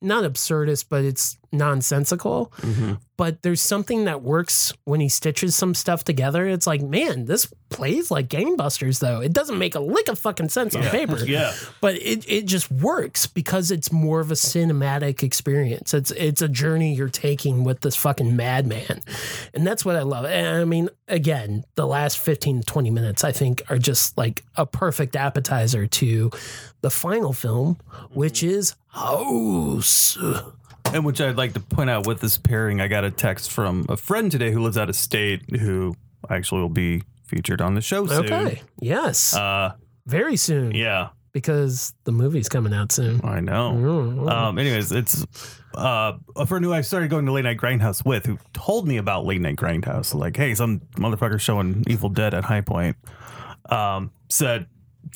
A: not absurdist, but it's nonsensical
D: Mm-hmm.
A: but there's something that works when he stitches some stuff together. It's like, man, this plays like gangbusters though. It doesn't make a lick of fucking sense on paper.
D: Yeah.
A: But it, it just works because it's more of a cinematic experience. It's it's a journey you're taking with this fucking madman. And that's what I love. And I mean, again, the last 15 to 20 minutes I think are just like a perfect appetizer to the final film, which
D: Mm-hmm.
A: is House.
D: And which I'd like to point out with this pairing, I got a text from a friend today who lives out of state who actually will be featured on the show soon.
A: Okay. Yes.
D: Uh,
A: Very soon.
D: yeah, Uh,
A: because the movie's coming out soon.
D: I know.
A: Mm.
D: Um, anyways, it's uh, a friend who I started going to Late Night Grindhouse with who told me about Late Night Grindhouse. Like, hey, some motherfucker showing Evil Dead at High Point um, said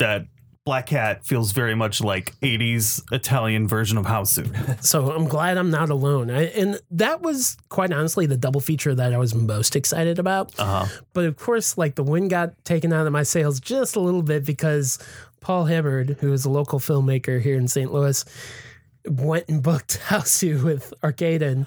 D: that Black Cat feels very much like 80s Italian version of Houseu.
A: So I'm glad I'm not alone. I, and that was quite honestly the double feature that I was most excited about.
D: Uh-huh.
A: But of course, like the wind got taken out of my sails just a little bit because Paul Hibbard, who is a local filmmaker here in St. Louis, went and booked Houseu with Arcaden. and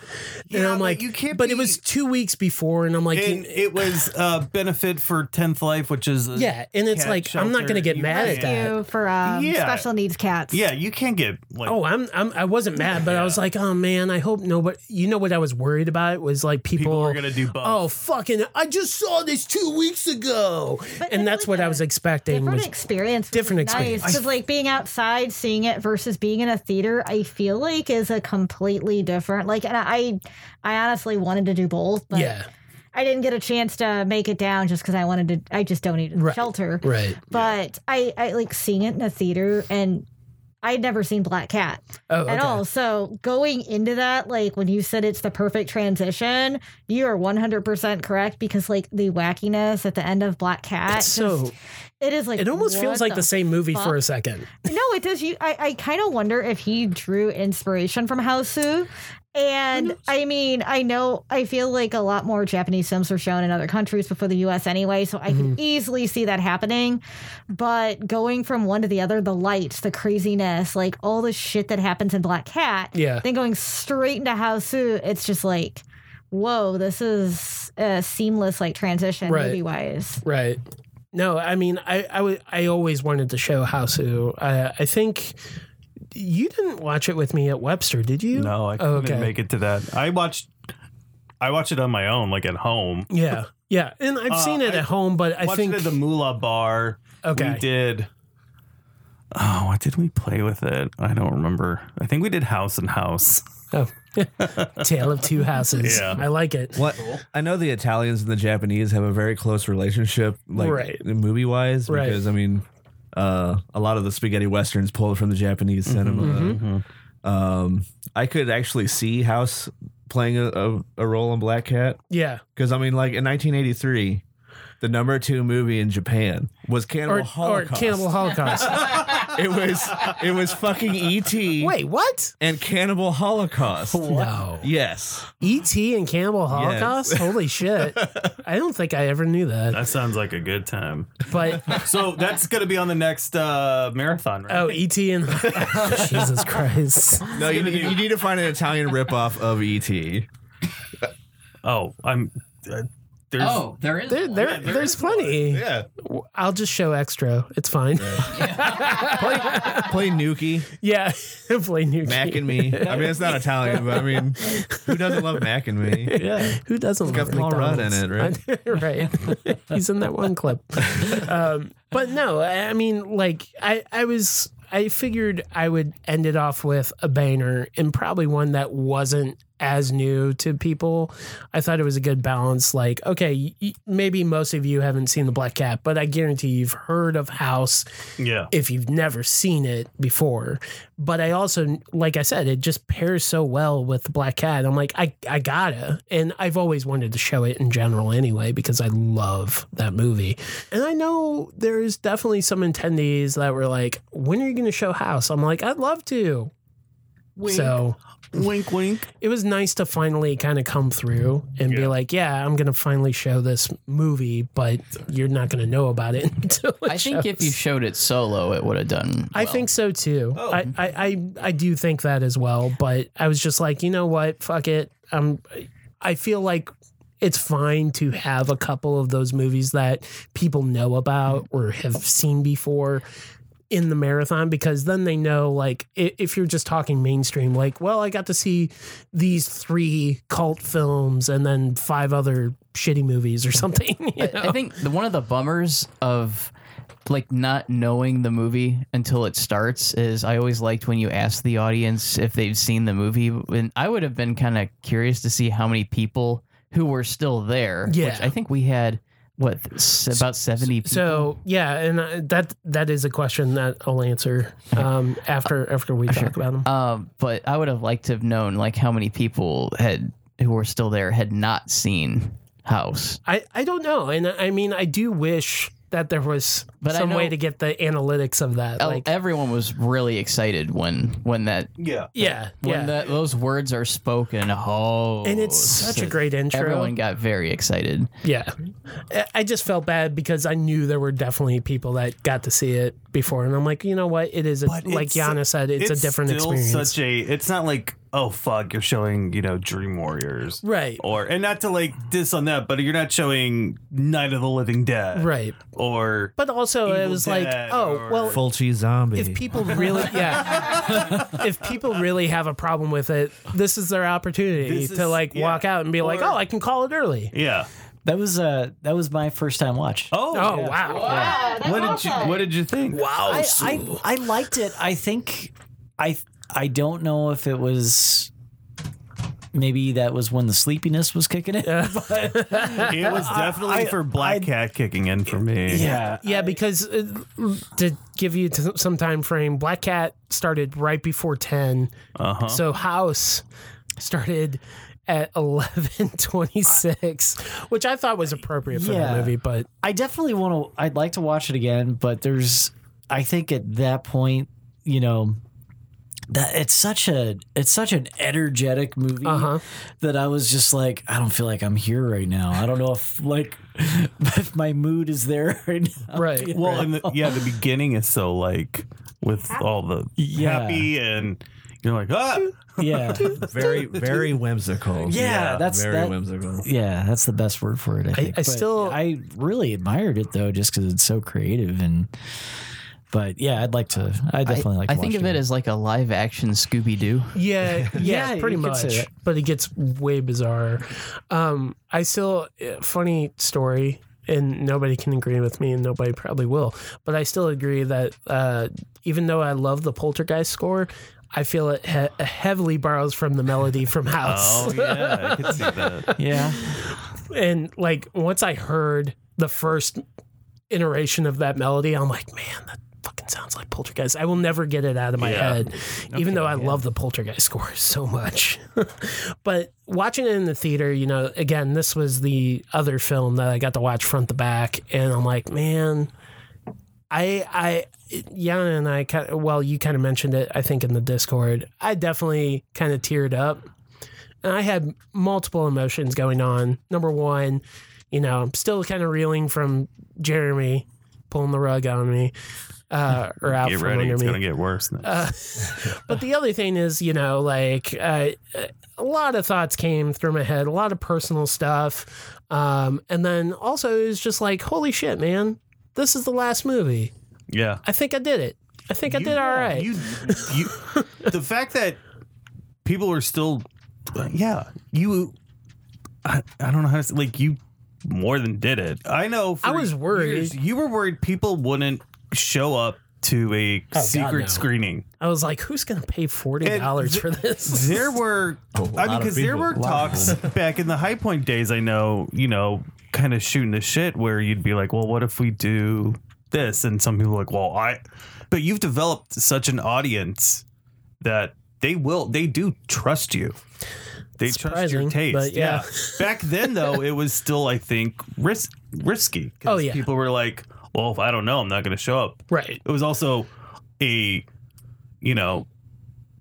D: Yeah,
A: I'm
D: but
A: like,
D: you can't
A: but
D: be-
A: it was two weeks before, and I'm like,
D: And it was a benefit for 10th Life, which is. a-
A: yeah. And it's
D: Cat
A: like, I'm not
D: shelter,
A: going to get
D: you
A: mad at
D: can't.
A: that.
B: Thank you for um,
D: Yeah.
B: special needs cats.
D: Yeah, you can get like
A: Oh, I'm, I'm I wasn't mad, but I was like, oh man, I hope nobody. You know what I was worried about was like people.
D: people are gonna do both.
A: oh fucking! I just saw this two weeks ago,
B: But
A: and
B: it's
A: that's
B: like
A: what I
B: a
A: was expecting.
B: Different
A: Was,
B: experience.
A: Different experience.
B: experience. Because, like, being outside, seeing it versus being in a theater, I feel like is a completely different. Like, and I, I honestly wanted to do both, but
A: yeah,
B: I didn't get a chance to make it down just because I wanted to. I just donated
A: Right.
B: shelter.
A: right.
B: But I, I like seeing it in a theater and I'd never seen Black Cat
A: Oh, okay.
B: at all. So going into that, like when you said it's the perfect transition, you are 100% correct because like the wackiness at the end of Black Cat,
A: It's so
B: just- it is like
A: it almost
B: what
A: feels like the, same movie for
B: fuck?
A: a second.
B: No, it does. You, I, I kind of wonder if he drew inspiration from Houseu. And I mean, I know I feel like a lot more Japanese films were shown in other countries before the US anyway, so I
A: Mm-hmm.
B: can easily see that happening. But going from one to the other, the lights, the craziness, like all the shit that happens in Black Cat,
A: Yeah.
B: then going straight into Houseu, it's just like, whoa, this is a seamless like transition
A: Right.
B: movie wise.
A: Right. No, I mean, I I wa- I always wanted to show Houseu. I I think you didn't watch it with me at Webster, did you?
D: No, I
A: Oh,
D: couldn't make it to that. I watched, I watched it on my own, like at home.
A: Yeah, yeah, and I've
D: Uh,
A: seen it
D: I
A: at home, but I
D: watched
A: think
D: it at the Moolah Bar.
A: okay,
D: We did. Oh, what did we play with it? I don't remember. I think we did House and House.
A: oh. Tale of Two Houses.
D: Yeah.
A: I like it.
F: What I know the Italians and the Japanese have a very close relationship, like
A: Right.
F: movie wise,
A: Right.
F: because I mean, uh, a lot of the spaghetti westerns pulled from the Japanese cinema. Um, I could actually see House playing a, a, a role in Black Cat
A: Yeah,
F: because I mean, like in 1983, the number two movie in Japan was Cannibal
A: or or
F: Holocaust.
A: Cannibal Holocaust.
D: E
F: it was it was fucking E.T.
A: Wait, what?
F: and Cannibal Holocaust.
A: No.
F: Yes,
A: E.T. and Cannibal Holocaust? Holy shit. I don't think I ever knew that.
D: That sounds like a good time.
A: But
D: So that's gonna be on the next uh, marathon, right?
A: oh, E.T. and Jesus Christ.
F: no, you, need- you need to find an Italian ripoff of E E.T.
D: Oh, I'm. Uh, there's.
C: Oh, there is.
A: There,
C: one.
A: there, there's plenty.
F: Yeah.
A: I'll just show extra. It's fine.
F: play, play Nuki,
A: Yeah, play new
F: Mac
A: game.
F: and me. I mean, it's not Italian, but I mean, who doesn't love Mac and me?
A: Yeah, who doesn't
F: got Paul
A: love
F: Rudd
A: McDonald's?
F: in it,
A: right. He's in that one clip. Um, but no, I I mean, like I, I was, I figured I would end it off with a banger and probably one that wasn't as new to people. I thought it was a good balance. Like, okay, y- maybe most of you haven't seen the Black Cat, but I guarantee you've heard of House
D: Yeah.
A: if you've never seen it before. But I also, like I said, it just pairs so well with the Black Cat. I'm like, I, I gotta. And I've always wanted to show it in general anyway, because I love that movie. And I know there's definitely some attendees that were like, when are you going to show House? I'm like, I'd love to. So
D: wink, wink.
A: it was nice to finally kind of come through and be
D: Yeah.
A: like, yeah, I'm going to finally show this movie, but you're not going to know about it until it
C: I think if
A: shows.
C: you showed it solo, it would have done.
A: I
C: well.
A: think so too. I, I, I I do think that as well. But I was just like, you know what? Fuck it. Um, I feel like it's fine to have a couple of those movies that people know about
C: Mm-hmm.
A: or have seen before in the marathon because then they know like i- if you're just talking mainstream like well i got to see these three cult films and then five other shitty movies or something you know?
C: I think the, one of the bummers of like not knowing the movie until it starts is I always liked when you asked the audience if they've seen the movie, and I would have been kind of curious to see how many people who were still there.
A: Yeah.
C: which I think we had what s- about seventy. People?
A: So yeah, and uh, that that is a question that I'll answer um, after after we talk about them.
C: Um, but I would have liked to have known like how many people had who were still there had not seen House.
A: I I don't know, and I mean I do wish that there was
C: But I
A: some
C: know- Oh,
A: way to get the analytics of that.
C: El-
A: like
C: Everyone was really excited when when that
D: Yeah.
A: yeah,
C: when
A: yeah.
C: that those words are spoken. Oh,
A: and it's such a
C: so
A: great intro.
C: Everyone got very excited.
A: yeah, I- I just felt bad because I knew there were definitely people that got to see it before, and I'm like, you know what? It is a,
D: But
A: like
D: it's-
A: Yana said, it's, a different
D: still
A: experience.
D: Such a. It's not like oh fuck, you're showing you know Dream Warriors.
A: right,
D: Or and not to like diss on that, but you're not showing Night of the Living Dead,
A: right.
D: Or
A: But also, it
D: Evil
A: was
D: Dead
A: like, oh
D: or-
A: well,
F: Fulci zombie.
A: if people really yeah if people really have a problem with it this is their opportunity
D: This
A: to
D: is-
A: like
D: yeah.
A: walk out and be like
D: Or-
A: oh i can call it early
D: yeah.
E: That was uh that was my first time watch.
D: Oh.
A: oh
D: yeah.
A: wow,
D: What did you What did you think? Wow.
E: I, I I liked it. I think I I don't know if it was maybe that was when the sleepiness was kicking in.
D: It was definitely
E: I-
D: for Black
E: I-
D: Cat kicking in for me.
E: yeah.
A: Yeah, because uh, to give you t- some time frame, Black Cat started right before 10.
D: Uh-huh.
A: So House started at 11:26, which I thought was appropriate for
E: Yeah.
A: the movie, but
E: I definitely want to. I'd like to watch it again, but there's. I think at that point, you know, that it's such a it's such an energetic movie
A: Uh-huh.
E: that I was just like, I don't feel like I'm here right now. I don't know if like if my mood is there right now.
A: right.
D: Well, and the, yeah, the beginning is so like with all the
E: Yeah.
D: happy and you're like, ah,
E: Yeah,
F: Very, very whimsical.
E: Yeah, that's-
F: very
E: that-
F: whimsical.
E: yeah, that's the best word for it. I, think.
A: I
E: But
A: still-
E: I really admired it though, just because it's so creative and. But yeah, I'd like to. I definitely like.
C: I
E: to
C: think
E: watch
C: of it
E: again.
C: as like a live action Scooby Doo.
A: Yeah, yeah,
E: Yeah,
A: pretty
E: you could say
A: much.
E: that.
A: But it gets way bizarre. Um, I still funny story, and nobody can agree with me, and nobody probably will. But I still agree that uh, even though I love the Poltergeist score, I feel it he- heavily borrows from the melody from House.
D: oh yeah, I could see that.
E: yeah,
A: And like once I heard the first iteration of that melody, I'm like, man, that fucking sounds like Poltergeist. I will never get it out of my
D: Yeah.
A: head, even though I love the Poltergeist score so much. but watching it in the theater, you know, again, this was the other film that I got to watch front to back, and I'm like, man. I, I, Yana and I, kind of, well, you kind of mentioned it, I think, in the Discord. I definitely kind of teared up and I had multiple emotions going on. Number one, you know, I'm still kind of reeling from Jeremy pulling the rug on me uh, or out
D: Get
A: from
D: ready,
A: under
D: it's
A: me. Uh,
D: gonna get worse. Next.
A: But the other thing is, you know, like uh, a lot of thoughts came through my head, a lot of personal stuff. Um, and then also, it was just like, holy shit, man, this is the last movie.
D: yeah,
A: I think I did it. I think I
D: You-
A: did all right.
D: You, you, the fact that people are still, yeah, you, I, I don't know how to say, like you more than did it. I know. For
A: I was worried.
D: years, you were worried people wouldn't show up to a secret
A: no.
D: screening.
A: I was like, who's going to pay $40
D: And
A: for this?
D: There were, I mean,
F: Oh, lot of
D: because there
F: people.
D: were
F: A lot of
D: talks back in the High Point days. I know, you know, kind of shooting the shit where you'd be like, well, what if we do this? And some people were like, well, I, but you've developed such an audience that they will, they do trust you. They trust your
A: Surprising,
D: taste.
A: but yeah.
D: back then, though, it was still, I think, ris- risky. 'cause
A: Oh, yeah.
D: People were like, well, if I don't know, I'm not going to show up
A: right.
D: it was also a you know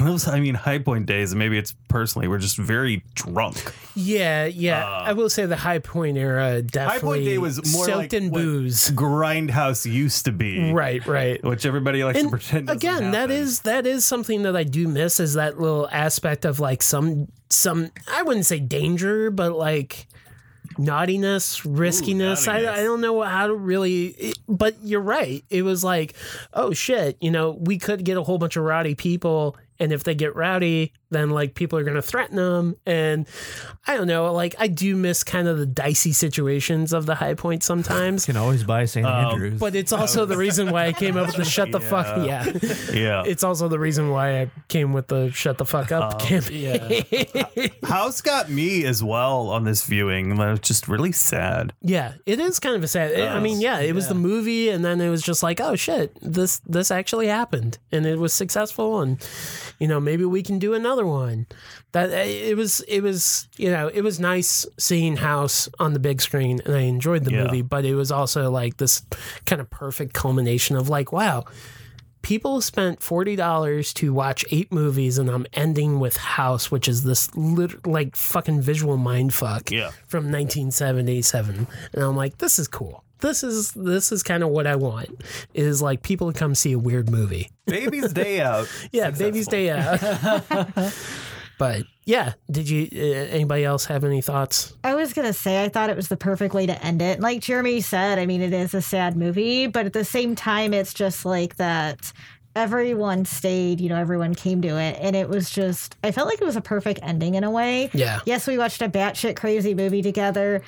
D: those i mean high point days and maybe it's personally we're just very drunk
A: Yeah, yeah.
D: Uh,
A: I will say the High Point era definitely
D: Day was more
A: soaked
D: like
A: in
D: what-
A: booze.
D: grindhouse used to be
A: Right, right.
D: which everybody likes to
A: And
D: pretend doesn't
A: again, that
D: happen.
A: is that is something that I do miss is that little aspect of like some some I wouldn't say danger, but like naughtiness, riskiness. I,
D: naughtiness.
A: I don't know how to really, it- but you're right. It was like, oh shit, you know, we could get a whole bunch of rowdy people. And if they get rowdy, then like people are going to threaten them. And I don't know, like I do miss kind of the dicey situations of the high point sometimes.
F: Can always buy St. Andrews.
A: Um, But it's also the reason why I came up with the shut the fuck yeah.
D: yeah
A: It's also the reason why I came with the shut the fuck up campaign. Yeah.
D: house got me as well on this viewing that was just really sad
A: it is kind of a sad. I mean, yeah, it was the movie, and then it was just like, oh shit, this this actually happened, and it was successful, and you know maybe we can do another one. That eh, it was it was you know it was nice seeing House on the big screen, and I enjoyed the
D: Yeah.
A: movie, but it was also like this kind of perfect culmination of like, wow, people spent forty dollars to watch eight movies, and I'm ending with House, which is this lit- like fucking visual mindfuck
D: Yeah.
A: from 1977, and I'm like, this is cool. This is this is kind of what I want. Is like people to come see a weird movie.
D: baby's day out
A: Yeah, babies day out. but yeah, did you? Uh, anybody else have any thoughts?
B: I was gonna say I thought it was the perfect way to end it. Like Jeremy said, I mean it is a sad movie, but at the same time, it's just like that everyone stayed, you know, everyone came to it. And it was just, I felt like it was a perfect ending in a way.
A: Yeah.
B: Yes, we watched a batshit crazy movie together.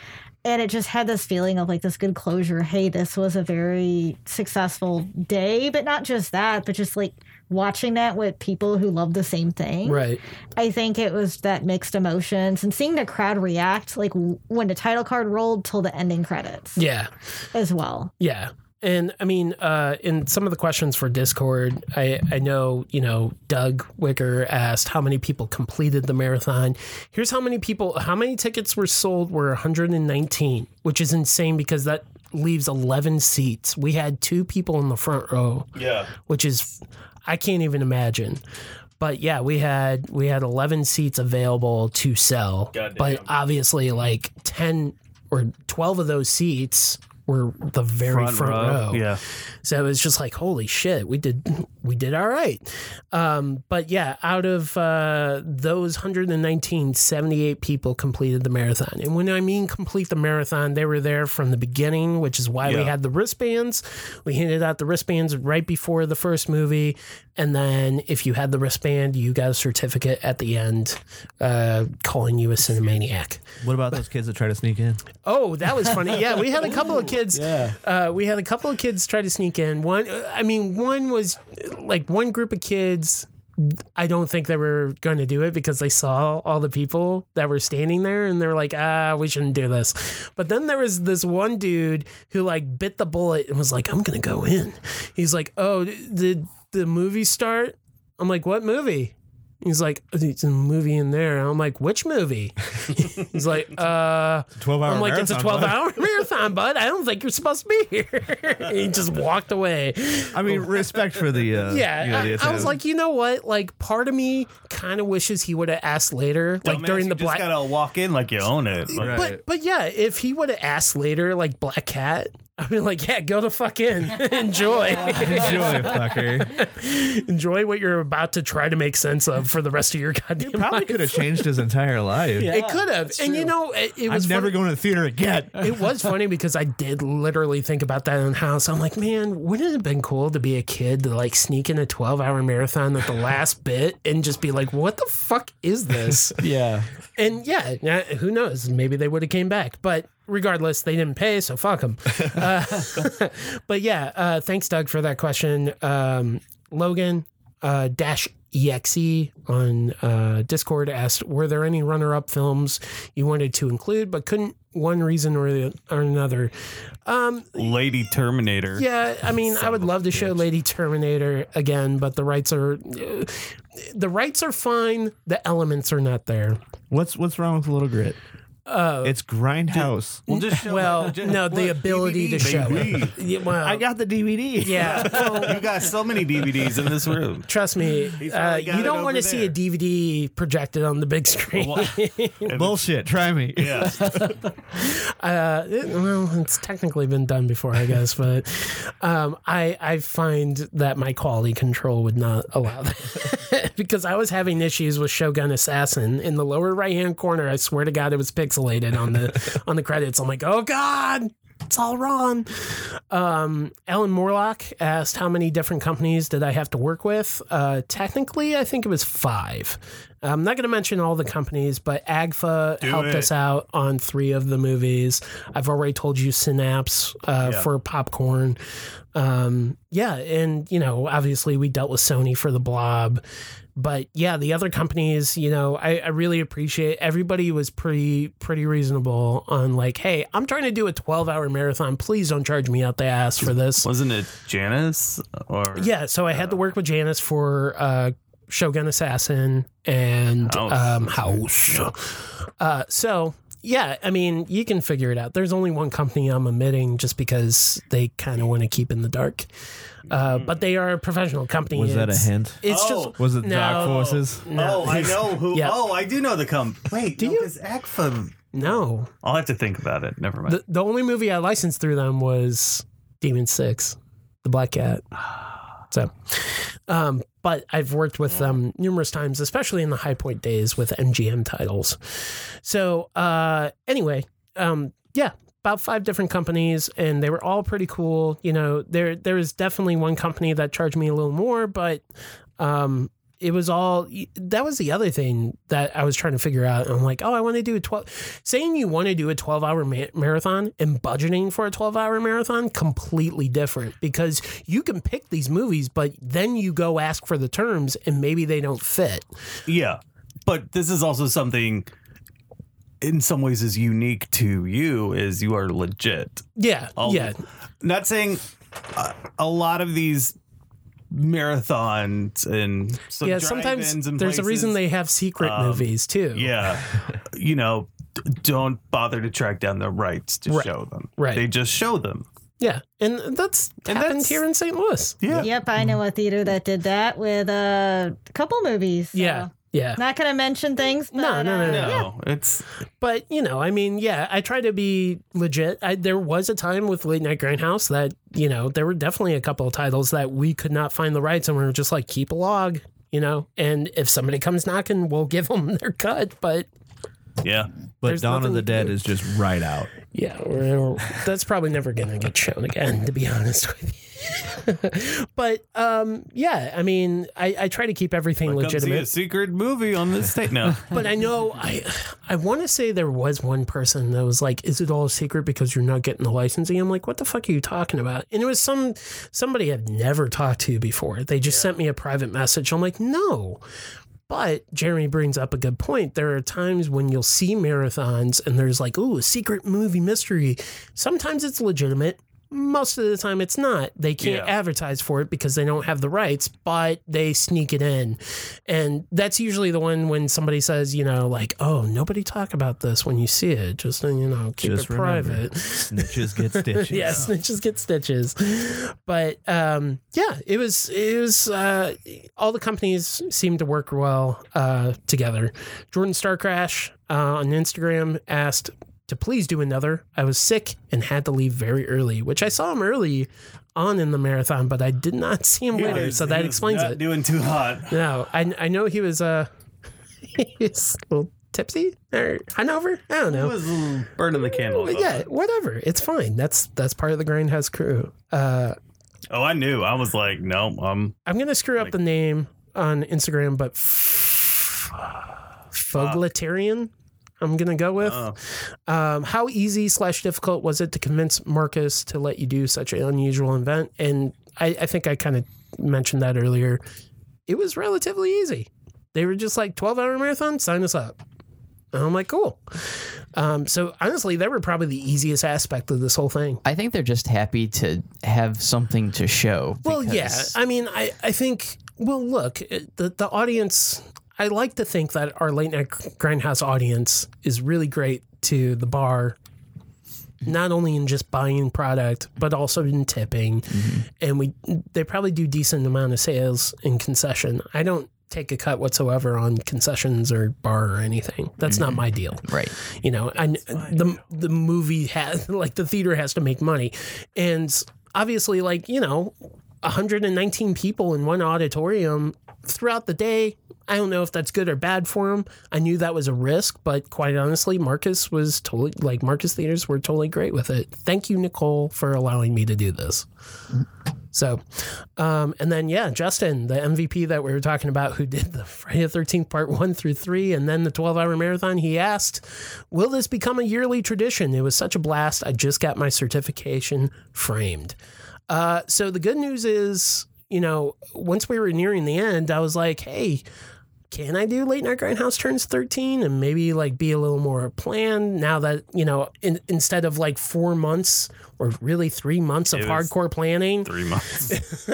B: And it just had this feeling of like this good closure. Hey, this was a very successful day, but not just that, but just like watching that with people who love the same thing.
A: Right.
B: I think it was that mixed emotions and seeing the crowd react, like w- when the title card rolled till the ending credits
A: Yeah.
B: as well.
A: Yeah. And I mean, uh, in some of the questions for Discord, I, I know, you know, Doug Wicker asked how many people completed the marathon. Here's how many people, how many tickets were sold were 119, which is insane because that leaves 11 seats. We had two people in the front row
D: Yeah.
A: which is I can't even imagine. But yeah, we had we had 11 seats available to sell.
D: Goddamn.
A: But obviously like 10 or 12 of those seats were the very front, row.
D: Yeah.
A: So it was just like holy shit, we did we did all right. Um, but yeah, out of uh, those 119, 78 people completed the marathon. And when I mean complete the marathon, they were there from the beginning, which is why we
D: Yeah.
A: had the wristbands. We handed out the wristbands right before the first movie. And then if you had the wristband, you got a certificate at the end uh, calling you a Cinemaniac.
F: What about those kids that try to sneak in?
A: Oh, that was funny. Yeah, we had a couple of kids. Uh, we had a couple of kids try to sneak in. One, I mean, one was like one group of kids. I don't think they were going to do it because they saw all the people that were standing there and they're like, ah, we shouldn't do this. But then there was this one dude who like bit the bullet and was like, I'm going to go in. He's like, oh, did the movie start? I'm like, what movie? He's like, it's a movie in there. I'm like, which movie? He's like, uh,
F: 12 hour
A: I'm like, it's a 12 hour marathon, bud. I don't think you're supposed to be here. And he just walked away.
F: I mean, respect for the. Uh,
A: Yeah.
F: you know, the
A: I- I, was
F: attempt.
A: like, you know what? Like, part of me kind of wishes he would have asked later, like
D: Dumbass,
A: during
D: you
A: the
D: just
A: Black.
D: gotta walk in like you own it. Like,
F: Right.
A: But, but yeah, if he would have asked later, like Black Cat, I'd be like, yeah, go to fucking enjoy.
F: enjoy, fucker.
A: enjoy what you're about to try to make sense of for the rest of your goddamn
F: Probably
A: life.
F: could have changed his entire life.
A: it could have. And you know, it, it
F: I'm
A: was
F: never
A: funny-
F: going to the theater again.
A: it was funny because I did literally think about that in the house. I'm like, man, wouldn't it have been cool to be a kid to like sneak in a 12 hour marathon at the last bit and just be like, what the fuck is this?
E: Yeah.
A: and yeah, yeah, who knows? Maybe they would have came back. But regardless, they didn't pay, so fuck them. Uh, but yeah, uh, thanks, Doug, for that question. Um, Logan uh, dash exe on uh, Discord asked, were there any runner-up films you wanted to include but couldn't? One reason or, the, or another.
D: Lady Terminator.
A: Yeah, I mean, I would love to show Lady Terminator again, but the rights are the rights are fine. The elements are not there.
F: What's what's wrong with Little Grit? Uh, it's Grindhouse.
D: We'll just show
A: Well,
D: just-
A: no, the
D: look,
A: ability to
D: DVD,
A: show
D: baby.
A: it. Yeah, well,
F: I got the DVD.
A: yeah.
D: you got so many DVDs in this room.
A: Trust me, uh,
D: finally got
A: you
D: it
A: don't
D: over
A: want to see a
D: there.
A: DVD projected on the big screen. Well,
F: Bullshit. Try me.
D: Yeah.
A: uh, it- well it's technically been done before, I guess, but um, I I find that my quality control would not allow that because I was having issues with Shogun Assassin in the lower right hand corner. I swear to God, it was pixelated on the on the credits. I'm like, oh God. It's all wrong. Um, Alan Morlock asked how many different companies did I have to work with. Uh, technically, I think it was five. I'm not going to mention all the companies, but Agfa helped
D: it.
A: us out on three of the movies. I've already told you Synapse uh,
D: Yeah.
A: for popcorn. Um, yeah, and you know, obviously we dealt with Sony for the Blob, but yeah, the other companies, you know, I, I really appreciate everybody was pretty pretty reasonable on like, hey, I'm trying to do a 12 hour marathon. Please don't charge me out the ass for this.
D: Wasn't it Janice or
A: Yeah, so I had
F: Uh.
A: to work with Janice for uh, Shogun Assassin and
D: House.
A: Um, House. Uh, so yeah, I mean, you can figure it out. There's only one company I'm omitting just because they kind of want to keep in the dark. Uh, but they are a professional company.
F: Hmm. Was that a
A: It's-
F: hint?
A: It's
D: Oh.
A: just
F: Was it
A: No.
F: Dark Forces?
A: No.
D: Oh, I know who.
A: Yeah.
D: Oh, I do know the comp. Wait, do
A: you?
D: It's Agfa.
A: no.
D: I'll have to think about it. Never mind.
A: The, the only movie I licensed through them was Demon Six, The Black Cat. So, um, but I've worked with them numerous times, especially in the high point days with MGM titles. So, uh, anyway, um, yeah, about five different companies, and they were all pretty cool. You know, there there is definitely one company that charged me a little more, but um, it was all that was the other thing that I was trying to figure out. I'm like, oh, I want to do a 12 saying you want to do a 12 hour ma- marathon and budgeting for a 12 hour marathon completely different because you can pick these movies, but then you go ask for the terms and maybe they don't fit.
D: Yeah. But this is also something in some ways is unique to you is you are legit.
A: Yeah.
D: I'll-
A: yeah.
D: Not saying uh, a lot of these marathons and some
A: yeah. Sometimes
D: drive-ins
A: there's
D: and
A: a reason
D: places, Um,
A: they have secret movies too.
D: yeah you know d- don't bother to track down the rights to
A: Right.
D: show them.
A: Right.
D: They just show them.
A: Yeah. And that's
D: And
A: happened
D: that's-
A: here in St. Louis.
D: Yeah.
B: Yep, I know a theater that did that with uh, a couple movies. so-
A: Yeah. Yeah.
B: Not going to mention things. But,
A: No, no, no, no.
B: uh,
D: No, it's
A: but you know, I mean, yeah, I try to be legit. I, there was a time with Late Night Grindhouse that you know there were definitely a couple of titles that we could not find the rights, and we were just like, keep a log, you know. And if somebody comes knocking, we'll give them their cut. But
D: yeah.
F: But
A: There's
F: Dawn
A: nothing
F: of
A: we
F: the
A: can
F: Dead
A: do.
F: is just right out.
A: yeah, we're- that's probably never gonna get shown again, to be honest with you. but um, yeah, I mean, I, I try to keep everything
D: Come see
A: legitimate.
D: a secret movie on this state. No.
A: but I know I I want to say there was one person that was like, "Is it all a secret because you're not getting the licensing?" I'm like, "What the fuck are you talking about?" And it was some somebody I've never talked to before. They just sent me a private message. I'm like, "No." But Jeremy brings up a good point. There are times when you'll see marathons and there's like, "Ooh, a secret movie mystery." Sometimes it's legitimate. Most of the time, it's not. They can't
D: Yeah.
A: advertise for it because they don't have the rights, but they sneak it in. And that's usually the one when somebody says, you know, like, oh, nobody talk about this when you see it. Just, you know, keep
F: Just
A: it
F: remember.
A: private.
F: Snitches get stitches.
A: Yeah, snitches get stitches. But um, yeah, it was, it was, uh, all the companies seemed to work well uh, together. Jordan Starcrash uh, on Instagram asked to please do another. I was sick and had to leave very early, which I saw him early on in the marathon, but I did not see him later. So that explains it.
D: Doing too hot.
A: No, I I know he was uh he was a little tipsy or hungover. I don't know.
D: burning the candle.
A: But yeah, whatever. It's fine. That's that's part of the grindhouse crew. Uh,
D: Oh, I knew. I was like, no, um,
A: I'm gonna screw up the name on Instagram, but f- Fogletarian. I'm gonna go with.
D: oh.
A: Um, how easy slash difficult was it to convince Marcus to let you do such an unusual event? And I, I think I kind of mentioned that earlier. It was relatively easy. They were just like 12 hour marathon, sign us up. And I'm like, cool. Um, so honestly, they were probably the easiest aspect of this whole thing.
C: I think they're just happy to have something to show.
A: Well, yeah.
C: because-
A: I mean, I, I think, well, look, it- the, the audience, I like to think that our late night grindhouse audience is really great to the bar, not only in just buying product, but also in tipping. And we they probably do decent amount of sales in concession. I don't take a cut whatsoever on concessions or bar or anything. That's not my deal
C: Right.
A: you know and the the movie has like the theater has to make money and obviously like you know 119 people in one auditorium throughout the day I don't know if that's good or bad for him. I knew that was a risk, but quite honestly, Marcus was totally like Marcus theaters were totally great with it. Thank you, Nicole, for allowing me to do this. So, um, and then yeah, Justin, the MVP that we were talking about, who did the Friday the Thirteenth Part One through Three, and then the twelve-hour marathon. He asked, "Will this become a yearly tradition?" It was such a blast. I just got my certification framed. Uh, so the good news is, you know, once we were nearing the end, I was like, "Hey." Can I do late night grindhouse turns 13 and maybe like be a little more planned now that, you know, in, instead of like four months or really three months of
D: It was
A: hardcore planning,
D: three months.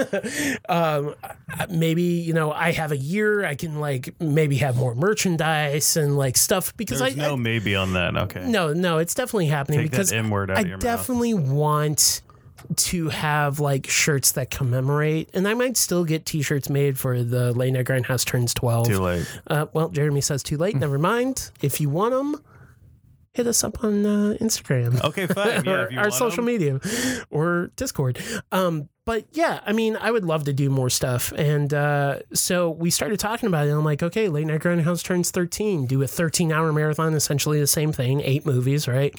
A: um, I- maybe you know I have a year. I can like maybe have more merchandise and like stuff because
D: There's
A: I
D: no
A: I,
D: maybe on that. Okay.
A: no no it's definitely happening
D: Take
A: because
D: that M word out
A: I
D: of your
A: definitely want to have like shirts that commemorate, and I might still get T-shirts made for the Late Night Grindhouse turns twelve.
D: mouth. Too late.
A: Uh, well, Jeremy says too late. Never mind. If you want them, hit us up on uh, Instagram
D: Okay, fine. Yeah,
A: or
D: if you
A: our
D: want
A: social
D: 'em.
A: media or Discord. Um, but yeah, I mean, I would love to do more stuff. And uh, so we started talking about it. And I'm like, okay, Late Night Grindhouse turns 13. Do a 13 hour marathon, essentially the same thing, eight movies, right?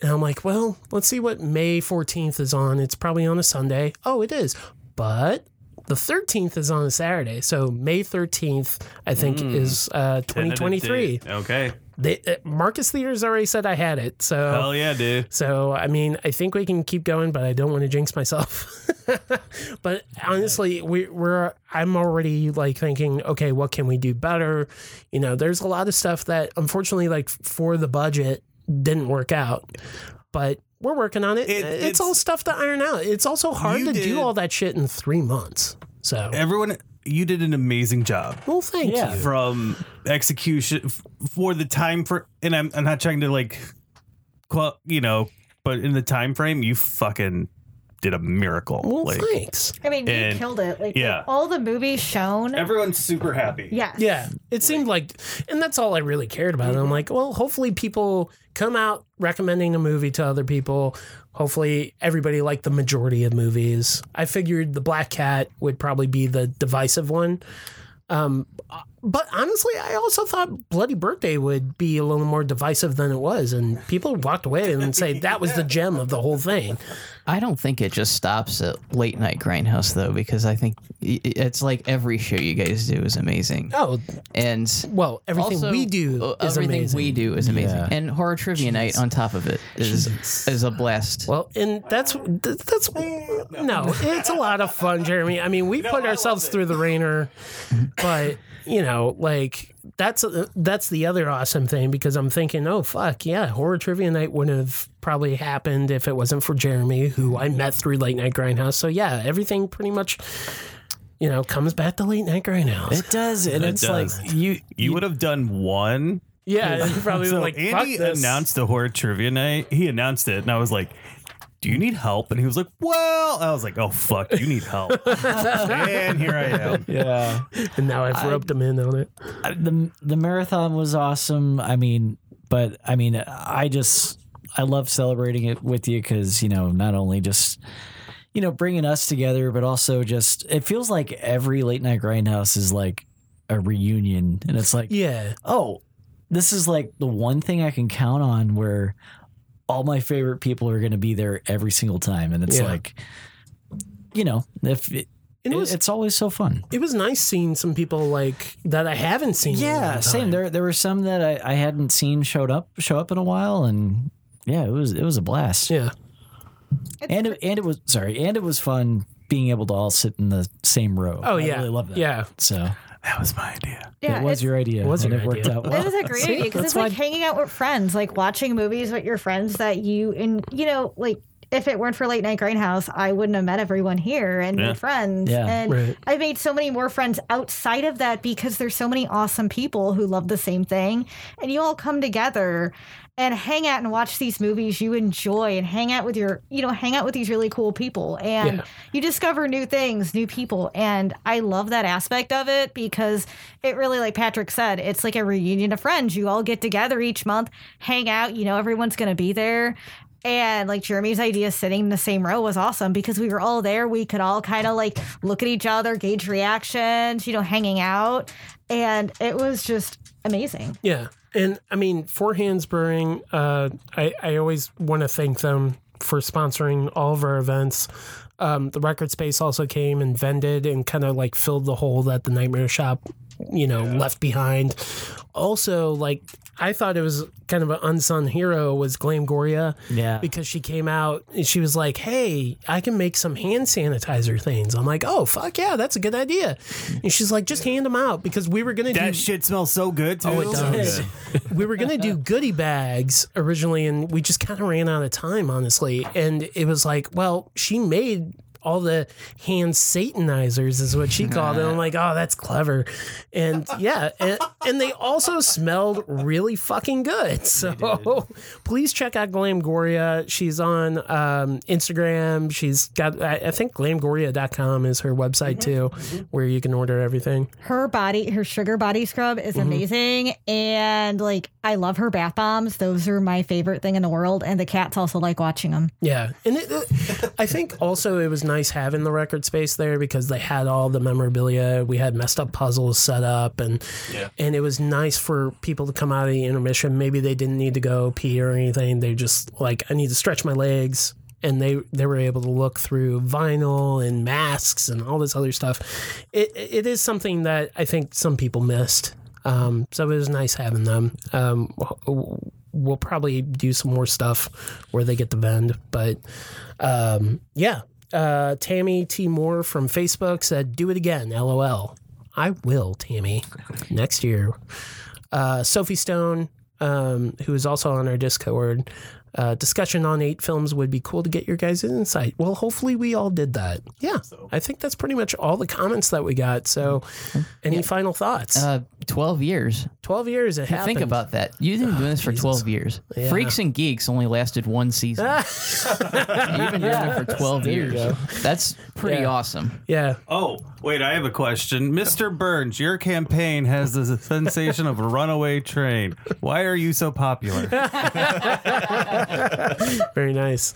A: And I'm like, well, let's see what May 14th is on. It's probably on a Sunday. Oh, it is. But the 13th is on a Saturday. So May 13th, I think,
D: Hmm.
A: is uh, 2023.
D: Okay.
A: They, uh, Marcus Theaters already said I had it. So.
D: Hell yeah, dude.
A: So, I mean, I think we can keep going, but I don't want to jinx myself. but honestly, we, we're, I'm already like thinking, okay, what can we do better? You know, there's a lot of stuff that unfortunately, like for the budget, didn't work out, but we're working on it.
D: It-
A: it's,
D: it's-
A: all stuff to iron out. It's also hard
D: You
A: to
D: did-
A: do all that shit in three months. So,
D: Everyone, you did an amazing job.
A: well, thank
E: Yeah.
A: you.
D: from execution f- for the time for and I'm, I'm not trying to like qual, you know but in the time frame you fucking did a miracle
A: Well,
D: like
A: thanks.
B: I mean, you
D: And-
B: killed it. Like
D: yeah.
B: all the movies shown.
D: everyone's super happy
B: yes.
A: Yeah, it seemed like, and that's all I really cared about. I'm like, well, hopefully people come out recommending a movie to other people. Hopefully everybody liked the majority of movies. I figured The Black Cat would probably be the divisive one. Um, but honestly, I also thought Bloody Birthday would be a little more divisive than it was. And people walked away and say that was the gem of the whole thing.
C: I don't think it just stops at late night grindhouse though, because I think i- i- it's like every show you guys do is amazing,
A: Oh,
C: and
A: well, everything
C: also,
A: we do
C: uh,
A: is
C: everything
A: amazing.
C: we do is amazing,
E: Yeah.
C: and horror trivia night on top of it is is a blast.
A: Well, and that's th- that's no. it's a lot of fun, Jeremy. I mean, we put ourselves through the rainer, but you know, like that's that's the other awesome thing because I'm thinking, oh fuck, yeah, horror trivia night wouldn't have probably happened if it wasn't for Jeremy, who I met through late night grindhouse. So yeah, everything pretty much, you know, comes back to late night grindhouse.
E: It does, and
D: It
E: it's
D: does.
E: like you.
D: you would have done one
A: Yeah, you probably
D: so
A: like fuck
D: andy
A: this.
D: announced the horror trivia night he announced it and i was like do you need help and he was like well i was like oh fuck you need help and here i am
E: Yeah.
A: and now I've roped him in on it.
E: I- the the marathon was awesome. I mean, but I mean, I just I love celebrating it with you because you know not only just you know bringing us together, but also just it feels like every late night grindhouse is like a reunion, and it's like
A: Yeah,
E: oh, this is like the one thing I can count on where all my favorite people are going to be there every single time, and it's
A: Yeah.
E: like you know if it,
A: and it was
E: it's always so fun.
A: it was nice seeing some people like that I haven't seen. in a long
E: Yeah,
A: time.
E: same. There there were some that I, I hadn't seen showed up show up in a while, and yeah, it was it was a blast.
A: Yeah.
E: And it, and it was sorry, and it was fun being able to all sit in the same row.
A: Oh
E: I
A: yeah.
E: really love that.
A: Yeah.
E: So
D: that was my idea
B: Yeah,
E: it was
B: it's-
E: your idea.
A: was
E: and
A: your
E: it worked
A: idea.
E: out
B: It
E: well.
B: was a great idea because it's like hanging out with friends, like watching movies with your friends that you and you know, like if it weren't for late night grindhouse, I wouldn't have met everyone here and
D: Yeah.
B: made friends.
E: Yeah.
B: and
A: Right.
B: I made so many more friends outside of that because there's so many awesome people who love the same thing, and you all come together and hang out and watch these movies you enjoy and hang out with your you know hang out with these really cool people and
A: Yeah.
B: you discover new things new people and i love that aspect of it because it really like patrick said it's like a reunion of friends you all get together each month hang out you know everyone's gonna be there and like Jeremy's idea sitting in the same row was awesome because we were all there. We could all kind of like look at each other, gauge reactions, you know, hanging out. And it was just amazing.
A: Yeah. And I mean, Four Hands Brewing, uh, I, I always want to thank them for sponsoring all of our events. Um, the record space also came and vended and kind of like filled the hole that the Nightmare Shop, you know, left behind. Also, like, I thought it was kind of an unsung hero was Glamgoria.
E: Yeah.
A: because she came out and she was like, "Hey, I can make some hand sanitizer things." I'm like, "Oh fuck yeah, that's a good idea." And she's like, "Just hand them out because we were gonna
D: that
A: do
D: shit smells so good too.
A: Oh, it does. we were gonna do goodie bags originally, and we just kind of ran out of time, honestly. And it was like, well, she made all the hand satanizers is what she called it. I'm like, oh, that's clever, and yeah, and, and they also smelled really fucking good. So please check out Glamgoria. She's on um, Instagram. She's got, I, I think glamgoria.com is her website too, where you can order everything.
B: Her body, her sugar body scrub is amazing. And like, I love her bath bombs. Those are my favorite thing in the world. And the cats also like watching them.
A: Yeah, and it, it- I think also it was nice having the record space there because they had all the memorabilia. We had messed up puzzles set up, and
D: Yeah.
A: and it was nice for people to come out of the intermission. Maybe they didn't need to go pee or anything. They just like I need to stretch my legs, and they they were able to look through vinyl and masks and all this other stuff. It it is something that I think some people missed. Um, so it was nice having them. Um, we'll probably do some more stuff where they get to bend, but um, yeah. Uh, Tammy T. Moore from Facebook said, "Do it again, LOL." I will, Tammy, next year. Uh, Sophie Stone, um, who is also on our Discord, uh, discussion on eight films would be cool to get your guys' insight. Well, hopefully we all did that. Yeah, I think that's pretty much all the comments that we got. So, any final thoughts?
C: Mm-hmm. Uh, 12 years.
A: Twelve years. It happened.
C: Think about that. You've been doing this for 12 years.
A: Yeah.
C: Freaks and Geeks only lasted one season. You've been doing it for 12 years. That's pretty
A: Yeah.
C: awesome.
A: Yeah.
D: Oh, wait, I have a question. Mr. Burns, your campaign has the sensation of a runaway train. Why are you so popular?
A: very nice.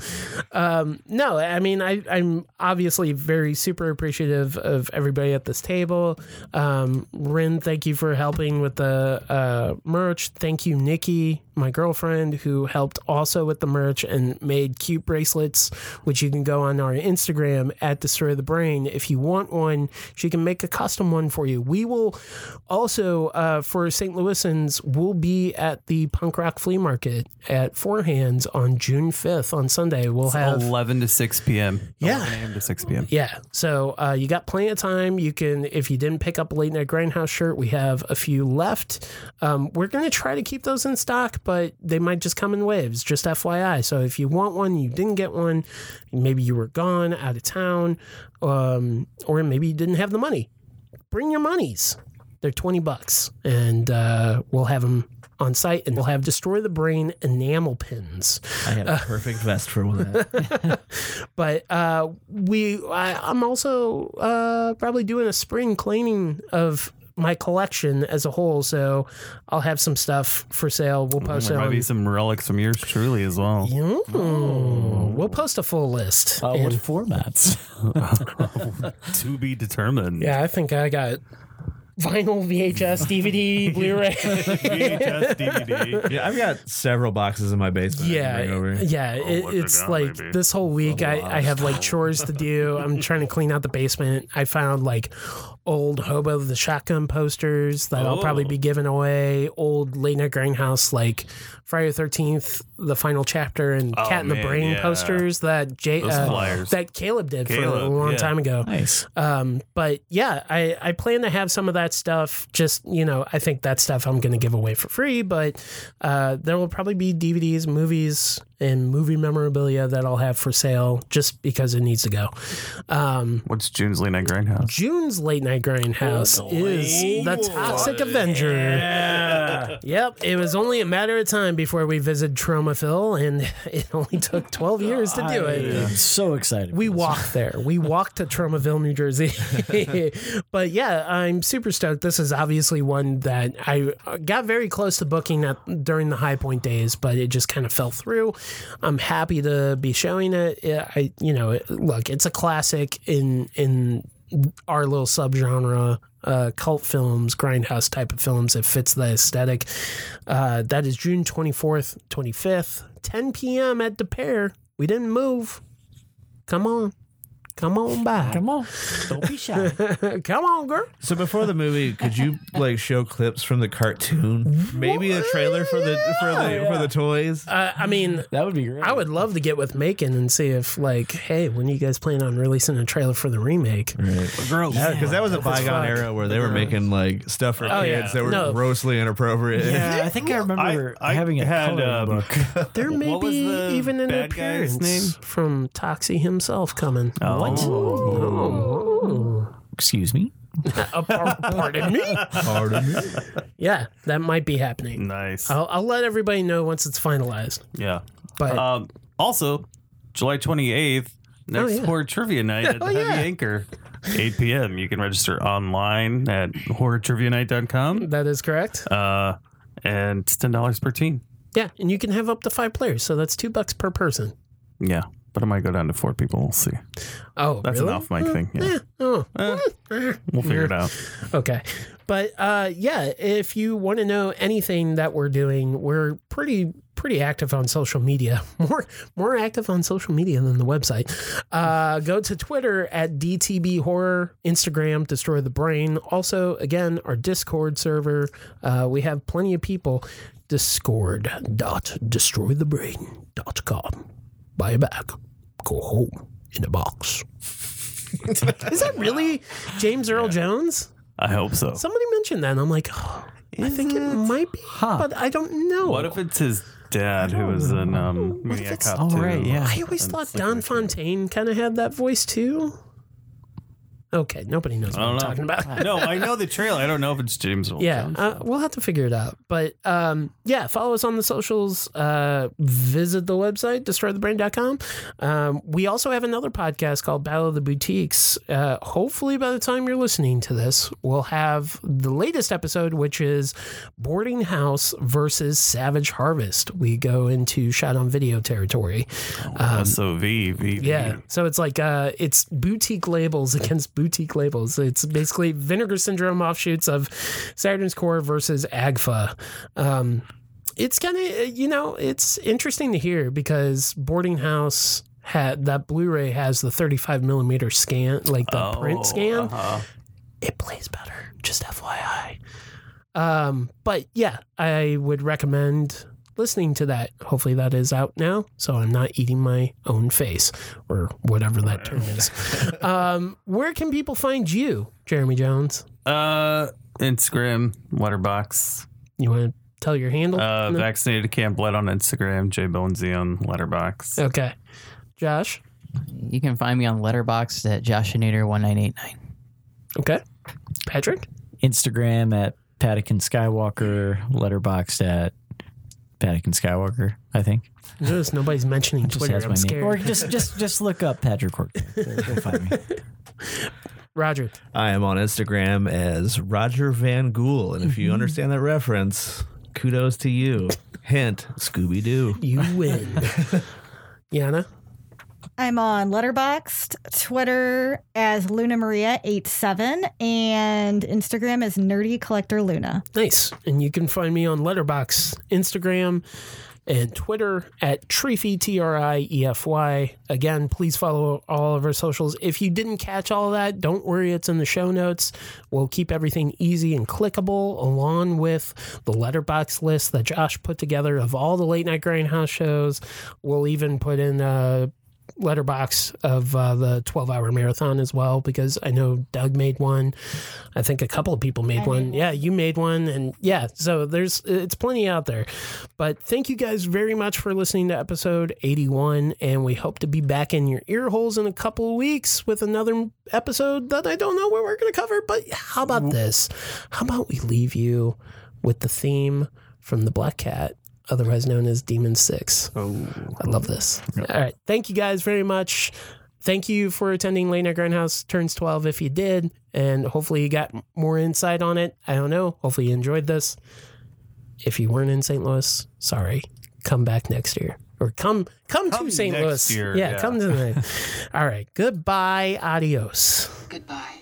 A: Um, no, I mean, I, I'm obviously very super appreciative of everybody at this table. Um, Rin, thank you for helping with the uh, merch. Thank you, Nikki, my girlfriend, who helped also with the merch and made cute bracelets, which you can go on our Instagram at Destroy the Brain. If you want one, she can make a custom one for you. We will also, uh, for St. Louisans, we'll be at the Punk Rock Flea Market at Four Hands on June 5th on Sunday. We'll have.
D: 11 to 6 p.m.
A: Yeah.
D: 11 a.m. to 6 p.m.
A: Yeah. So uh, you got plenty of time. You can, if you didn't pick up a late night grindhouse shirt, we have a few left. Um, we're going to try to keep those in stock, but they might just come in waves, just FYI. So if you want one, you didn't get one, maybe you were gone out of town, um, or maybe you didn't have the money, bring your monies. They're 20 bucks, and uh, we'll have them on site, and we'll have Destroy the Brain enamel pins.
F: I had a perfect vest for one of that.
A: but uh, we I, I'm also uh, probably doing a spring cleaning of my collection as a whole, so I'll have some stuff for sale. We'll post
D: There
A: it.
D: might
A: On,
D: be some relics from yours truly as well.
A: Ooh, we'll post a full list.
E: Oh. Uh, what
A: And-
E: formats?
D: To be determined.
A: yeah, I think I got vinyl, VHS, DVD, Blu-ray.
D: VHS, DVD.
F: yeah, I've got several boxes in my basement. I can
A: Yeah,
F: bring over.
A: yeah. It,
D: look, they're
A: it's
D: gone,
A: like
D: baby.
A: this whole week, I, I have like chores to do. I'm trying to clean out the basement. I found like old Hobo the Shotgun posters that I'll probably
D: Oh.
A: be giving away. Old Late Night Grindhouse like Friday the Thirteenth, the final chapter, and
D: Oh,
A: Cat in the
D: man,
A: Brain
D: yeah.
A: posters that Jay
D: Those
A: uh,
D: flyers.
A: that Caleb did for a
D: Caleb,
A: long
D: yeah.
A: time ago.
E: Nice.
A: Um, but yeah, I, I plan to have some of that stuff. Just, you know, I think that stuff I'm going to give away for free, but uh, there will probably be DVDs, movies, and movie memorabilia that I'll have for sale just because it needs to go. Um,
D: What's June's Late Night Grindhouse?
A: June's Late Night Grindhouse is The Toxic Avenger. Yep, it was only a matter of time before we visited Tromafil, and it only took 12 years to do it.
E: I'm so excited.
A: We
E: for this.
A: walked there. We walked to Tromaville, New Jersey. but yeah, I'm super stoked. This is obviously one that I uh, got very close to booking at, during the High Point days, but it just kind of fell through. I'm happy to be showing it. Yeah, I, you know, it, look, it's a classic in in our little subgenre. Uh, cult films, grindhouse type of films. It fits the aesthetic. Uh, that is June 24th, 25th, 10 p.m. at the pair. We didn't move come on. Come on back. Come
E: on. Don't be shy.
A: on, girl.
F: So before the movie, could you like show clips from the cartoon? Maybe a trailer for the for the for the toys.
A: Uh, I mean,
E: That would be great.
A: I would love to get with Macon and see if, like, hey, when you guys plan on releasing a trailer for the remake?
D: Girl,
F: Because that was a bygone era where they were making like stuff for
A: Oh, yeah.
F: kids that were
A: No.
F: grossly inappropriate.
E: Yeah, Uh, I think I remember
D: I
E: having a
D: had,
E: coloring
D: um,
E: book.
A: There may
D: What was
A: be
D: the
A: even an
D: bad guy's
A: appearance
D: name? Oh.
A: from Toxie himself coming.
E: Excuse me.
A: Uh, par- pardon me? Yeah, that might be happening.
D: Nice.
A: I'll, I'll let everybody know once it's finalized.
D: Yeah.
A: But
D: Um, also, July 28th, next
A: Oh, yeah.
D: Horror Trivia Night at
A: Oh,
D: Heavy
A: yeah.
D: Anchor, 8 p.m. You can register online at horrortrivianight.com.
A: that is correct.
D: Uh, and it's $10 per team.
A: yeah, and you can have up to five players, so that's two bucks per person.
D: Yeah. but I might go down to four people. We'll see.
A: Oh,
D: That's an
A: really?
D: off mic thing. Yeah.
A: Eh, oh.
D: Eh,
A: Eh.
D: we'll figure it out.
A: Okay. But uh, yeah, if you want to know anything that we're doing, we're pretty pretty active on social media. More more active on social media than the website. Uh, go to Twitter at DTB Horror, Instagram Destroy the Brain. Also, again, our Discord server. Uh, we have plenty of people. Discord.destroythebrain.com. Buy it back. Go home in a box. Is that really James Earl Jones?
D: I hope so.
A: Somebody mentioned that, and I'm like, oh, I think it, might be, but I don't know.
D: What if it's his dad who was an um, maniac
A: it's-
D: cop?
C: Oh,
D: too?
C: right, yeah.
A: I always thought Don Fontaine kind of had that voice too. Okay, nobody knows what
D: I
A: I'm
D: don't
A: talking
D: know.
A: about.
D: no, I know the trailer. I don't know if it's James Earl
A: Yeah,
D: Jones.
A: uh, we'll have to figure it out. But um, yeah, follow us on the socials. Uh, visit the website, destroythebrain.com. Um, we also have another podcast called Battle of the Boutiques. Uh, hopefully, by the time you're listening to this, we'll have the latest episode, which is Boarding House versus Savage Harvest. We go into shot on video territory.
D: SOV. VV.
A: um, Yeah. So it's like uh it's boutique labels against boutique labels. It's basically vinegar syndrome offshoots of Saturn's Core versus Agfa. Um it's kind of you know, it's interesting to hear because Boarding House had that Blu-ray has the 35 millimeter scan, like the print scan.
D: uh-huh.
A: It plays better, just FYI. Um, but yeah, I would recommend listening to that. Hopefully, that is out now, so I'm not eating my own face or whatever that term is. Um, where can people find you, Jeremy Jones?
D: Uh, Instagram, Letterbox,
A: You want to tell your handle?
D: uh, vaccinated camp blood on Instagram, J Bonesy on Letterbox.
A: okay, Josh.
C: You can find me on Letterboxd at Joshinator1989.
A: Okay, Patrick.
E: Instagram at Patakin Skywalker, letterboxed at Patakin Skywalker, I think.
A: Notice nobody's mentioning
E: Just
A: Twitter.
E: has
A: I'm
E: my name.
A: scared.
E: Or just just just look up Patrick Horton. You'll find me.
A: Roger.
F: I am on Instagram as Roger Van Gool, and if
A: Mm-hmm.
F: you understand that reference, kudos to you. Hint: Scooby Doo.
A: You win. Yana.
B: I'm on Letterboxd, Twitter as Luna Maria87, and Instagram as Nerdy Collector Luna.
A: Nice. And you can find me on Letterbox, Instagram, and Twitter at Treefy T R I E F Y. Again, please follow all of our socials. If you didn't catch all that, don't worry, it's in the show notes. We'll keep everything easy and clickable, along with the letterbox list that Josh put together of all the late night grindhouse shows. We'll even put in a letterbox of uh, the 12 hour marathon as well because i know doug made one i think a couple of people made one yeah you made one and yeah so there's it's plenty out there but thank you guys very much for listening to episode 81 and we hope to be back in your ear holes in a couple of weeks with another episode that i don't know what we're going to cover but how about this how about we leave you with the theme from the black cat otherwise known as demon six I love this. All right. Thank you guys very much. Thank you for attending Late Night Grindhouse Turns 12 if you did. And hopefully you got more insight on it. I don't know. Hopefully you enjoyed this. If you weren't in St. Louis, sorry. Come back next year. Or come come,
D: Come
A: to St.
D: next
A: Louis.
D: year,
A: yeah,
D: yeah.
A: come to the All right. Goodbye. Adios.
G: Goodbye.